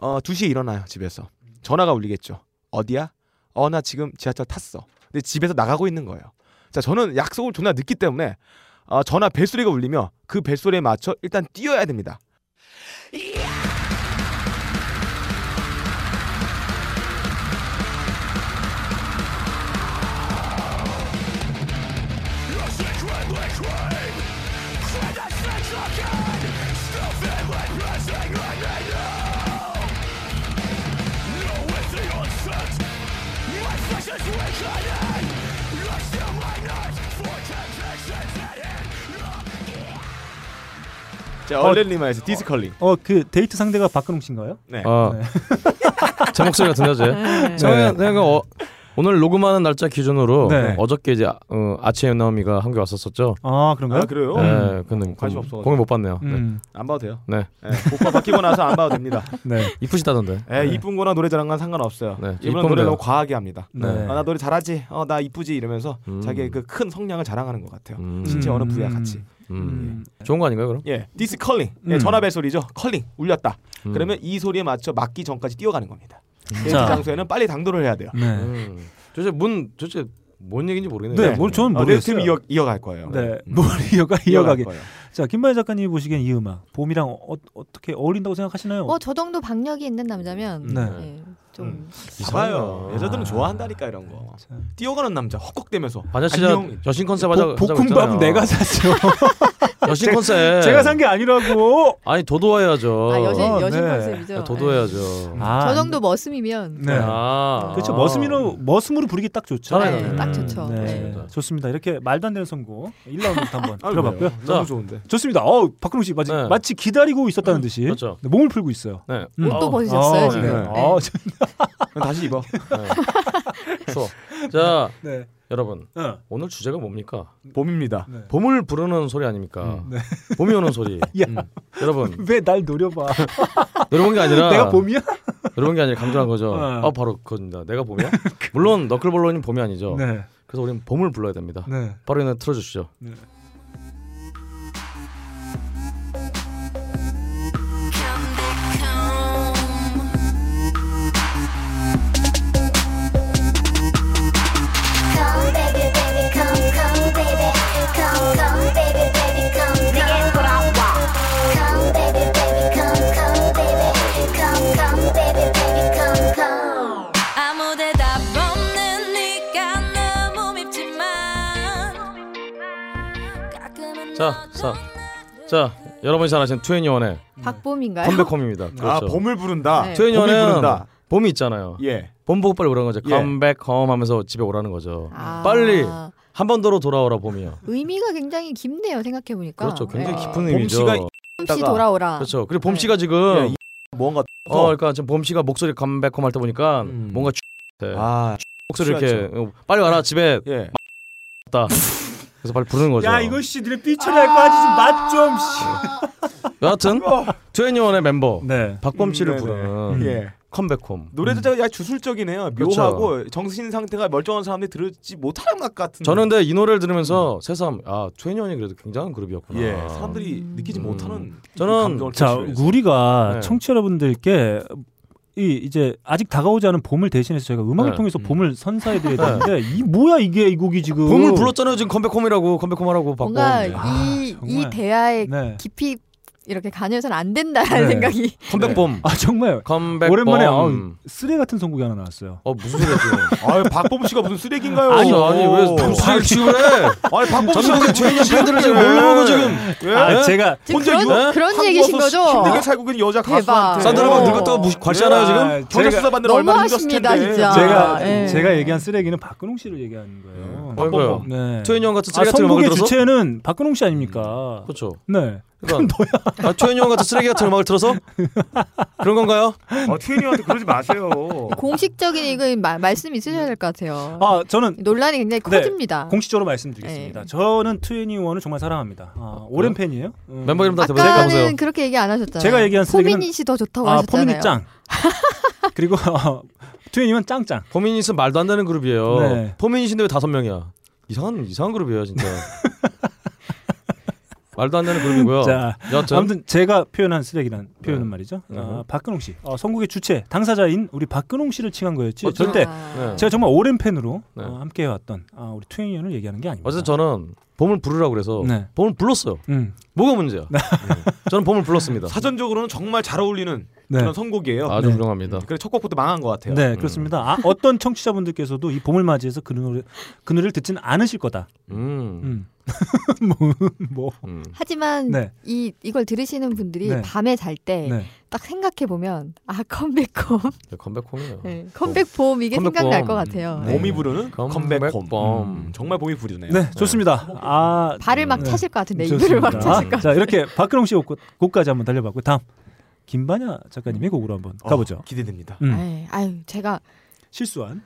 어, 2시에 일어나요 집에서 전화가 울리겠죠. 어디야? 어 나 지금 지하철 탔어. 근데 집에서 나가고 있는 거예요. 자 저는 약속을 존나 늦기 때문에 어, 전화 벨소리가 울리며 그 벨소리에 맞춰 일단 뛰어야 됩니다.
야!
자, 얼렐리마에서 디스컬링.
어 그 데이트 상대가 박근홍 씨인가요?
네.
어. 제 목소리 같은 여자.
네.
저는 내가 어, 오늘 녹음하는 날짜 기준으로
네.
어저께 이제 어, 아치의 나오미가 한국 왔었었죠.
아, 그런가요?
아, 그래요?
네, 근데 공-
관심 없어가지고.
공연 못 봤네요.
음.
안 봐도 돼요.
네.
예, 오빠 바뀌고 나서 안 봐도 됩니다.
네. 이쁘시다던데.
예, 이쁜 거나 노래 잘하는 건 상관없어요.
네, 저
일본
이쁜
노래
거요.
너무 과하게 합니다.
네.
아, 나 노래 잘하지. 어, 나 이쁘지 이러면서
음.
자기의 그 큰 성량을 자랑하는 것 같아요. 신체 어느 부위와 같이.
음. 좋은 거 아닌가요, 그럼?
예, 디스 컬링. 예,
음.
전화벨 소리죠. 컬링 울렸다.
음.
그러면 이 소리에 맞춰 맞기 전까지 뛰어가는 겁니다. 데이트
자.
장소에는 빨리 당도를 해야 돼요.
네.
음. 도대체 뭔 도대체 뭔 얘기인지 모르겠네요.
네, 뭘 저는 모르겠어요.
아, 네, 팀 이어, 갈 거예요.
네,
음.
뭘 이어가
이어갈
이어가게.
거예요.
자, 김바희 작가님이 보시기엔 이 음악 봄이랑 어, 어떻게 어울린다고 생각하시나요?
어, 저 정도 박력이 있는 남자면
네. 음.
예, 좀
봐봐요. 여자들은 좋아한다니까 이런 거. 뛰어가는 남자 헉헉대면서.
반자씨자
안녕.
여신 컨셉 하자.
복- 볶음밥 내가 샀죠.
여신
제-
컨셉.
제가 산 게 아니라고.
아니 도도해야죠.
아, 여신-
어,
여신
네.
컨셉이죠. 예.
도도해야죠.
아,
저 정도 머슴이면 예,
네.
아.
그렇죠. 머슴으로 머슴으로 부르기 딱 좋죠.
잘하네요. 네, 딱 좋죠. 네.
좋습니다. 이렇게 말도 안 되는 선고 1라운드부터 한번
아,
들어봤고요.
왜요? 너무 좋은데.
좋습니다. 어, 박근홍 씨 마치,
네.
마치 기다리고 있었다는 듯이
그렇죠.
네, 몸을 풀고 있어요.
네.
옷도 벗으셨어요,
아,
지금.
네.
네.
아, 저-
다시 입어.
추워. 자,
네.
여러분
어. 네.
오늘 주제가 뭡니까?
네. 봄입니다.
봄을 부르는 소리
음.
아닙니까?
네.
봄이 오는 소리. 음. 여러분
왜 날 노려봐?
여러분 게 아니라
내가 봄이야?
여러분 게 아니라 감정한 거죠.
어.
어, 바로 그겁니다. 내가 봄이야? 물론 너클볼로는 봄이 아니죠.
네.
그래서 우리는 봄을 불러야 됩니다.
네.
바로 이 노래 틀어주시죠.
네.
아무 대답 없는 네가 너무 밉지만 가끔은
자, 자, 자, 여러분이 잘 아시는 투애니원의
박봄인가요?
컴백홈입니다.
아, 봄을
네.
부른다. 봄을
투애니원은
부른다.
봄이 있잖아요.
예.
봄보고 빨리 오라는 거죠.
예.
컴백홈 하면서 집에 오라는 거죠.
아.
빨리 한 번 더로 돌아오라 봄이요.
의미가 굉장히 깊네요. 생각해 보니까.
그렇죠. 굉장히
네.
깊은
봄
의미죠.
씨가
봄씨 돌아오라.
그렇죠. 그리고 봄 씨가 지금
예, 뭔가
어, 그러니까 지금 봄 씨가 목소리 컴백홈 할 때 보니까 뭔가 네.
아,
목소리 이렇게
취하죠.
어, 빨리 와라 집에
예.
다 그래서 빨리 부르는 거죠.
야, 이거 씨 니네 삐처리할 거 하지 좀 맛 좀. 씨.
여하튼 투애니원의 멤버
네.
박범 씨를
음, 네네.
부르는
예.
컴백홈.
노래 자체가 야 주술적이네요.
그렇죠.
묘하고 정신 상태가 멀쩡한 사람들이 들을지 못할 음악 같은.
저는 근데 이 노래를 들으면서 새삼 아 투애니원이 그래도 굉장한 그룹이었구나.
예, 사람들이 느끼지 못하는
아. 저는
자, 우리가
네.
청취 자 여러분들께 이 이제 아직 다가오지 않은 봄을 대신해서 저희가 음악을
네.
통해서 봄을 선사해 드려야 되는데 이 뭐야 이게 이 곡이 지금
봄을 불렀잖아요 지금 컴백홈이라고 컴백홈하라고 네. 받고.
뭔가 이, 이 대화에
아, 네.
깊이 이렇게 관여해서는 안 된다라는 생각이.
컴백봄.
아 정말
컴백봄.
오랜만에 아, 쓰레 같은 선곡이 하나 나왔어요.
어 무슨 소리야 지금?
아유 박범 씨가 무슨 쓰레기인가요?
아니 아니 왜 무슨 취급을 해?
아니 박범 씨가
전국의 죄인의 팬들을 지금 몰라보고 지금.
왜?
아,
제가
지금 그런- 그런 얘기신 거죠?
힘들게 살고 있는 여자
대박.
가수한테
산드라박 늙었다고 무시 괄시하나요 지금?
경력
제가-
수사 받느라 얼마나 힘들었을 텐데.
너무하십니다,
아,
진짜.
제가
예.
제가 얘기한 쓰레기는 박근홍 씨를 얘기하는 거예요.
어, 이거요.
네.
투애니원 같은
아,
쓰레기 같은 음악을
선곡의
들어서?
주체는 박근홍 씨 아닙니까?
그렇죠.
네.
그럼 너야. 아, 투애니원 같은 쓰레기 같은 음악을 들어서 그런 건가요?
어, 투애니원한테 그러지 마세요.
공식적인 이거 마- 말씀 있으셔야 될 것 같아요.
아 저는
논란이 굉장히
네,
커집니다.
공식적으로 말씀드리겠습니다. 저는 투애니원을 정말 사랑합니다. 아, 오랜 팬이에요. 음.
멤버 이름 다 대보세요.
아까는 그렇게 얘기 안 하셨잖아요.
제가 얘기한 쓰레기는
포미닛 씨더 좋다고
아,
하셨잖아요.
포미닛 짱. 그리고 어, 투애니원 짱짱.
포미닛은 말도 안 되는 그룹이에요.
네.
포미닛인데 왜 다섯 명이야? 이상한 이상한 그룹이에요 진짜. 말도 안 되는 그룹이고요.
자,
여하튼
아무튼 제가 표현한 쓰레기란 표현은
어, 네.
말이죠. 아,
네.
박근홍 씨, 어, 선곡의 주체, 당사자인 우리 박근홍 씨를 칭한 거였지.
어, 저는-
절대
아.
네.
제가 정말 오랜 팬으로
네.
어, 함께해왔던 아, 우리 투애니언을 얘기하는 게 아닙니다.
어쨌든 저는 봄을 부르라고 그래서
네.
봄을 불렀어요.
음.
뭐가 문제야? 저는 봄을 불렀습니다. 음.
사전적으로는 정말 잘 어울리는
네.
그런 선곡이에요.
아주
네.
훌륭합니다.
그래서 첫 곡부터 망한 것 같아요.
음.
네, 그렇습니다. 아, 어떤 청취자분들께서도 이 봄을 맞이해서 그 노래 그 노래를 듣진 않으실 거다.
음.
뭐, 뭐.
하지만
네.
이 이걸 들으시는 분들이
네.
밤에 잘 때 딱
네.
생각해 보면 아 컴백홈
컴백홈이에요.
네,
어,
컴백봄 이게
컴백봄.
생각날 것 같아요. 네.
봄이 부르는 컴백홈. 음, 정말 봄이 부르네요.
네, 좋습니다. 아,
발을 막 차실 것 같은데
네. 좋습니다.
이불을 막 차실 것
자,
같아요.
이렇게 박근홍 씨의 곡, 곡까지 한번 달려봤고 다음 김반야 작가님의 곡으로 한번 가보죠.
어. 기대됩니다.
음.
네, 아유 제가
실수한.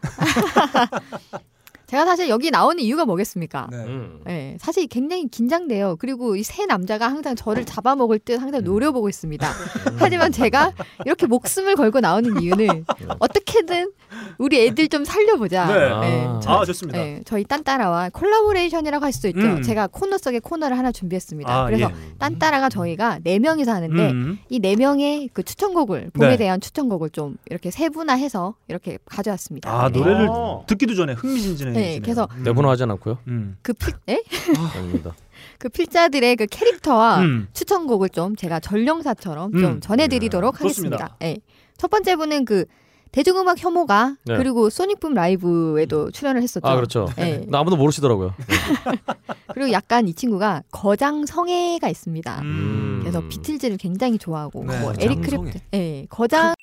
제가 사실 여기 나오는 이유가 뭐겠습니까?
네.
음.
네, 사실 굉장히 긴장돼요. 그리고 이 세 남자가 항상
어.
저를 잡아먹을 듯
네.
항상 노려보고 있습니다.
음.
하지만 제가 이렇게 목숨을 걸고 나오는 이유는 어떻게든 우리 애들 좀 살려보자.
네.
저-
아, 좋습니다.
네, 저희 딴따라와 콜라보레이션이라고 할 수도 있죠.
음.
제가 코너 속에 코너를 하나 준비했습니다.
아,
그래서
예.
딴따라가 저희가 네 명이서 하는데
음.
이 네 명의 그 추천곡을 봄에
네.
대한 추천곡을 좀 이렇게 세분화해서 이렇게 가져왔습니다.
아, 노래를
어.
네.
듣기도 전에 음. 흥미진진해.
네, 그래서
내분화하진 않고요.
그 필, 예?
아닙니다.
그 필자들의 그 캐릭터와
음.
추천곡을 좀 제가 전령사처럼
음.
좀 전해드리도록
예, 좋습니다.
하겠습니다. 예. 첫 번째 분은 그 대중음악 혐오가
네.
그리고 소닉붐 라이브에도 출연을 했었죠.
아 그렇죠.
예.
나 아무도 모르시더라고요.
그리고 약간 이 친구가 거장 성애가
음.
있습니다. 그래서 비틀즈를 굉장히 좋아하고
네.
뭐
거장
에릭
성애.
크랩트, 예, 거장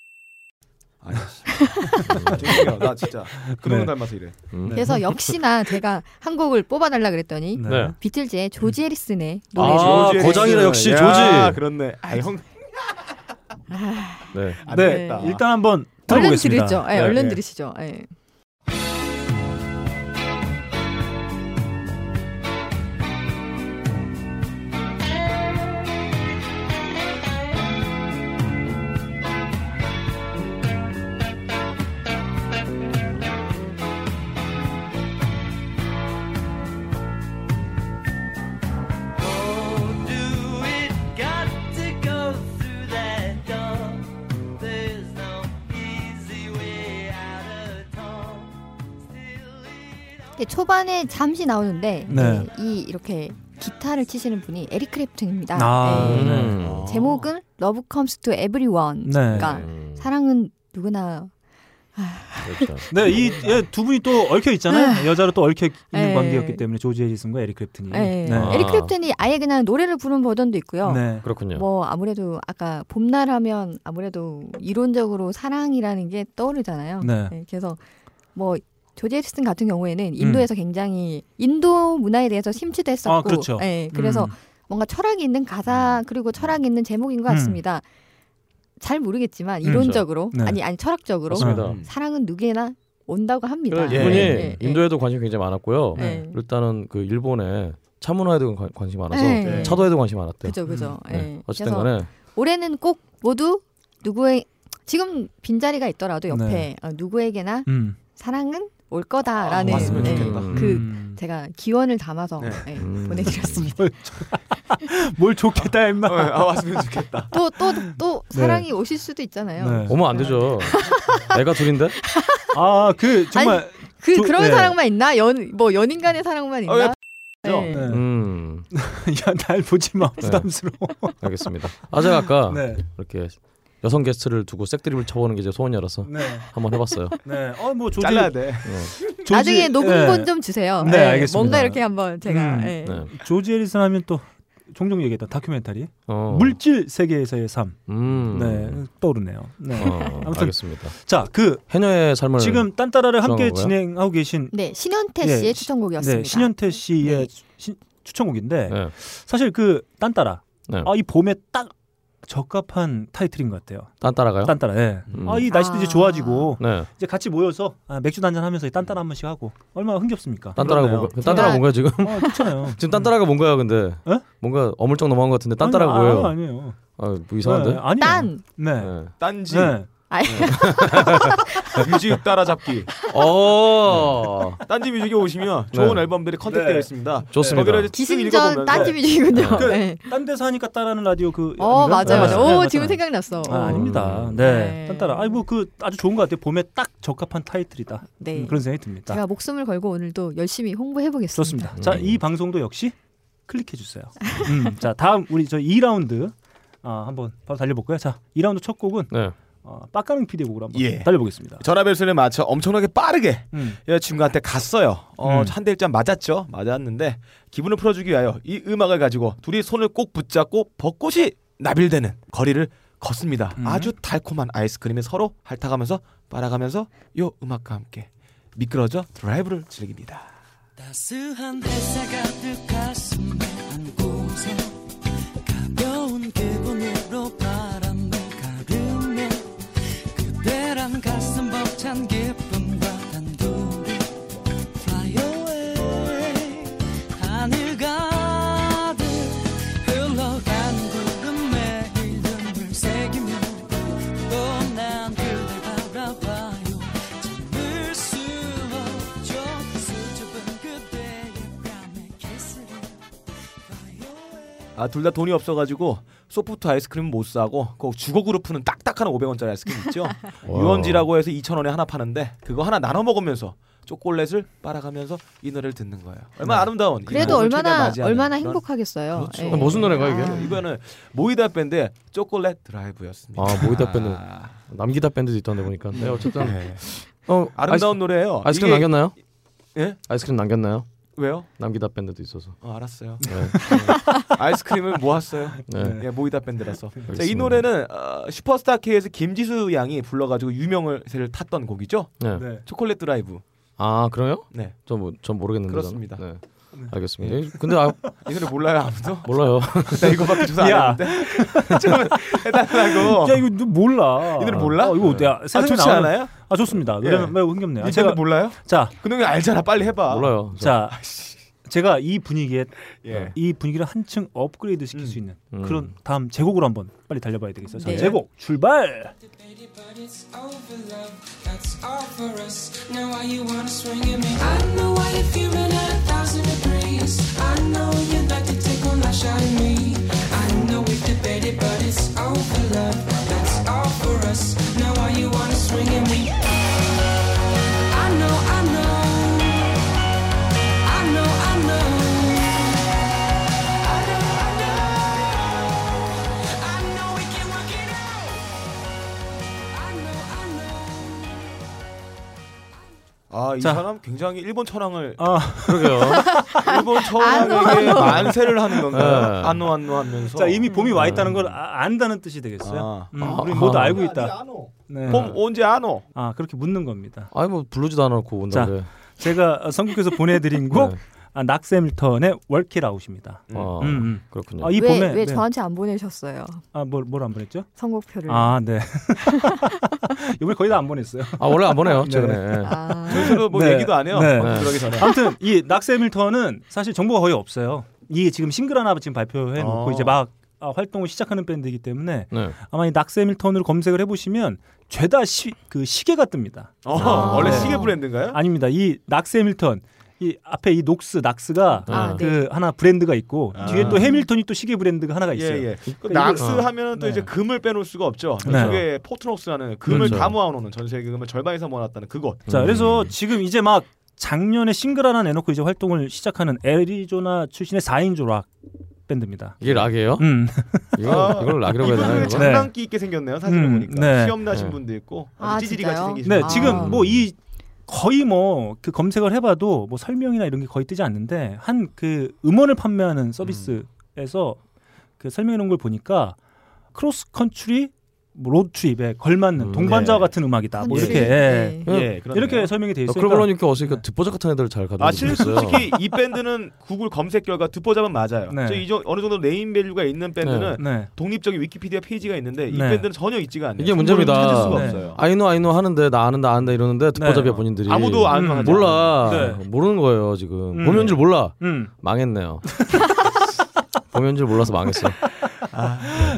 죄송해요. 나 진짜 그놈
네.
네. 닮아서 이래.
그래서 역시나 제가 한 곡을 뽑아달라 그랬더니
네.
비틀즈의 조지 해리슨의 노래
아
조지
고장이라
앨리슨.
역시
야,
조지.
그렇네. 아 형.
네.
안
네,
되겠다.
일단 한번
얼른
들어보겠습니다.
들으죠. 예,
네,
얼른
네.
들으시죠. 예.
Got to go through that door. There's no easy way out at all.
근데 네, 초반에 잠시 나오는데
네.
예, 이 이렇게 기타를 치시는 분이 에릭 크랩튼입니다.
아,
음.
예.
네.
제목은 Love Comes to Everyone.
네.
아,
그러니까 사랑은 누구나
그렇죠.
네, 이 두 분이 또 얽혀 있잖아요. 여자로 또 얽혀 있는
네.
관계였기 때문에 조지 해리슨과 에릭 크랩튼이.
예. 에릭 크랩튼이 아예 그냥 노래를 부르는 버전도 있고요.
네.
그렇군요.
뭐 아무래도 아까 봄날 하면 아무래도 이론적으로 사랑이라는 게 떠오르잖아요. 예,
네.
그래서 뭐 조지 해리슨 같은 경우에는 인도에서 굉장히 인도 문화에 대해서 심취도 했었고,
음. 아, 그렇죠.
예, 그래서
음.
뭔가 철학이 있는
음.
가사 그리고 철학이 있는 제목인 것
음.
같습니다. 잘 모르겠지만
음.
이론적으로
그렇죠. 네.
아니 아니 철학적으로
맞습니다.
사랑은 누구에나 온다고 합니다.
예,
그분이 인도에도 관심이 굉장히 많았고요.
예.
일단은 그 일본에 차문화에도 관- 관심이 많아서
네.
예.
차도에도 관심이 많았대요.
그죠 그죠.
네.
예.
어쨌든
그래서
간에
올해는 꼭 모두 누구의 지금 빈 자리가 있더라도 옆에
네.
어, 누구에게나
음.
사랑은 올 거다라는
아, 왔으면
예,
좋겠다.
음.
음.
그 제가 기원을 담아서
네.
예, 보내드렸습니다.
뭘 좋겠다 임마.
아, 왔으면 좋겠다.
또 또 또
네.
사랑이 오실 수도 있잖아요.
오면 네. 안 되죠. 애가 둘인데.
아 그 정말
아니, 그
조-
그런
네.
사랑만 있나 연 뭐 연인간의 사랑만
아,
있나? 예.
음.
네. 야날 보지 마 부담스러워.
알겠습니다. 아 제가 아까
네.
이렇게 여성 게스트를 두고 색드립을 쳐보는 게 제 소원이라서
네.
한번 해봤어요.
네. 어뭐 조지
잘라야 돼.
조지-
나중에 녹음본
예.
좀 주세요.
네,
예,
알겠습니다.
뭔가 이렇게 한번 제가
음.
예.
네.
조지 해리슨 하면 또 종종 얘기했던 다큐멘터리
어.
물질 세계에서의 삶.
음.
네 떠오르네요. 네.
어, 알겠습니다.
자, 그
해녀의 삶을
지금 딴따라를 함께
구성한 거예요?
진행하고 계신
네, 신현태 씨의
예,
추천곡이었습니다.
네, 신현태 씨의 신-
네.
추천곡인데 사실 그 딴따라 아, 이 봄에 딱 적합한 타이틀인 것 같아요.
딴따라가요?
딴따라. 예.
음.
아, 이 날씨도 이제 좋아지고
네.
이제 같이 모여서 아, 맥주 한잔 하면서 이 딴따라 한 번씩 하고 얼마나 흥겹습니까?
딴따라가 뭔가 뭐, 딴따라가 뭔가 지금?
아, 좋잖아요.
지금 딴따라가 뭔가요, 근데? 뭔가 어물쩍 넘어간 것 같은데 딴따라가
아니, 아,
뭐예요?
아니에요.
아, 뭐 이상한데?
네, 아니에요.
딴.
네.
딴지.
네.
아이.
뮤직 따라잡기.
어.
딴지 뮤직에 오시면 좋은
네.
앨범들이 컨택되어
네.
있습니다.
좋습니다.
거기를 이제 쭉 읽어보면
딴지 뮤직이군요.
그,
네.
딴 데서 하니까 따라는 라디오 그
어
아닌가?
맞아요. 맞아요.
네,
오
맞아요.
지금 생각났어.
아,
어.
아닙니다. 네. 딴따라. 아니 뭐 그 아주 좋은 것 같아요. 봄에 딱 적합한 타이틀이다.
네.
음, 그런 생각이 듭니다.
제가 목숨을 걸고 오늘도 열심히 홍보해 보겠습니다.
음, 좋습니다. 자, 이 방송도 역시 클릭해 주세요. 음, 자, 다음 우리 저 2라운드 아, 한번 바로 달려볼까요? 자, 2라운드 첫 곡은
네.
어, 빡가는 피디 곡으로 한번
예.
달려보겠습니다.
전화벨소리에 맞춰 엄청나게 빠르게
음.
여자친구한테 갔어요. 어,
음.
한대 일잔 맞았죠. 맞았는데 기분을 풀어주기 위하여 이 음악을 가지고 둘이 손을 꼭 붙잡고 벚꽃이 나빌대는 거리를 걷습니다. 아주 달콤한 아이스크림에 서로 핥아가면서 빨아가면서 요 음악과 함께 미끄러져 드라이브를 즐깁니다.
따스한 햇살가 득 가슴에 안고서 가벼운 기분으로 바람을 가르며 그대랑 가슴 벅찬 기쁨과 단둘이 Fly away 하늘 가득 흘러가는 구름에 이름을 새기며 또 난 그댈 바라봐요 참을 수 없죠 그 수줍은 그대의 뺨에 키스를
아 둘 다 돈이 없어가지고 소프트 아이스크림 은못 사고 그 주걱으로 푸는 딱딱한 500원짜리 아이스크림 있죠. 유원지라고 해서 2,000원에 하나 파는데 그거 하나 나눠 먹으면서 초콜릿을 빨아가면서 이 노래를 듣는 거예요. 얼마나 아름다운. 이
네. 그래도
봄을
네. 어,
최대한
얼마나
맞이하는
얼마나
그런-
행복하겠어요.
그렇죠.
예.
이거는 모이다 밴드의 초콜릿 드라이브였습니다.
아 모이다 밴드 남기다 밴드도 있던데 보니까. 네 어쨌든
네.
어,
아름다운
아이스-
노래예요.
아이스크림
이게-
남겼나요?
예?
아이스크림 남겼나요?
왜요?
남기다 밴드도 있어서.
어, 알았어요.
네.
아이스크림을 모았어요.
네.
예, 모이다 밴드라서. 자, 이
알겠습니다.
노래는 어, 슈퍼스타 K에서 김지수 양이 불러가지고 유명을 세를 탔던 곡이죠.
네.
네.
초콜릿 드라이브.
아 그래요?
네.
전뭐 전 모르겠는데.
그렇습니다.
저는. 네. 알겠습니다. 근데 아,
이 노래 몰라요 아무도?
몰라요.
나 이거밖에 조사 안 했는데. 좀 해달라고.
야 이거 너 몰라.
이 노래 몰라?
어, 이거 어때? 야,
아,
세상에
좋지
나오는-
않아요?
아 좋습니다.
예.
노래 매우 흥겹네요. 아,
이 밴드 몰라요?
자,
그놈이 알잖아. 빨리 해봐.
몰라요.
자, 제가 이 분위기에 어,
예.
이 분위기를 한층 업그레이드 시킬 수 있는
음.
그런 다음 제곡으로 한번 빨리 달려봐야 되겠어요. 자,
네.
제곡 출발.
But it's over, love. That's all for us. Now why you wanna swing at me? I know why you're fuming at a thousand degrees. I know you'd like to take one last shot at me. I know we've debated, but it's over, love. That's all for us. Now why you wanna swing at me? I know, I know. I know, I know. I know, I know. I know we can work it out. I know, I know.
아, 이
자.
사람 굉장히 일본 천황을
아
그러게요.
일본
안노,
천황에게
안노.
만세를 하는 건가요?
네.
안노 안노 하면서
자, 이미 봄이 와 있다는 걸 아, 안다는 뜻이 되겠어요.
아.
음,
아,
우리 모두
아.
알고
아니,
있다.
안 오.
네.
봄 언제 안 오?
아 그렇게 묻는 겁니다.
아니 뭐 부르지도 않았고
자,
온다는데.
제가 어, 선곡해서 보내드린 곡 아, 낙샘일턴의 월킬 아웃입니다.
아,
음, 음.
그렇군요.
아, 이
왜,
봄에
왜
네.
저한테 안 보내셨어요?
아뭘 뭘 안 보냈죠?
선곡표를.
아 네. 이번에 거의 다 안 보냈어요.
아, 원래 안 보내요, 최근에.
아.
저희도 뭐 얘기도 안 해요. 들어가기 전에.
아무튼 이 낙세밀턴은 사실 정보가 거의 없어요. 이 지금 싱글 하나 지금 발표해 놓고
어.
이제 막 아, 활동을 시작하는 밴드이기 때문에
네.
아마 이 낙세밀턴으로 검색을 해보시면 죄다 시, 그 시계가 뜹니다.
어, 원래 시계 브랜드인가요?
아. 아닙니다. 이 낙스 해밀턴 이 앞에 이 녹스 낙스가
아,
그 하나 브랜드가 있고 뒤에 또 해밀턴이 또 시계 브랜드가 하나가 있어요.
예, 예. 그
그러니까
낙스
이걸-
하면은 또
네.
이제 금을 빼놓을 수가 없죠.
네.
저게 포트녹스라는 금을
그렇죠.
다 모아놓는 전 세계 금을 절반 이상 모아놨다는 그곳.
자,
음.
그래서 지금 이제 막 작년에 싱글 하나 내놓고 이제 활동을 시작하는 애리조나 출신의 4인조 락 밴드입니다.
이게 락이에요?
음.
이거 이걸 락이라고 해야 되나
이분은
이거?
장난기 있게 생겼네요. 사진을
음,
보니까
네.
시험 나신
네.
분도 있고
아,
찌질이 같이
진짜요?
생기신.
네,
아.
지금 뭐 이 거의 뭐 그 검색을 해봐도 뭐 설명이나 이런 게 거의 뜨지 않는데 한 그 음원을 판매하는 서비스에서 그 설명 이런 걸 보니까 크로스 컨트리 뭐 로드 트립에 걸맞는 동반자와
네.
같은 음악이다. 뭐 이렇게
컨트리,
예.
네.
예, 그러네요.
이렇게 설명이 돼
어,
있으니까
음, 그러고 보니까 어서 듣보잡 같은 애들 잘 가지고
아, 실
있어요.
솔직히 이 밴드는 구글 검색 결과 듣보잡은 맞아요.
네.
저 이정 어느 정도 네임 밸류가 있는 밴드는
네, 네.
독립적인 위키피디아 페이지가 있는데 이
네.
밴드는 전혀 있지가 않네요.
이게
정보를
문제입니다.
찾을 수가
네.
없어요.
아이노 아이노 하는데 나 아는다 아는다 이러는데 듣보잡이야 본인들이.
아무도 안 네. 하지
몰라.
않아요.
모르는 거예요 지금.
음.
보면 줄 몰라.
음.
망했네요. 보면 줄 몰라서 망했어.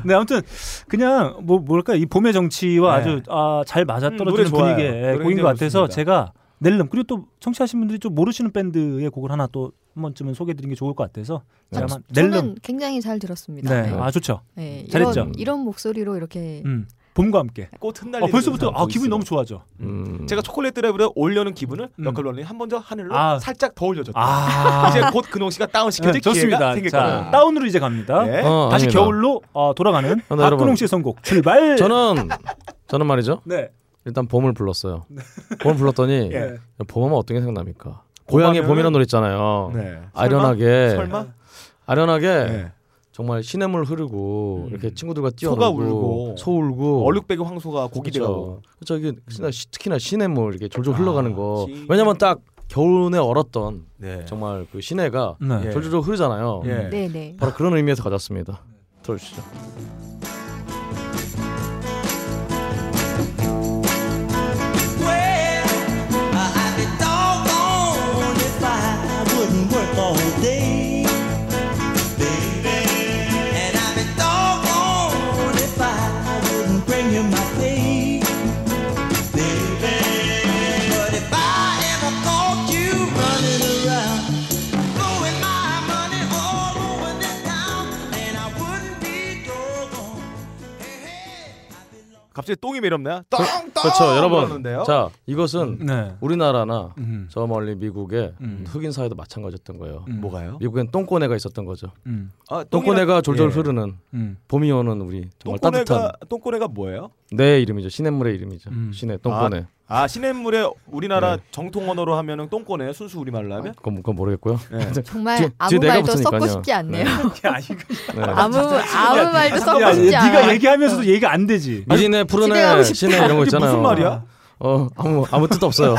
네, 아무튼 그냥 뭐 뭘까 이 봄의 정치와
네.
아주 아, 잘
음, 노래
맞아떨어지는
좋아요.
분위기의
노래
곡인 것
굉장히
같아서
좋습니다.
제가 낼름 그리고 또 청취하신 분들이 좀 모르시는 밴드의 곡을 하나 또 한 번쯤은 소개해드린 게 좋을 것 같아서
네.
제가 한 낼름
저는 굉장히 잘 들었습니다.
네, 아 좋죠.
네,
잘했죠.
이런, 이런 목소리로 이렇게
음. 봄과 함께.
꽃 흩날리는
어, 벌써부터
영상
아
보고
기분이
있어요.
너무 좋아져.
음.
제가 초콜릿 드랩으로 올려는 기분을 역할로는 한 번 더 하늘로
아.
살짝 더 올려줬다.
아. 네,
이제 곧 근홍 씨가
네,
다운 시켜질 기회가
좋습니다.
생길
자,
거예요.
다운으로 이제 갑니다.
네.
어,
다시
아닙니다.
겨울로 어, 돌아가는
아, 네,
박근홍
여러분.
씨의 선곡 출발.
저는 저는 말이죠.
네.
일단 봄을 불렀어요.
네.
봄을 불렀더니
예.
봄하면 어떤 게 생각납니까? 고향의
봄하면은-
봄이라는 노래 있잖아요.
네.
아련하게
설마? 설마?
아련하게 정말 시냇물 흐르고 이렇게 친구들과 뛰어놀고
네. 음. 소가 울고.
소 울고
얼룩배기 황소가 고기 되고. 음. 아,
그렇죠. 그렇죠. 이게 특히나, 시- 특히나 시냇물 이렇게 졸졸 흘러가는 거. 왜냐면 딱 겨울에 얼었던
네.
정말 그 시내가
예.
네.
졸졸 흐르잖아요.
예.
네, 네.
바로 그런 의미에서 가졌습니다. 들어주시죠.
I'd be doggone if I wouldn't work all day, baby. And I'd be doggone if I wouldn't bring you my pay, baby. But if I ever caught you running around, blowing my money all over this town, then I wouldn't be doggone.
갑자기 똥이 매렵나요?
그-
똥 똥.
그렇죠, 여러분.
그러는데요.
자, 이것은
네.
우리나라나
음.
저 멀리 미국의
음.
흑인 사회도 마찬가지였던 거예요.
음.
뭐가요?
미국엔 똥꼬네가 있었던 거죠.
음.
아,
똥꼬네가
똥이라-
졸졸
예.
흐르는
음.
봄이 오는 우리 정말 따뜻한
똥꼬네가 똥꼬네가 뭐예요?
내 이름이죠. 시냇물의 이름이죠. 시내 똥꼬네.
아, 아 시냇물에 우리나라
네.
정통 언어로 하면은 똥꼬네 순수 우리말로 하면.
그건, 그건 모르겠고요.
정말
뒤에-
아무
뒤에 내가
말도
붙으니까요.
섞고 싶지 않네요.
네.
아무 아무 말도
야,
섞고
얘-
싶지 않아.
네가 얘기하면서도 얘기가 안 되지.
미진의
집에 가고
푸른애
싶다.
시내 이런 거
이게
있잖아요.
무슨 말이야?
어 아무 아무 뜻 없어요.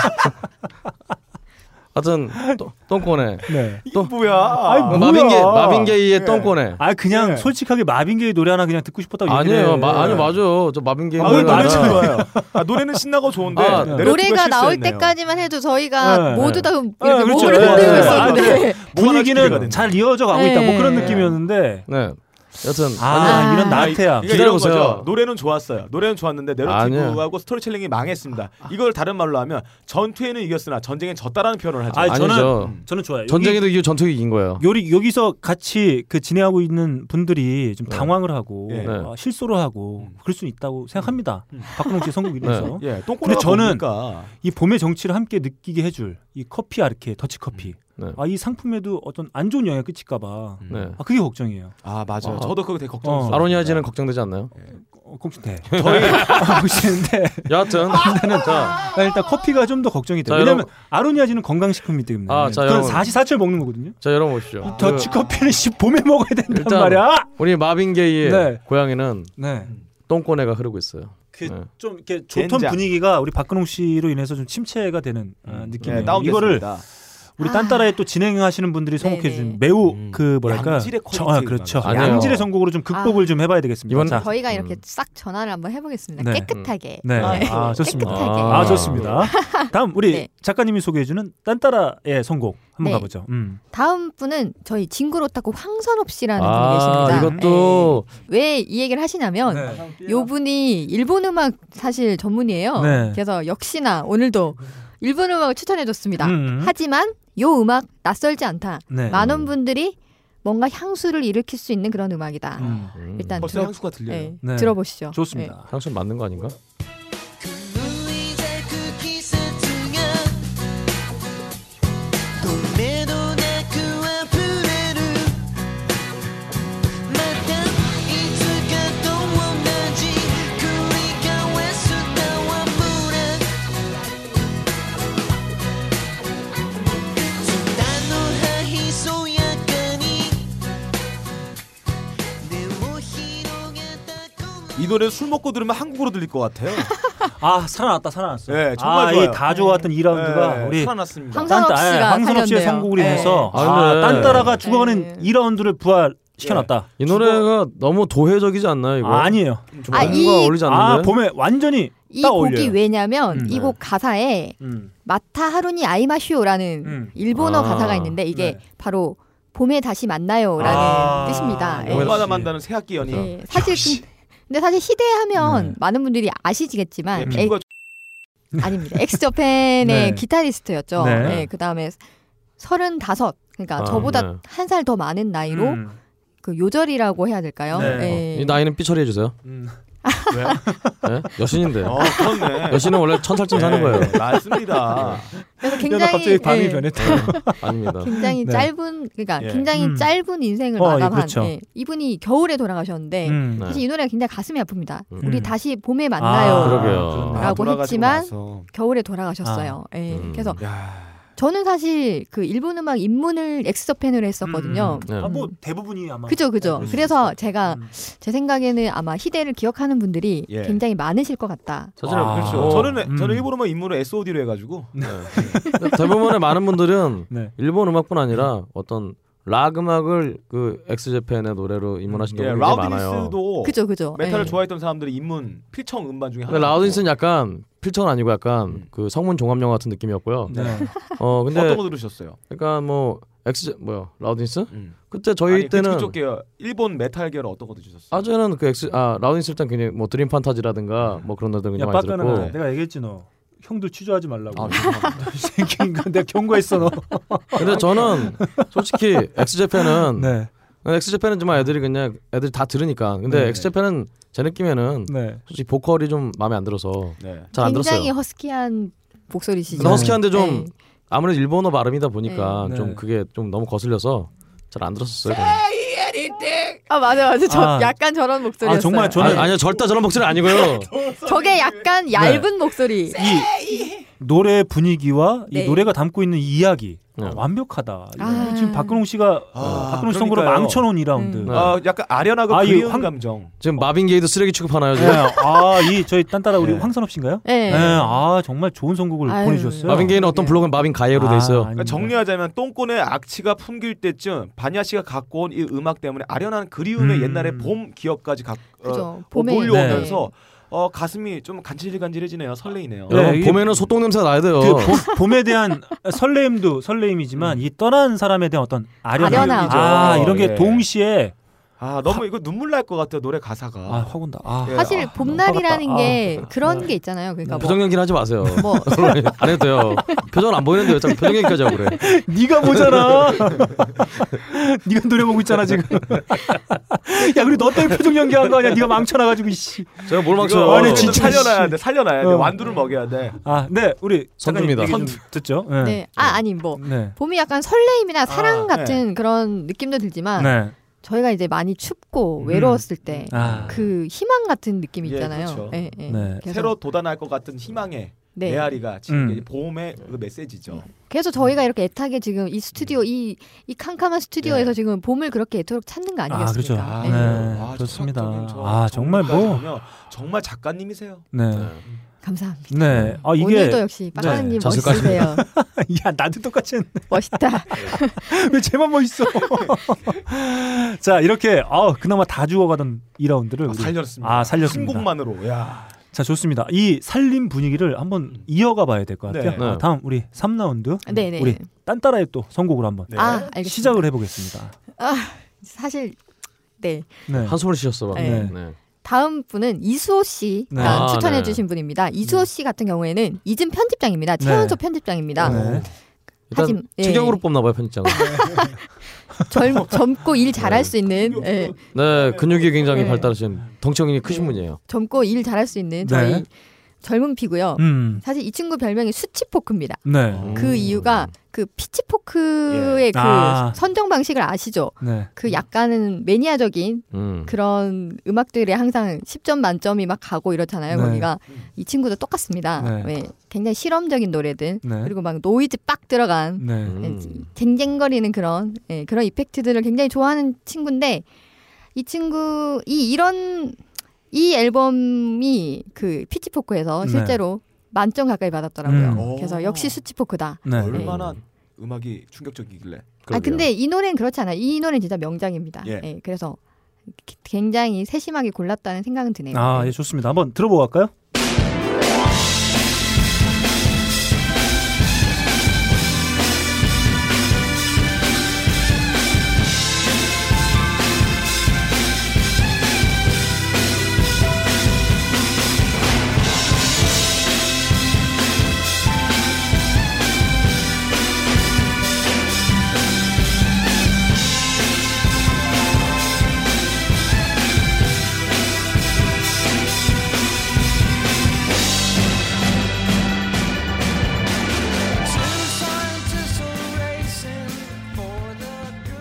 하여튼 똥- 똥꼬네. 그
네.
이게 뭐야? 예.
아이, 뭐야?
마빈게 마빈게이의 똥꼬네.
아 그냥 솔직하게 마빈게이 노래 하나 그냥 듣고 싶었다고 얘기해.
아니에요. 마, 아니 맞아요. 저 마빈게이
예. 아, 왜 노래 참
좋아요. 아, 노래는 신나고 좋은데
아,
내려치기가
노래가 나올
실수했네요.
때까지만 해도 저희가
네.
모두 다 이렇게
아, 그렇죠.
몸을
네.
흔들고
아,
있었는데
네.
기대가
분위기는
된다.
잘 이어져 가고 있다. 뭐 그런
네.
느낌이었는데.
네. 여튼
아, 이런 나태함.
그러니까 이런 거죠. 노래는 좋았어요. 노래는 좋았는데 내러티브하고
아니에요.
스토리텔링이 망했습니다. 이걸 다른 말로 하면 전투에는 이겼으나 전쟁엔 졌다라는 표현을 하죠.
아 저는
아니죠.
저는 좋아요.
전쟁에도 이겨 전투에 이긴 거예요.
여기, 요리- 여기서 같이 그 진행하고 있는 분들이 좀 당황을 하고
네. 음.
어, 실수를 하고 그럴 수는 있다고 생각합니다. 박근홍 씨의 선곡이라서.
네. 예, 똥꼬가
근데 저는
뭡니까?
이 봄의 정취를 함께 느끼게 해줄 이 커피 아르케 더치 커피.
네.
아 이 상품에도 어떤 안 좋은 영향 이 끼칠까봐.
네.
아 그게 걱정이에요.
아 맞아요.
아.
저도 그거 되게 걱정했어요.
아로니아지는 걱정되지 않나요?
어, 걱정돼.
저희
어, 보시는데
여하튼 자,
아, 일단 커피가 좀 더 걱정이 돼요.
자,
왜냐면
여러분.
아로니아지는 아, 건강식품이 기 때문에.
아, 자,
그건
여러분.
44초에 먹는 거거든요.
자 여러분 보십시오. 그
더치 커피는 씨 봄에 먹어야 된단
일단
말이야.
우리 마빈게이의
네.
고향에는
네.
똥꼬네가 흐르고 있어요.
그
네.
좀 이렇게 좋던
젠장.
분위기가 우리 박근홍 씨로 인해서 좀 침체가 되는 아, 느낌이에요.
네, 다운됐습니다.
이거를 우리 딴따라의 또 진행하시는 분들이 선곡해 주신 매우 그 뭐랄까
음. 양질의
저,
퀄리티의
아, 그렇죠.
음악이죠.
아니에요.
양질의 선곡으로 좀 극복을 좀 해봐야 되겠습니다.
이번-
자, 음.
저희가 이렇게 싹 전환을 한번 해보겠습니다.
네.
깨끗하게.
네,
네.
아, 좋습니다.
깨끗하게.
아, 좋습니다. 다음 우리
네.
작가님이 소개해주는 딴따라의 선곡
네.
한번 가보죠. 음.
다음 분은 저희 징그로타고 황선업 씨라는
아
분이 계십니다. 네.
이것도
왜 이 얘기를
어,
하시냐면
네.
네.
요 분이 일본 음악 사실 전문이에요.
네.
그래서 역시나 오늘도 일본 음악을 추천해줬습니다.
음.
하지만 요 음악 낯설지 않다.
네.
많은 분들이 뭔가 향수를 일으킬 수 있는 그런 음악이다.
음.
일단
벌써
들어,
향수가 들려요.
네, 아,
네.
들어보시죠.
좋습니다.
향수 맞는 거 아닌가?
이제 그 기세 중에 도매도 나그 와프레루 마다 이즈가 또 원하지 그리가 왜 수다와 물에 수다노 하히 소야가니 내 오히로겠다
이 노래 술 먹고 들으면 한국어로 들릴 것 같아요.
아 살아났다 살아났어.
네, 정말
아,
좋아요.
이다 좋아왔던 2라운드가
네,
우리
살아났습니다.
황선업
딴따- 예,
씨가
황선업 씨의
살렸네요.
선곡을
네.
인해서
아,
아,
근데-
딴따라가 죽어가는 2라운드를 부활시켜놨다.
이 노래가 너무 도회적이지 않나요? 이거?
아, 아니에요.
좀
아,
뭔가
이-
어울리지
아
네. 않는데.
봄에 완전히
이
딱
곡이
어울려요.
왜냐면
음.
이 곡 가사에
음.
마타 하루니 아이마쇼라는
음. 네.
일본어
아.
가사가 있는데 이게 바로 봄에 다시 만나요라는
아.
뜻입니다.
네.
예.
얼마나 만나는 새학기 연이.
예, 사실 근- 근데 사실
네.
희대하면 많은 분들이 아시겠지만
예,
에,
피부가
아닙니다. 엑스저팬의
네. 기타리스트였죠.
기타리스트였죠.
네.
그 다음에 서른다섯 그러니까
아,
저보다
네.
한 살 더 많은 나이로
음.
그 요절이라고 해야 될까요?
네.
예.
어. 이 나이는 삐처리해 주세요.
왜요?
네? 여신인데.
어, 그렇네.
여신은 원래 천 살쯤 사는
네,
거예요.
맞습니다.
그래서
그러니까
굉장히 예,
아닙니다.
굉장히 짧은 그러니까
예.
굉장히
음.
짧은 인생을
어, 예,
마감한
그렇죠.
예, 이분이 겨울에 돌아가셨는데
음.
사실
네.
이 노래가 굉장히 가슴이 아픕니다.
음.
우리 다시 봄에
아, 그러게요. 아,
만나요라고
돌아가시고
했지만
나서.
겨울에 돌아가셨어요.
아.
예,
음.
그래서 저는 사실 그 일본 음악 입문을 엑스서펜으로 했었거든요.
네.
음. 아, 뭐 대부분이 아마
그죠, 그죠.
네,
그래서 제가 제 생각에는 아마 희대를 기억하는 분들이
예.
굉장히 많으실 것 같다.
사실은
아,
그렇죠.
저는
음.
저는 일부러만 뭐 인물을 SOD로 해가지고
대부분의 많은 분들은
네.
일본 음악뿐 아니라 어떤 락 음악을 그 엑스제팬의 노래로 입문하신
예,
분들이 많아요.
라우디니스도
그죠, 그죠.
어, 메탈을
예.
좋아했던 사람들이 입문 필청 음반 중에
네. 근데
하나.
라우디니스는 약간 필터는 아니고 약간 그 성문 종합 영화 같은 느낌이었고요.
음. 네.
어 근데
어떤 거 들으셨어요?
그러니까 뭐 엑스 뭐야 라우디니스?
음.
그때 저희
아니,
때는
그쪽 계열 일본 메탈 계열 어떤 거 드셨어요?
아 저는 그 엑스 아 라우디니스 일단 굉장히 뭐 드림 판타지라든가 뭐 그런 노래들
야
굉장히 많이
빡가는
들었고 아,
내가 얘기했지 너 형도 취조하지 말라고 이 새끼 인간 내가 경고했어 너
근데 저는 솔직히 엑스제팬은
네.
엑스제팬은 정말 애들이 그냥 애들이 다 들으니까 근데
네.
엑스제팬은 제 느낌에는
네.
솔직히 보컬이 좀 마음에 안 들어서
네.
잘 안 들었어요.
굉장히 허스키한 목소리시죠.
근데 허스키한데
네.
좀 아무래도 일본어 발음이다 보니까
네.
좀
네.
그게 좀 너무 거슬려서 잘 안 들었었어요.
아 맞아 맞아 저
아.
약간 저런 목소리였어요.
아니, 아니요 절대 저런 목소리 아니고요.
저게 약간 얇은 목소리.
노래 분위기와 이
네.
노래가 담고 있는 이야기
네.
아, 완벽하다. 이거 지금 박근홍 씨가 어, 박근홍 씨 선거를
아, 그러니까요.
망쳐놓은 2라운드. 네.
음. 아, 약간 아련하고
이
그리운 감정.
지금 마빈 게이도 쓰레기 취급하나요 지금?
네. 아이 저희 딴따라 우리 황선업 씨인가요?
네.
아 정말 좋은 선곡을
아유.
보내주셨어요. 아,
마빈 게이는
네.
어떤 블로그는 마빈 가예로 돼 있어요.
그러니까 정리하자면 똥꼬의 악취가 풍길 때쯤 반야 씨가 갖고 온 이 음악 때문에 아련한
음.
그리움의 옛날의 봄 기억까지 가, 어,
그죠.
어,
봄에.
몰려오면서
네.
어, 가슴이 좀 간질간질해지네요. 설레이네요.
여러분 봄에는 소똥 냄새 나야 돼요.
그 봄- 봄에 대한 설레임도
음.
설레임이지만 이 떠난 사람에 대한 어떤 아련함,
아련함.
아 이런 게
예.
동시에
아 너무 이거 눈물 날 것 같아요 노래 가사가. 아
확 온다. 아.
네. 사실 봄날이라는
화가 났다. 네.
게 그런 게 있잖아요. 그러니까 뭐
표정 연기는 하지 마세요.
뭐.
안 해도 돼요. 표정 안 보이는데 왜 표정 연기까지 하고 그래.
네가 보잖아. 네가 노려보고 있잖아 지금. 야 우리 너 때문에 표정 연기한 거 아니야? 네가 망쳐놔가지고 이씨.
제가 뭘
이거
아니 진짜
살려놔야
씨.
돼 살려놔야 돼
어.
완두를 먹여야 돼.
아, 네 우리
선두입니다.
잠깐 얘기 좀
선두.
듣죠. 네.
네. 아 아니 뭐
네.
봄이 약간
아,
설레임이나 사랑
네.
같은 그런 느낌도 들지만
네.
저희가 이제 많이 춥고 외로웠을 때 그
아.
희망 같은 느낌이
음. 예,
있잖아요.
그렇죠.
예, 예.
네.
그래서,
새로 돋아날 것 같은 희망의
네.
메아리가 음. 지금
음.
이게 봄의 그 메시지죠.
그래서 저희가 이렇게 애타게 지금 이 스튜디오 이, 이 캄캄한 스튜디오에서
네.
지금 봄을 그렇게 애도록 찾는 거
아 그렇죠.
아니겠습니까?
아,
예.
네. 그렇습니다.
저
아 정말 뭐.
정말 정말 작가님이세요.
네.
감사합니다.
네. 아 이게
오늘도 역시 빵빵님 멋있으세요.
야 나도 똑같이 했네.
멋있다.
왜 쟤만 뭐 멋있어? 자 이렇게 아 그나마 다 죽어가던 2라운드를
아, 살렸습니다.
아 살렸습니다.
한 곡만으로. 야.
자 좋습니다. 이 살림 분위기를 한번 이어가 봐야 될 것 같아요.
네.
아, 다음 우리 3라운드
네, 네.
우리 딴따라의 또 선곡으로 한번
네. 아, 알겠습니다.
시작을 해보겠습니다.
아, 사실 네.
네.
한숨을 쉬셨어 방금.
네. 다음 분은 이수호 씨가
네. 아,
추천해
네.
주신
음.
분입니다. 이수호 씨 같은 경우에는 이즘 편집장입니다.
네.
최연소 편집장입니다.
네.
하지만,
일단
예.
체격으로 뽑나 봐요 편집장은.
젊, 젊고 일 잘할 수 있는 예,
네 근육이 굉장히
네.
발달하신 덩치형이
예.
크신 분이에요.
젊고 일 잘할 수 있는 저희
네.
젊은 피고요.
음.
사실 이 친구 별명이 수치포크입니다.
네.
어.
그 이유가 그 피치포크의 그
아.
선정 방식을 아시죠?
네.
그 약간은 매니아적인
음.
그런 음악들에 항상 10점 만점이 막 가고 이렇잖아요.
네.
거기가 이 친구도 똑같습니다.
네.
네, 굉장히 실험적인 노래들
네.
그리고 막 노이즈 빡 들어간
네.
음.
쟁쟁거리는 그런 예, 그런 이펙트들을 굉장히 좋아하는 친구인데 이 친구 이 이런 이 앨범이 그 피치포크에서
네.
실제로 만점 가까이 받았더라고요.
음. 오.
그래서 역시 수치포크다.
네.
얼마나 음악이 충격적이길래.
아 근데 이 노래는 그렇지 않아요. 이 노래는 진짜 명작입니다.
예.
예. 그래서 기- 굉장히 세심하게 골랐다는 생각은 드네요.
아 예, 좋습니다. 한번 들어보고 갈까요?
Thank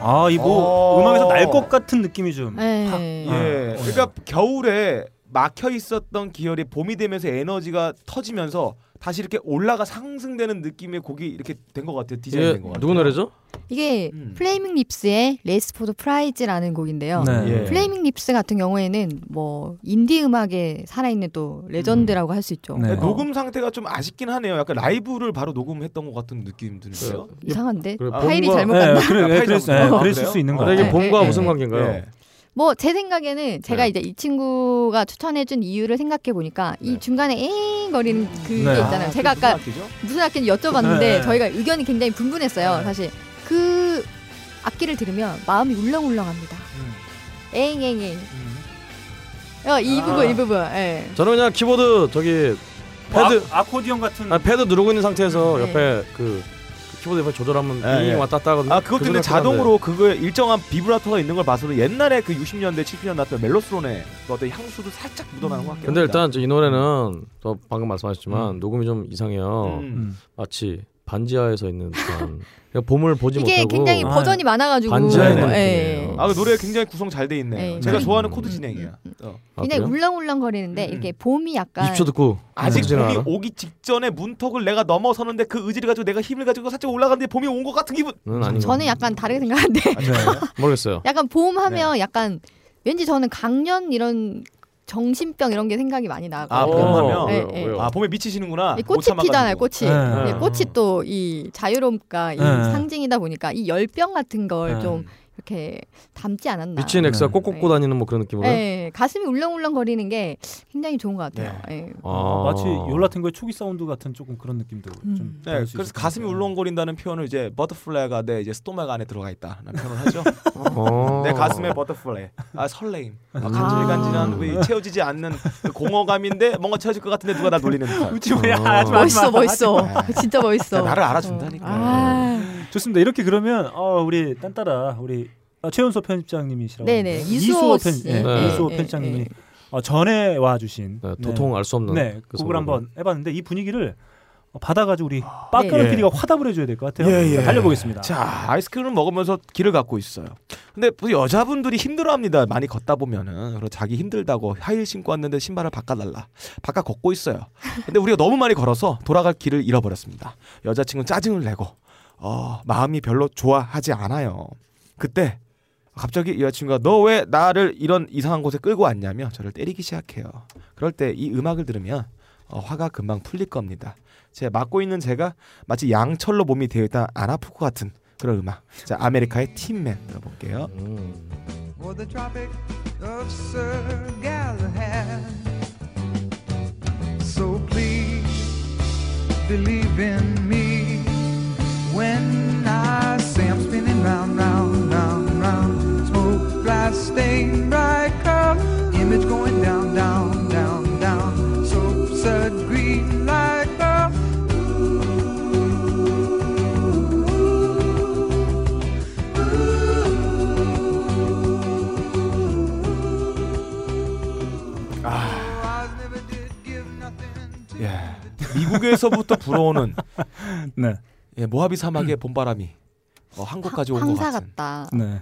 아, 이 뭐
어.
음악에서 날 것 같은 느낌이 좀.
네.
확,
예.
아,
그러니까 겨울에 막혀 있었던 기혈이 봄이 되면서 에너지가 터지면서 다시 이렇게 올라가 상승되는 느낌의 곡이 이렇게 된 것 같아요. 디자인
이게
된것 같아요.
예, 누구 노래죠?
이게 플레이밍 립스의 레이스 포드 프라이즈라는 곡인데요.
네. 예.
플레이밍 립스 같은 경우에는 뭐 인디 음악에 살아있는 또 레전드라고 할 수 있죠. 어.
근데 그러니까 녹음 네. 상태가 좀 아쉽긴 하네요. 약간 라이브를 바로 녹음했던 것 같은 느낌 드는데요.
이상한데
그래,
파일이
봄과-
잘못
네,
예,
갔나? 네.
그래, 예, 그랬- 예,
아,
그랬을
그래요?
수 있는 것
아, 근데 이게
같아요.
봄과
예,
무슨
예.
관계인가요?
예.
뭐 제 생각에는 제가 이제 이 친구가 추천해준 이유를 생각해 보니까 이 중간에 엥 거리는 그게
그러니까
네.
있잖아요.
아,
제가
그게 무슨
아까
악기죠?
무슨 악기인지 여쭤봤는데
네.
저희가 의견이 굉장히 분분했어요. 사실 그 악기를 들으면 마음이 울렁울렁합니다.
음,
엥엥엥. 어, 이
아.
부분 이 부분. 예.
저는 그냥 키보드 저기 패드
아, 아코디언 같은.
뭐, 아, 패드 누르고 있는 상태에서
네.
예.
옆에 그, 그 키보드 옆에 조절하면 빙
예.
왔다 갔다 하거든요.
아 그것도 근데 자동으로 그거 일정한 비브라토가 있는 걸 봐서는 옛날에 그 60년대 70년대 나왔던 멜로스론의 그 어떤 향수도 살짝 묻어나는 것 같긴
근데
합니다.
일단 저이 노래는 저 방금 말씀하셨지만 녹음이 좀 이상해요.
음.
마치 반지하에서 있는 듯한 그러니까 봄을 보지
이게
못하고
굉장히 버전이 많아가지고.
반지하에 있는
예.
느낌이에요.
아그 노래 굉장히 구성 잘 돼 있네.
예.
요 제가
음.
좋아하는 코드 진행이야.
음.
어.
아,
굉장히 울렁울렁
음.
거리는데 이렇게 봄이 약간
20초 듣고
아직
네.
봄이
알아?
오기 직전에 문턱을 내가 넘어서는데 그 의지를 가지고 내가 힘을 가지고 살짝 올라가는데 봄이 온 것 같은 기분.
는 음, 아니고
저는 약간 다르게 생각하는데
네.
네. 모르겠어요.
약간 봄
네.
하면 약간 왠지 저는 강년 이런 정신병 이런 게 생각이 많이 나고
어.
아 봄하면
예, 예.
아 봄에 미치시는구나.
이 네, 꽃이
못 참아가지고.
피잖아요, 꽃이.
예.
네.
네.
예, 꽃이 또 이 자유로움과 이
예.
상징이다 보니까 이 열병 같은 걸
예.
좀 이렇게 담지 않았나.
미친
네.
엑스가 꼭 꽂고
네.
다니는 뭐 그런 느낌으로.
예, 가슴이 울렁울렁 거리는 게 굉장히 좋은 것 같아요. 예.
아.
마치 요라텐거의 초기 사운드 같은 조금 그런 느낌도
음.
좀.
네, 그래서 가슴이
아.
울렁거린다는 표현을 이제 버터플라이가 내 이제 스토막 안에 들어가 있다라는 표현을 하죠.
어.
내 가슴에 버터플라이, 아 설레임, 아,
음.
간질간질한 왜 채워지지 않는 그 공허감인데 뭔가 채워질 것 같은데 누가 나 놀리는 듯한.
웃지 마야,
어. 네.
하지 마, 하지
멋있어,
마, 하지 마.
멋있어. 진짜 멋있어.
나를 알아준다니까.
아.
좋습니다. 이렇게 그러면 어, 우리 딴따라 우리 아, 최은서 편집장님이시라고.
네네,
하는데
이수호
편
씨.
예,
네.
이수호
네,
편집장님이
네.
어, 전에 와주신
네, 도통 알수 없는
네,
그
곡을
선곡을.
한번 해봤는데 이 분위기를 어, 받아가지고 우리 빠까는
네.
PD가 화답을 해줘야 될 것 같아요.
예,
자, 달려보겠습니다.
자, 아이스크림을 먹으면서 길을 갖고 있어요. 근데 보통 여자분들이 힘들어합니다. 많이 걷다 보면은 그리고 자기 힘들다고 하일 신고 왔는데 신발을 바꿔달라. 바꿔 걷고 있어요. 근데 우리가 너무 많이 걸어서 돌아갈 길을 잃어버렸습니다. 여자친구 짜증을 내고 어, 마음이 별로 좋아하지 않아요. 그때 갑자기 이 여자친구가 너 왜 나를 이런 이상한 곳에 끌고 왔냐며 저를 때리기 시작해요. 그럴 때 이 음악을 들으면 어, 화가 금방 풀릴 겁니다. 제 맡고 있는 제가 마치 양철로 몸이 되어 있다 안 아플 것 같은 그런 음악. 자 아메리카의 팀맨 들어볼게요.
or the Tropic of Sir Galahad. So please believe in me when I say I'm spinning round, round, round, round. Smoke, glass, stain, bright color, image going down, down, down, down. So sud green like a
예. 미국에서부터 불어오는
네.
예, 모하비 사막의 봄바람이 어, 한국까지 온 것
황사
같은.
같다.
네.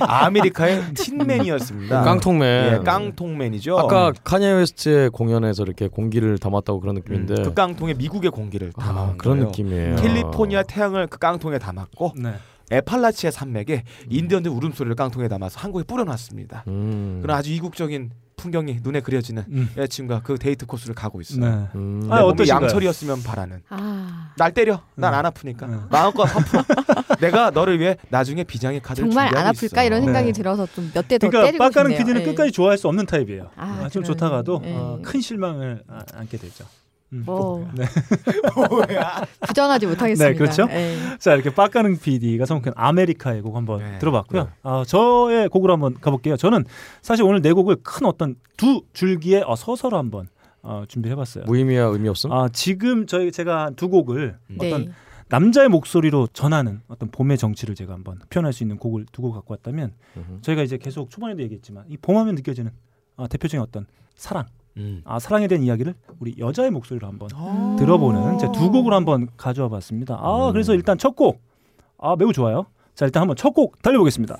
아메리카의 팀맨이었습니다.
네. 깡통맨.
예, 깡통맨이죠.
아까 카니에 웨스트의 공연에서 이렇게 공기를 담았다고 그런 느낌인데
그 깡통에 미국의 공기를 담아 온
그런
거예요.
느낌이에요.
캘리포니아 태양을 그 깡통에 담았고
네.
에팔라치아 산맥에 인디언들 울음소리를 깡통에 담아서 한국에 뿌려놨습니다.
음.
그런 아주 이국적인 풍경이 눈에 그려지는 여자친구가 그 데이트 코스를 가고 있어요.
음. 네.
음.
내
아,
몸이
어떠신가요? 네.
양철이었으면 바라는.
아.
날 때려. 난 안 아프니까. 마음껏 화풀어. 내가 너를 위해 나중에 비장의 카드를
정말 안
준비하고
아플까
있어.
이런 생각이 들어서 좀 몇 대 더
네. 그러니까
때리고
빠까는
싶네요.
PD는
예.
끝까지 좋아할 수 없는 타입이에요.
아,
아, 좀
그러네.
좋다가도
예.
어, 큰 실망을 아, 안게 되죠. 음.
뭐
네.
부정하지 못하겠습니다.
네, 그렇죠.
예.
자 이렇게 빡가는 PD가 선곡한 아메리카의 곡 한번 들어봤고요. 아, 저의 곡으로 한번 가볼게요. 저는 사실 오늘 네 곡을 큰 어떤 두 줄기의 어, 서서로 한번 어, 준비해봤어요.
무의미야 의미 없음?
아 지금 저희 제가 한두 곡을
네.
어떤 남자의 목소리로 전하는 어떤 봄의 정취를 제가 한번 표현할 수 있는 곡을 두 곡 갖고 왔다면 저희가 이제 계속 초반에도 얘기했지만 이 봄하면 느껴지는 아, 대표적인 어떤 사랑, 아, 사랑에 대한 이야기를 우리 여자의 목소리로 한번 들어보는 제 두 곡을 한번 가져와 봤습니다. 아 그래서 일단 첫 곡, 아 매우 좋아요. 자 일단 한번 첫 곡 달려보겠습니다.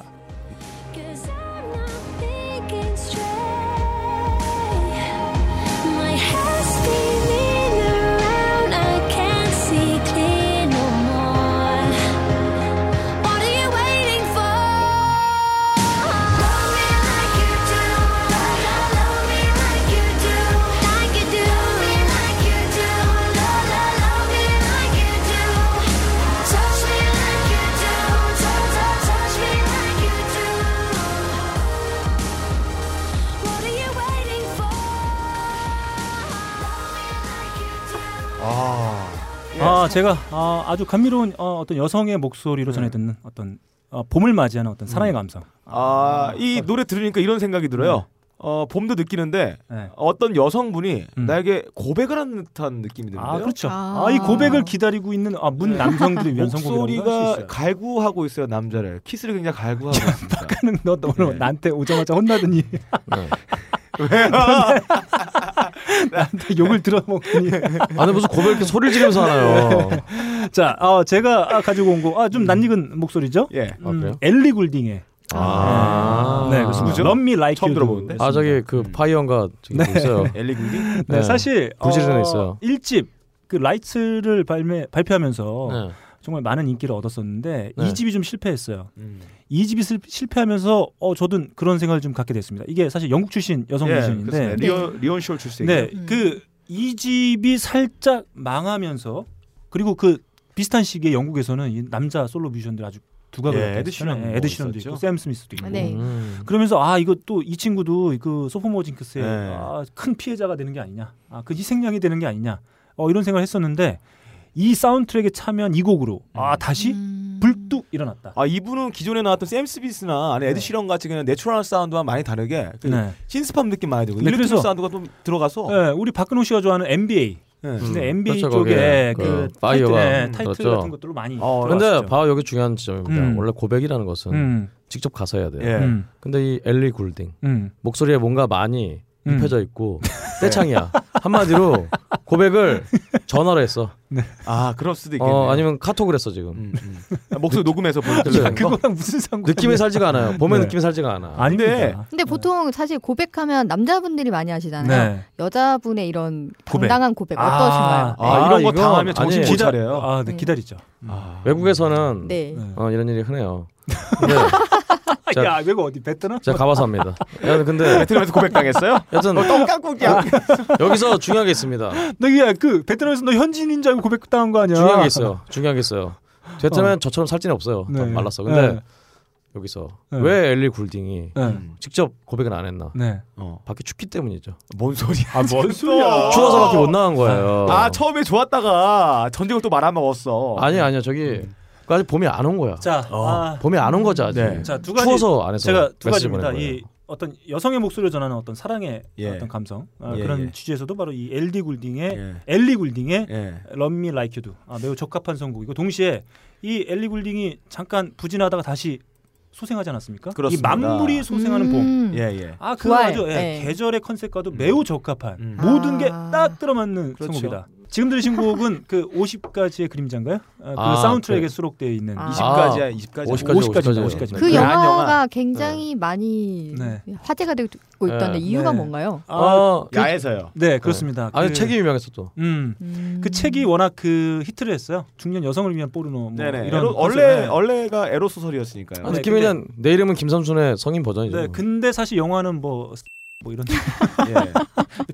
My head's spinning around. I can't see clear no more. What are you waiting for? Love me like you do. Love me like you do. Like you do. Love me like you do. Love me like you do. Touch me like you do. Touch me like you do. What are you waiting for?
아,
아 제가 아, 아주 감미로운 어, 떤 여성의 목소리로 전해 듣는 어떤 어, 봄을 맞이하는 어떤 사랑의 감성.
아, 이 노래 들으니까 이런 생각이
네.
들어요. 어, 봄도 느끼는데
예.
어떤 여성분이 나에게 고백을 하는 듯한 느낌이 드는데요.
음. 아 그렇죠. 아 이 고백을 기다리고 있는 아, 문 남성들의 연성곡이라고
목소리가 갈구하고 있어요 남자를 키스를 굉장히 갈구하고 있습니다.
하는 너 오늘 나한테 오자마자 혼나더니
왜요?
네. 나한테 욕을 들어먹더니
아니 무슨 고백 이렇게 소리를 지르면서 하나요?
자, 어, 제가 아, 가지고 온 거, 아, 좀 낯익은 목소리죠? 음,
예.
아, 그래요?
엘리 굴딩의.
아.
네, 그래서
누구죠?
Love Me Like
처음
You Do.
들어보는데? 아, 저기 그 파이언가 저기
음. 네.
있어요.
엘리 굴딩?
네, 사실
부지런에
어,
있어요.
1집 그 라이츠를 발매 발표하면서
네.
정말 많은 인기를 얻었었는데
네.
이 2집이 좀 실패했어요.
음.
이 2집이 실패하면서 어 저도 그런 생각을 좀 갖게 됐습니다. 이게 사실 영국 출신 여성
예,
뮤지션인데
그렇습니다. 리온 리온 쇼 출신.
네, 그 이 집이 살짝 망하면서 그리고 그 비슷한 시기에 영국에서는 이 남자 솔로 뮤지션들 아주 두각을
예,
나타냈잖아요.
에드시런
예, 에드시런도
있었죠.
있고 샘 스미스도 있고
네. 음.
그러면서 아 이거 또 이 친구도 그 소포모 징크스의
예.
아, 큰 피해자가 되는 게 아니냐, 아, 그 희생양이 되는 게 아니냐 어, 이런 생각을 했었는데 이 사운드트랙에 참여한 이 곡으로 아 다시
음.
불뚝 일어났다.
아 이분은 기존에 나왔던 샘 스미스나 아니 에드 시런 같이 그냥 내추럴 사운드와 많이 다르게 그
네.
신스팝 느낌 많이 들고
네,
일렉트릭
그래서-
사운드가 좀 들어가서 네.
예, 우리 박근호 씨가 좋아하는 NBA.
음,
근데 NBA
그렇죠,
쪽에
거기에
그,
그
타이틀,
파이어가
네, 타이틀
들었죠. 어,
같은 것들로 많이
근데 바로 여기 중요한 지점입니다.
음.
원래 고백이라는 것은
음.
직접 가서 해야 돼요.
예. 음.
근데 이 엘리 굴딩
음.
목소리에 뭔가 많이
음.
입혀져 있고 떼창이야. 한마디로 고백을 전화로 했어.
아 그럴 수도 있겠네.
어, 아니면 카톡을 했어 지금.
음.
아, 목소리 녹음해서 보내드려요.
야, 그거랑
아, 무슨 상관?
느낌이 살지가 않아요. 봄의
네.
느낌이 살지가 않아.
아닌데
근데 보통 사실 고백하면 남자분들이 많이 하시잖아요.
네.
여자분의 이런
고백.
당당한 고백 어떠신가요?
아, 이런 거 당하면 정신 못
기다-
차려요.
아, 네, 기다리죠.
외국에서는
네.
어, 이런 일이 흔해요. 자-
야, 외국 어디 베트남?
제가 가봐서 합니다. 여튼 근데
베트남에서 고백당했어요?
여튼
어, 똥깍꿍이야.
여기서 중요한 게 있습니다.
너야그 베트남에서 너 현지인인 줄 알고 고백당한 거 아니야?
중요한 게 있어요. 중요한 게 있어요. 베트남은
어.
저처럼 살찐이 없어요.
네.
다 말랐어. 근데
네.
여기서
네.
왜 엘리 굴딩이
네.
직접 고백은 안 했나?
네.
어. 밖에 춥기 때문이죠.
아, 뭔 소리야?
뭔 소리야?
추워서 밖에 못 나간 거예요.
아 처음에 좋았다가 전쟁을 또 말아먹었어.
아니 아니야 저기 그 아직 봄이 안 온 거야.
자,
어.
아.
봄이 안 온 거죠 아직.
자, 두 가지
추워서 안 해서
제가 두
메시지
가지입니다.
보낸 거예요.
이 어떤 여성의 목소리로 전하는 어떤 사랑의
예.
어떤 감성 아,
예,
그런
예.
취지에서도 바로 이 엘디 굴딩의 엘리 굴딩의
예.
Love Me Like You Do 아, 매우 적합한 선곡이고 동시에 이 엘리 굴딩이 잠깐 부진하다가 다시 소생하지 않았습니까?
그렇습니다.
이 만물이 소생하는
음.
봄.
예, 예.
아, 그거
부활,
아주 예,
예.
계절의 컨셉과도 매우 적합한 모든
아.
게 딱 들어맞는
음. 그렇죠.
선곡이다. 지금 들으신 곡은 그 50가지의 그림자인가요? 아, 그
아,
사운드트랙에
그-
수록되어 있는
아. 20 가지야, 20 가지.
50
50
가지,
가지,
50
50
가지.
가지.
그
네.
영화가
영화.
굉장히 많이
네.
화제가 되고 있던데
네.
이유가
네.
뭔가요?
아, 그-
야에서요.
네, 그렇습니다.
아니, 책이 유명했어, 또.
음. 그 책이 워낙 그 히트를 했어요. 중년 여성을 위한 포르노 뭐
네네.
이런
에로,
컨셉.
원래 원래가 에로 소설이었으니까요.
아, 느낌이 그냥 내 이름은 김삼순의 성인 버전이죠.
네, 근데 사실 영화는 뭐, 뭐 이런.
아, 네. 예.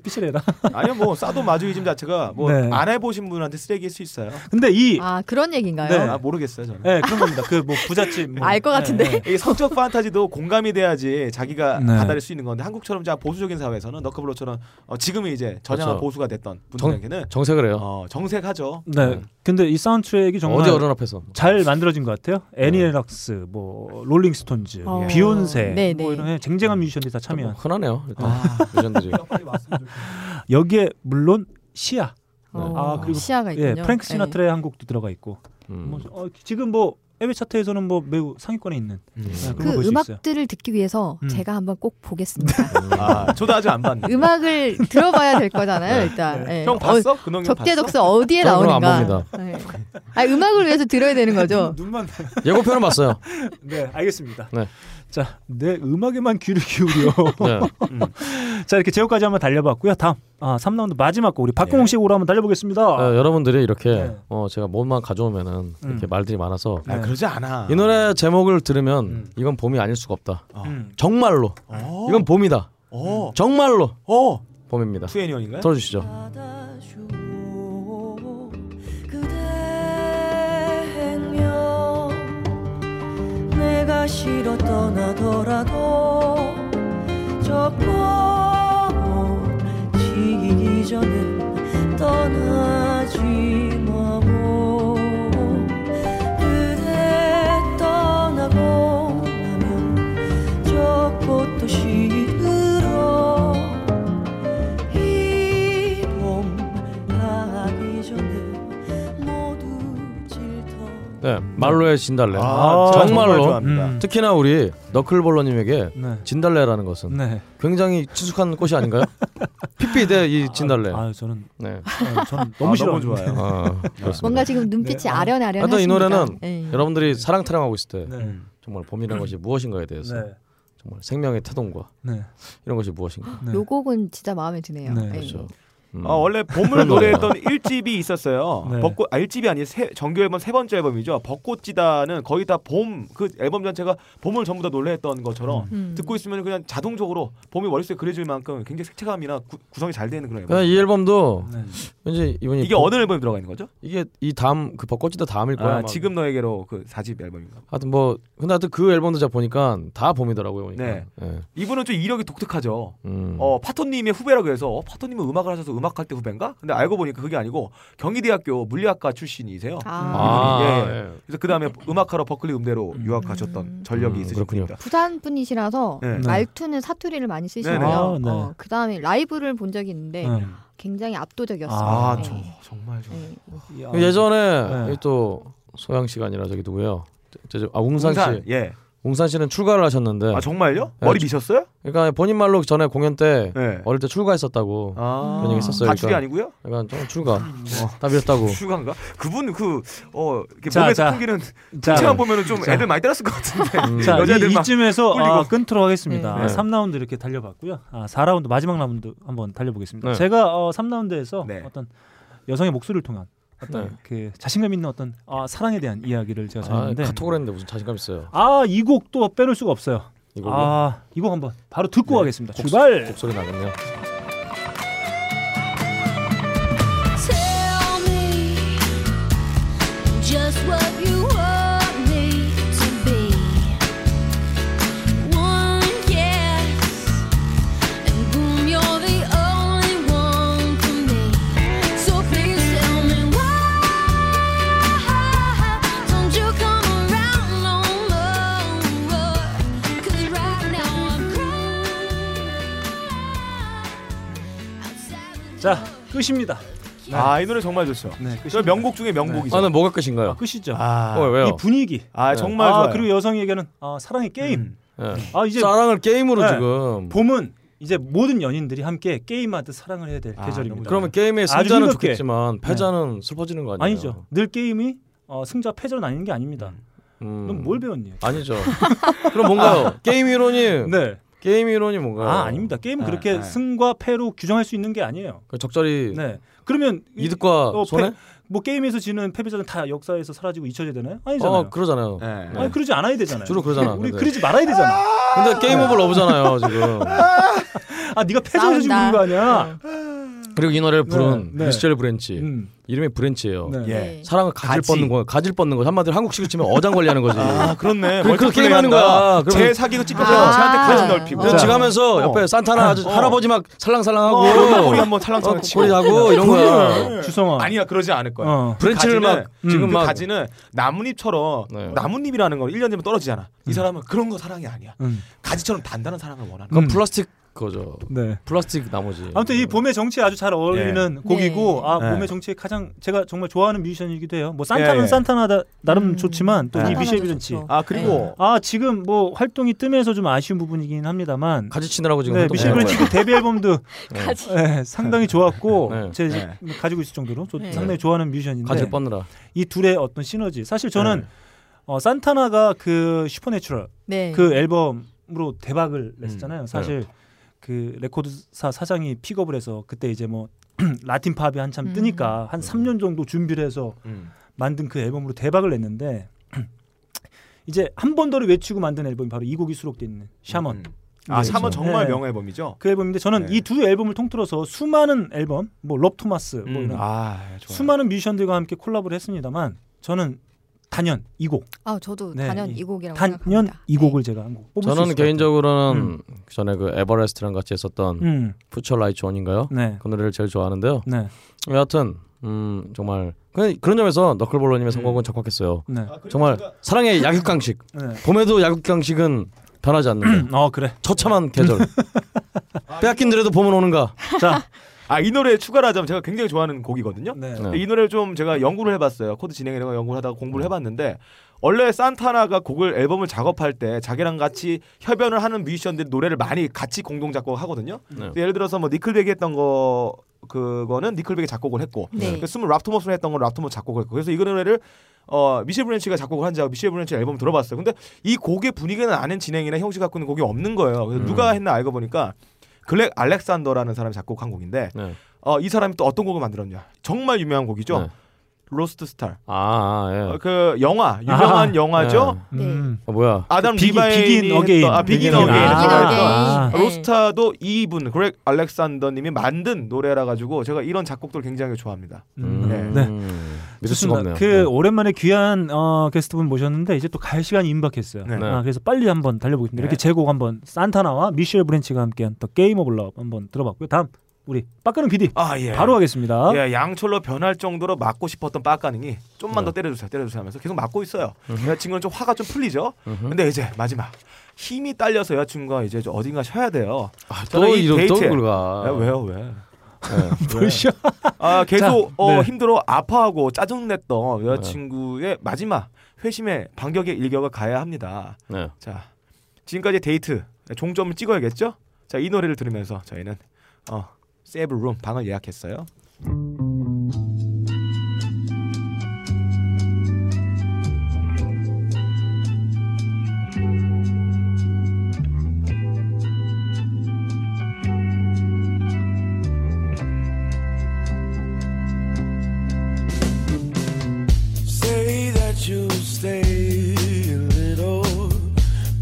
피실해라.
아니요 뭐 싸도 마주이즘 자체가 뭐
네.
안 해보신 분한테 쓰레기일 수 있어요.
근데 이
아 그런 얘기인가요?
네.
아, 모르겠어요 저는.
네, 그런 겁니다. 그 뭐 부잣집 뭐.
알 것 같은데.
이 성적 판타지도 공감이 돼야지 자기가
네.
다다를 수 있는 건데 한국처럼 자 보수적인 사회에서는 너클블로처럼 어, 지금은 이제 전향한
그렇죠.
보수가 됐던 분들에게는
정, 정색을 해요.
어, 정색하죠.
네. 근데 이 사운드트랙이 아, 정말
어디 네. 어른 앞에서.
잘 만들어진 것 같아요. 애니 락스, 뭐 롤링스톤즈,
어.
비욘세,
네,
뭐 이런 쟁쟁한 뮤지션들이 다 참여한.
뭐 흔하네요. 일단
아.
뮤지션들이.
여기에 물론 시아.
네.
어, 시아가
예,
있군요.
프랭크
네.
음.
시나트라의 한 곡도 들어가 있고. 뭐, 어, 지금 뭐 해외 차트에서는 뭐 매우 상위권에 있는
음.
네, 그런
그
걸볼수 있어요.
음악들을 듣기 위해서
음.
제가 한번 꼭 보겠습니다.
아, 저도 아직 안 봤는데.
음악을 들어봐야 될 거잖아요, 일단. 예.
네. 형 봤어? 그 근홍이 형
적재적소 어디에
저는 그럼 안
나오는가. 예. 아, 음악을 위해서 들어야 되는 거죠.
눈만
예고편은 봤어요.
네, 알겠습니다.
네.
자, 내 음악에만 귀를 기울여.
네.
음. 자, 이렇게 제목까지 한번 달려봤고요. 다음, 아, 3라운드 마지막 곡 우리
예.
박공식 씨로 한번 달려보겠습니다.
아.
어, 여러분들이 이렇게
네.
어, 제가 뭐만 가져오면은
음.
이렇게 말들이 많아서
아, 그러지 않아.
이 노래 제목을 들으면 이건 봄이 아닐 수가 없다.
음.
정말로 이건 봄이다.
어.
정말로
어.
봄입니다.
투애니언인가요?
들어주시죠.
생명 내가 싫어 떠나더라도 저 봄을 지기 전에 떠나지 마고 그대 떠나고 나면 저 꽃도 시들어 이봄 가기 전에 모두
네, 말로의 진달래.
아, 제가 정말
정말로
좋아합니다.
음. 특히나 우리 너클볼러님에게
네.
진달래라는 것은
네.
굉장히 친숙한 꽃이 아닌가요? 피피 네, 대이 진달래.
아, 저는
네.
아, 저는 너무 싫어하는데.
아, 그렇습니다.
뭔가 지금 눈빛이 아련아련.
하여튼 이 노래는
예.
여러분들이 사랑 타령하고 있을 때
네.
정말 봄이라는 것이 무엇인가에 대해서
네.
정말 생명의 태동과
네.
이런 것이 무엇인가.
요 곡은 진짜 마음에 드네요.
네,
예.
그렇죠. 음.
어, 원래 봄을
그런
노래했던
노래구나.
1집이 있었어요.
네.
벚꽃 아 1집이 아니에요. 세, 정규 앨범 세 번째 앨범이죠. 벚꽃지다는 거의 다 봄 그 앨범 전체가 봄을 전부 다 노래했던 것처럼
음.
듣고 있으면 그냥 자동적으로 봄이 머릿속에 그려질 만큼 굉장히 색채감이나 구, 구성이 잘 되는 그런
그냥
앨범.
아, 이 앨범도
네.
왠지 이번이
이게
봄-
어느 앨범에 들어가 있는 거죠?
이게 이 다음 그 벚꽃이다 다음일 거야.
아,
아마.
지금 너에게로 그 4집 앨범인가.
하여튼 뭐 근데 하여튼 그 앨범도 제가 보니까 다 봄이더라고요. 보니까.
네.
예.
이분은 좀 이력이 독특하죠.
음.
어 파토님의 후배라고 해서 어, 파토님은 음악을 하셔서 음악할 때 후배인가? 근데 알고 보니까 그게 아니고 경희대학교 물리학과 출신이세요.
아.
이분이.
아,
예, 예.
예.
그래서 그 다음에 음악하러 버클리 음대로 유학하셨던 전력이
음,
있으신
그렇군요. 음.
분입니다.
부산 분이시라서
네.
말투는 사투리를 많이
네,
쓰시고요.
네. 아,
네.
어, 그다음에 라이브를 본 적이 있는데
네.
굉장히 압도적이었어요.
아,
예.
저 정말 저.
어,
그 예전에
네.
여기 또 소양 씨가 아니라 저기 누구예요? 저, 저, 아 웅산 씨. 네.
웅산, 예.
웅산 씨는 출가를 하셨는데.
아 정말요? 머리
예,
미셨어요?
그러니까 본인 말로 전에 공연 때
예.
어릴 때 출가했었다고
아.
그런 얘기 있었어요.
가출이 아니고요?
약간 좀 출가. 어, 다 밀었다고.
출간가? 그분은 그어 이렇게
자,
몸에서
자.
풍기는
자.
체만 보면은 좀
자.
애들 많이 때렸을 것
음.
같은데
자,
여자들
이,
막
이쯤에서
꿀리고.
아, 끊도록 하겠습니다.
네.
3라운드 이렇게 달려봤고요. 아, 4라운드 마지막 라운드 한번 달려보겠습니다.
네.
제가 어, 3라운드에서 어떤 여성의 목소리를 통한
네.
어떤 그 자신감 있는 어떤 아, 사랑에 대한 이야기를 제가
아,
전했는데
카톡을 했는데 무슨 자신감 있어요.
아, 이 곡도 빼놓을 수가 없어요. 네.
이 곡이요?
아, 이 곡 한번 바로 듣고 가겠습니다. 출발.
목소리 나겠네요.
Tell me just what you want me to be. One kiss, and boom, you're the only one for me. So please tell me why don't you come around no more? 'Cause right now I'm
자, 끝입니다. 네.
아 이 노래 정말 좋죠. 저 명곡 중에 명곡이죠.
아, 근 뭐가 끝인가요?
끝이죠.
아.
어, 왜요?
이 분위기.
아, 정말
아,
좋아요. 네. 음.
그리고 여성에게는 아, 사랑의 게임.
예.
아, 이제
사랑을 게임으로
네.
지금.
봄은 이제 모든 연인들이 함께 게임하듯 사랑을 해야 될 계절입니다.
그러면 게임의
네. 아주
승자는
흥겹게. 네.
좋겠지만 패자는 슬퍼지는 거 아니에요?
아니죠. 늘 게임이 어, 승자 패전 아닌 게 아닙니다.
음.
그럼 뭘 배웠니?
아니죠. 그럼 뭔가요? 게임 이론이
네.
게임 이론이 뭔가요?
아 아닙니다. 게임은
아,
그렇게
아.
승과 패로 규정할 수 있는 게 아니에요.
그 적절히
네. 그러면 이-
이득과
어, 패-
손해?
뭐 게임에서 지는 패배자는 다 역사에서 사라지고 잊혀져야 되나요? 아니잖아요.
어, 그러잖아요. 네.
아니 그러지 않아야 되잖아요.
주로 그러잖아,
우리
근데.
그러지 말아야 되잖아.
근데 게임 오브 러브잖아요,
네.
지금.
아 네가 패전해서 지금 그런 거 아니야?
어.
그리고 이 노래를 부른
네, 네.
미스첼 브랜치.
음.
이름이 브랜치예요.
네. 예.
사랑을 가질
가지.
뻗는 거, 가질 뻗는 거. 한마디로 한국식으로 치면 어장 관리하는 거지.
아 그렇네.
그, 그
멀티플레이
게임 하는 거야.
한다. 제 사기고 찝혀서
아.
쟤한테 가지 넓히고.
그래서 지가면서
어.
옆에 산타나 아주 할아버지 막 살랑살랑하고
어, 여기다 꼬리 한번
어,
찰랑찰랑 치고.
꼬리 하고
음.
이런 거야.
네. 주성아.
아니야 그러지 않을 거야.
어.
그
브랜치를
가지는,
막, 지금
그
막-
가지는 나뭇잎처럼 음.
음.
나뭇잎이라는 건 1년 되면 떨어지잖아. 이 사람은 그런 거 사랑이 아니야. 가지처럼 단단한 사랑을 원하는
그건
거야.
플라스틱 그거죠.
네.
플라스틱 나머지.
아무튼 이 봄의 정치에 아주 잘 어울리는
네. 네.
곡이고 아
네.
봄의 정치에 가장 제가 정말 좋아하는 뮤지션이기도 해요. 뭐 산타는
예, 예.
산타나 다- 나름 좋지만 또 이
산타나도
미셸 비전치
좋죠. 아, 그리고-
아 지금 뭐 활동이 뜸해서 좀 아쉬운 부분이긴 합니다만
가지 치느라고 지금
네,
활동
미셸
중인
비전치
거예요.
데뷔 앨범도
네.
예, 상당히 좋았고 제
네.
가지고 있을 정도로 저
네.
상당히 좋아하는 뮤지션인데
가지를 네. 뻗느라.
이 둘의 어떤 시너지 사실 저는 어, 산타나가 그 슈퍼내추럴
네.
그 앨범으로 대박을 냈었잖아요.
음.
사실
네.
그 레코드사 사장이 픽업을 해서 그때 이제 뭐 라틴 팝이 한참
음.
뜨니까 한 3년 정도 준비를 해서
음.
만든 그 앨범으로 대박을 냈는데 이제 한 번 더를 외치고 만든 앨범이 바로 이 곡이 수록돼 있는 샤먼.
음,
아,
네,
샤먼
그렇죠.
정말
네.
명앨범이죠.
그 앨범인데 저는
네.
이 두 앨범을 통틀어서 수많은 앨범, 뭐 럽 토마스, 뭐
음.
이런
아, 좋아요.
수많은 뮤지션들과 함께 콜라보를 했습니다만 저는 단연 이 곡.
아 저도
네,
단연 이 곡이라고 네.
단연 이 곡을 제가 한곡 뽑을 수
저는
있을 것 같아요.
개인적으로는 전에 그 에버레스트랑 같이 했었던
음.
퓨처 라이츠 원인가요?
네.
그 노래를 제일 좋아하는데요.
네.
여하튼 음, 정말 그- 그런 점에서
음.
너클볼러님의 선곡은 적확했어요.
네. 아, 그리고
정말 사랑의 약육강식.
네.
봄에도 약육강식은 변하지 않는다.
어 그래.
처참한 계절. 빼앗긴 노래도 봄은 오는가.
자,
아, 이 노래 추가를 하자면 제가 굉장히 좋아하는 곡이거든요.
네.
근데 이 노래를 좀 제가 연구를 해봤어요. 코드 진행이라고 연구를 하다가 공부를 해봤는데 원래 산타나가 곡을 앨범을 작업할 때 자기랑 같이 협연을 하는 뮤지션들이 노래를 많이 같이 공동 작곡하거든요. 그래서 예를 들어서 뭐 니클백이 했던 거 그거는 니클백이 작곡을 했고
네.
그 숨을 랍토머스를 했던 건 랍토머스 작곡을 했고 그래서 이 노래를 어, 미셸 브랜치가 작곡을 한지 미셸 브랜치 앨범 들어봤어요. 근데 이 곡의 분위기는 아는 진행이나 형식 갖고 있는 곡이 없는 거예요.
음.
그래서 누가 했나 알고 보니까 글렉 알렉산더라는 사람이 작곡한 곡인데
네.
어, 이 사람이 또 어떤 곡을 만들었냐? 정말 유명한 곡이죠. 로스트 스타.
아, 아, 예.
어, 그 영화 유명한
아,
영화죠.
네. 음. 아, 뭐야?
아담
비기-
리바인이
비긴
했던-
어게인.
아, 비긴
비긴
어게인.
어게인.
아,
아.
로스타도 이분 그렉 알렉산더님이 만든 노래라 가지고 제가 이런 작곡들 굉장히 좋아합니다.
네.
음. 믿을 수가
좋습니다.
없네요.
그 오랜만에 귀한 어, 게스트분 모셨는데 이제 또 갈 시간이 임박했어요.
네.
아, 그래서 빨리 한번 달려보겠습니다.
네.
이렇게 제곡 한번 산타나와 미셸 브랜치가 함께한 더 게임 오브 러브 한번 들어봤고요. 다음 우리 빡가는 PD
아, 예.
바로 하겠습니다.
예, 양철로 변할 정도로 맞고 싶었던 빡가능이 좀만
네.
더 때려주세요, 때려주세요 하면서 계속 맞고 있어요. 여자친구는 좀 화가 좀 풀리죠. 근데 이제 마지막 힘이 딸려서 여자친구가 이제 좀 어딘가 쉬어야 돼요. 저는
아, 또
이
이런 또
데이트에-
그걸
아.
가.
야, 왜요, 왜?
뭘 쉬어?
아 계속
자,
어,
네.
힘들어 아파하고 짜증냈던 여자친구의 마지막 회심의 반격의 일격을 가야 합니다.
네.
자 지금까지 데이트 종점을 찍어야겠죠? 자 이 노래를 들으면서 저희는 어 세이브 룸 방을 예약했어요.
Say that you'll stay a little.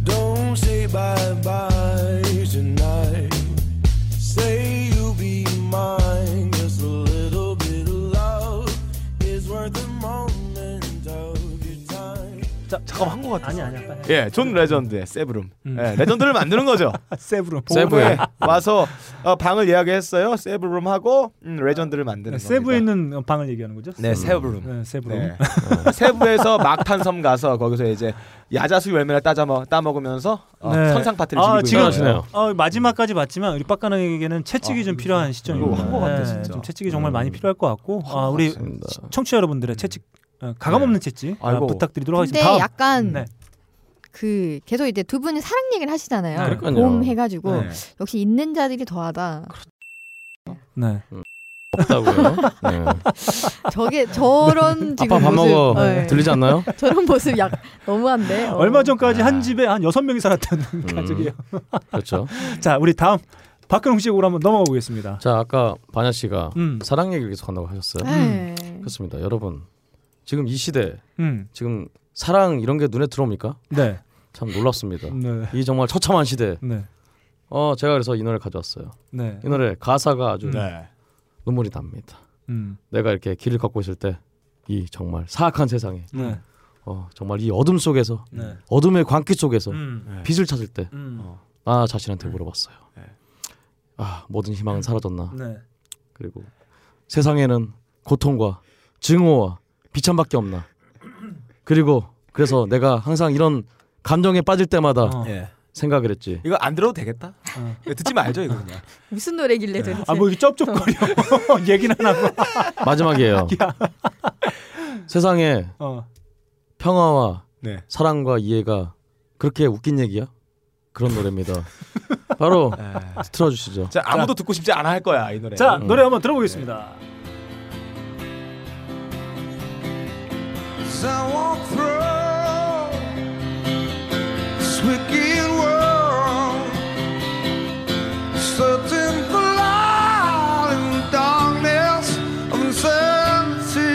Don't say bye bye tonight. Say you'll be mine. Just a little bit of love is worth the moment of your time.
자, 잠깐만 한것 같아. 아니 아니야. 빨리.
예, 존 레전드의 세브룸. 예, 레전드를 만드는 거죠.
세브룸.
에
세브에.
와서 어, 방을 예약했어요. 세브룸 하고 음, 레전드를
네,
만드는
세부에 있는 방을 얘기하는 거죠?
네, 세브룸.
네, 세브룸.
네. 세부에서 막탄섬 가서 거기서 이제 야자수 열매를 따자 먹, 따 먹으면서 어,
네.
선상 파티를
아,
즐기고
지금
있어요. 예.
어, 마지막까지 봤지만 우리 빡가능에게는 채찍이 좀 필요한 시점입니다. 네,
한것 같아, 진짜.
좀 채찍이 정말 많이 필요할 것 같고 아, 우리 시- 청취자 여러분들의 채찍 어, 가감없는 채찍 아,
아이고.
부탁드리도록
근데
하겠습니다. 다음.
약간
네.
그 계속 이제 두 분이 사랑 얘기를
네,
하시잖아요.
그러니까요.
봄 해가지고
네.
역시 있는 자들이 더하다.
네.
없다고요? 네.
저게 저런 지금
아빠 밥
모습
먹어.
네.
들리지 않나요?
저런 모습 약 너무한데. 어.
얼마 전까지 한 집에 한 여섯 명이 살았던 가족이에요.
그렇죠.
자, 우리 다음 박근홍 씨 곡으로 한번 넘어가 보겠습니다.
자 아까 반야 씨가
음.
사랑 얘기를 계속 한다고 하셨어요.
네.
그렇습니다. 여러분 지금 이 시대
음.
지금 사랑 이런 게 눈에 들어옵니까?
네.
참 놀랍습니다.
네.
이 정말 처참한 시대.
네.
어 제가 그래서 이 노래 를 가져왔어요.
네.
이 노래 가사가 아주
네.
눈물이 납니다.
음.
내가 이렇게 길을 걷고 있을 때 이 정말 사악한 세상에
네.
어, 정말 이 어둠 속에서
네.
어둠의 광기 속에서
음. 네.
빛을 찾을 때 나
음.
자신한테 물어봤어요. 아 모든 희망은 사라졌나?
네.
그리고 세상에는 고통과 증오와 비참밖에 없나? 그리고 그래서 내가 항상 이런 감정에 빠질 때마다
어. 예.
생각을 했지.
이거 안 들어도 되겠다. 듣지 말죠 이거 그냥.
무슨 노래길래 도대체?
아뭐 쩝쩝거려 얘기는 안 하고
마지막이에요. 세상에
어.
평화와
네.
사랑과 이해가 그렇게 웃긴 얘기야? 그런 노래입니다. 바로 틀어주시죠.
네. 자 아무도 듣고 싶지 않아 할 거야 이 노래.
자 노래 한번 들어보겠습니다.
As I walk through this wicked world, certain for light in the darkness of uncertainty.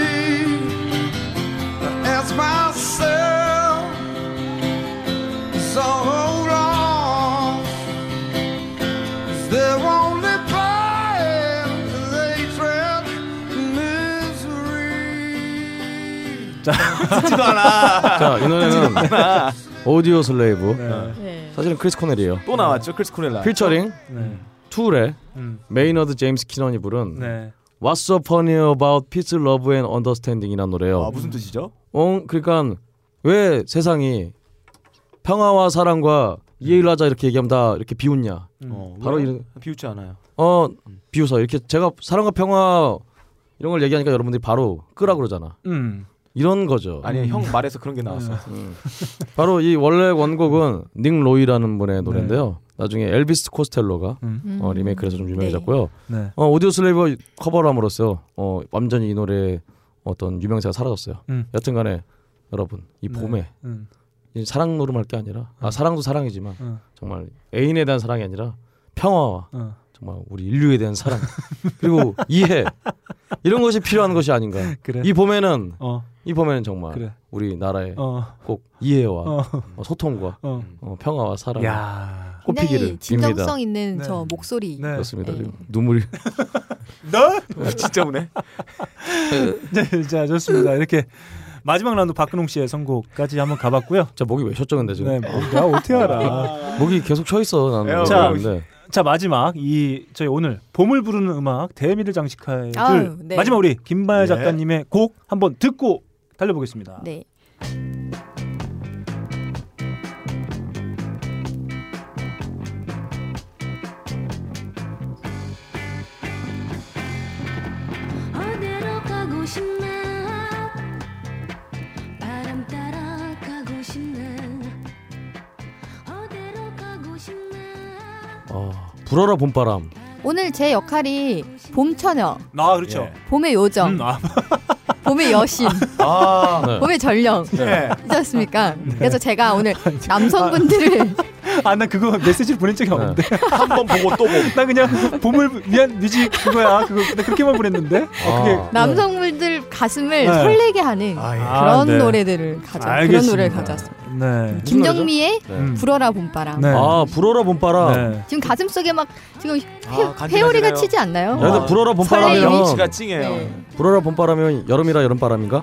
I ask myself, so hold on. Is there only pain, hatred, and misery?
자,
듣지도 않아.
자, 이 노래는
듣지도 않아.
오디오 슬레이브.
어.
네.
사실은 크리스 코넬이에요.
또 나왔죠 크리스 코넬라.
피처링
네.
투울의
음.
메이너드 제임스 키넌이 부른
네.
What's so funny about peace, love and understanding이란 노래요.
아, 무슨 뜻이죠?
어, 그러니까 왜 세상이 평화와 사랑과 이해를 하자 이렇게 얘기하면 다 이렇게 비웃냐?
음.
어,
바로
왜?
이런
비웃지 않아요.
어 비웃어 이렇게 제가 사랑과 평화 이런 걸 얘기하니까 여러분들이 바로 끄라 그러잖아.
음.
이런 거죠.
아니 형 말에서 그런 게 나왔어.
바로 이 원래 원곡은 닉 로이라는 분의 노래인데요.
네.
나중에 엘비스 코스텔로가
음.
어, 리메이크해서 좀 유명해졌고요.
네.
어, 오디오 슬레이브 커버를 함으로써 어, 완전히 이 노래의 어떤 유명세가 사라졌어요.
음.
여튼간에 여러분 이 봄에
음.
이 사랑 노름할 게 아니라 아 사랑도 사랑이지만
음.
정말 애인에 대한 사랑이 아니라 평화와
음.
정말 우리 인류에 대한 사랑 그리고 이해 이런 것이 필요한 것이 아닌가.
그래.
이 봄에는
어.
이 봄에는 정말
그래.
우리 나라에
어.
꼭 이해와
어.
어, 소통과
어.
어, 평화와 사랑
야.
꽃피기를
굉장히 진정성
빕니다.
있는
네.
저 목소리.
그렇습니다.
네.
그리고 눈물이
너?
진짜 우네.
네, 자 좋습니다. 이렇게 마지막 라운드 박근홍 씨의 선곡까지 한번 가봤고요.
자 목이 왜 쉬었죠 근데 지금?
네, 목이- 야 어떻게 알아?
목이 계속 쉬어 있어 나는.
자,
모르겠는데.
자 마지막 이 저희 오늘 봄을 부르는 음악 대미를 장식할
아유, 네.
마지막 우리 김바야
네.
작가님의 곡 한번 듣고 달려보겠습니다.
네.
어디로 가고 싶나 바람 따라 가고 싶나 어디로 가고 싶나
아, 불어라 봄바람.
오늘 제 역할이 봄처녀,
아 그렇죠.
봄의 요정,
음, 아.
봄의 여신,
아,
봄의 전령.
네.
그렇지 않습니까? 그래서 제가 오늘 남성분들을
아나 그거 메시지를 보낸 적이 없는데
한 번 보고 또 봄.
나 그냥 봄을 위한 뮤직 그거야 그거 나 그렇게만 보냈는데 어, 그게
아.
남성분들 가슴을
네.
설레게 하는 그런
아, 네.
노래들을 가져 그런
알겠습니다.
노래를 가져왔습니다. 음.
네.
김정미의
네.
불어라 봄바람.
네.
아 불어라 봄바람.
지금 가슴 속에 막 지금
아,
간지나시네요.
회, 오리가 치지 않나요?
야, 근데 불어라
네.
봄바람이면
위치가 아, 찡해요.
불어라 봄바람이면 여름이라 여름바람인가?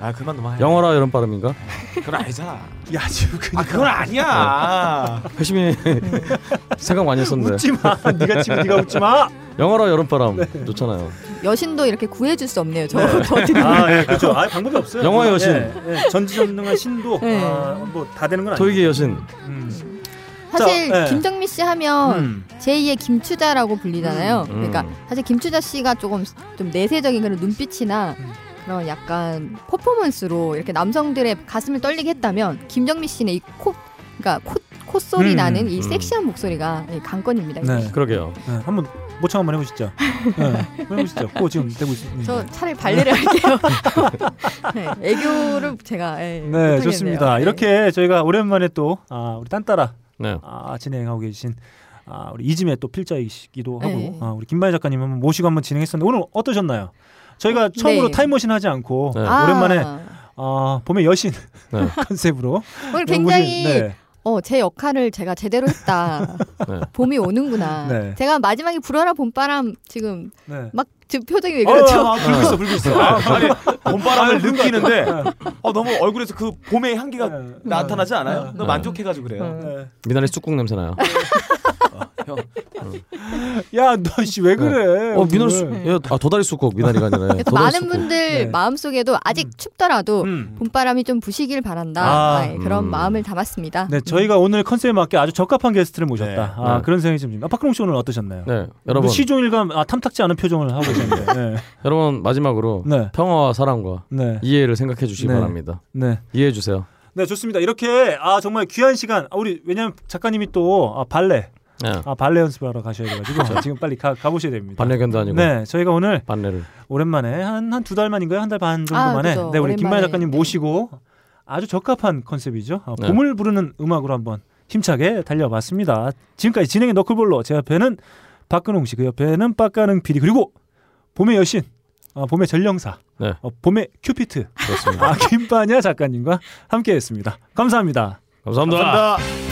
아 그만
네.
넘어.
영어라 여름바람인가?
그건 아니잖아.
야 지금 어.
아 그건 아니야.
회심이 생각 많이 했었는데.
웃지 마. 네가 지금 네가 웃지 마.
영어라 여름바람
네.
좋잖아요.
여신도 이렇게 구해줄 수 없네요. 저, 저 들으면.
아, 예, 그렇죠. 아, 방법이 없어요.
영화의 여신.
예, 예. 전지전능한 신도
네.
아, 뭐다 되는 건 아니에요.
토익의 여신.
음.
사실
자, 예.
김정미 씨 하면
음.
제2의 김추자라고 불리잖아요.
음.
그러니까
음.
사실 김추자 씨가 조금 좀 내세적인 그런 눈빛이나 그런 약간 퍼포먼스로 이렇게 남성들의 가슴을 떨리게 했다면 김정미 씨는 이 코, 그러니까 콧 콧소리
음.
나는 이
음.
섹시한 목소리가 예, 강건입니다.
네.
그러게요.
네, 한번 모창 한번 해보시죠. 네, 한번 해보시죠. 코 지금 되고 있습니다.
저 차라리 발레를 할게요. 네, 애교를 제가 예,
네,
못하겠네요.
좋습니다.
네.
이렇게 저희가 오랜만에 또 아, 우리 딴따라
네.
아, 진행하고 계신 아, 우리 이즘의 또 필자이시기도 하고
네.
아, 우리 김만희 작가님 한번 모시고 한번 진행했었는데 오늘 어떠셨나요? 저희가 처음으로
네.
타임머신 하지 않고
네.
아.
오랜만에 어, 봄의 여신
네.
컨셉으로
오늘
여러분이-
굉장히
네.
어, 제 역할을 제가 제대로 했다.
네.
봄이 오는구나.
네.
제가 마지막에 불어라 봄바람 지금
네.
막 지금 표정이 왜 그렇죠?
아, 아, 불고 있어, 불고 있어.
아, 아니 봄바람을
아,
느끼는데
네.
어, 너무 얼굴에서 그 봄의
아,
향기가 나타나지 않아요? 너무 만족해가지고 그래요.
네.
미나리 쑥국 냄새 나요.
야, 너 씨 왜 그래?
어 미나리 쑥.
오늘.
야, 아 도다리 쑥국 미나리가 아니라.
그래서 많은
네.
분들 마음속에도 아직 춥더라도
음.
봄바람이 좀 부시길 바란다
음. 아,
네, 그런
음.
마음을 담았습니다.
네, 저희가 오늘 컨셉에 맞게 아주 적합한 게스트를 모셨다. 아,
네.
그런 생각이 좀 듭니다. 아, 박근홍 씨 오늘 어떠셨나요?
네, 여러분.
시종일관 아, 탐탁지 않은 표정을 하고 계시는데. 네.
여러분 마지막으로 평화와 사랑과
네.
이해를 생각해 주시기
네.
바랍니다.
네.
이해해 주세요.
네, 좋습니다. 이렇게 아 정말 귀한 시간. 아, 우리 왜냐면 작가님이 또 아, 발레
네.
아, 발레 연습하러 가셔야 돼가지고
그렇죠.
지금 빨리 가, 가보셔야 됩니다.
반려견도 아니고.
네, 저희가 오늘
반려를.
오랜만에 한 한 두 달 만인가요? 한 달 반 정도
아,
만에
그죠.
네 우리 김만
오랜만에.
작가님 모시고 아주 적합한 컨셉이죠. 아,
네.
봄을 부르는 음악으로 한번 힘차게 달려봤습니다. 지금까지 진행의 너클볼로 제 옆에는 박근홍 씨, 그 옆에는 빡가능 PD 그리고 봄의 여신, 아, 봄의 전령사,
네.
어, 봄의 큐피트
그렇습니다.
아, 김빠냐 작가님과 함께했습니다. 감사합니다.
감사합니다.
감사합니다.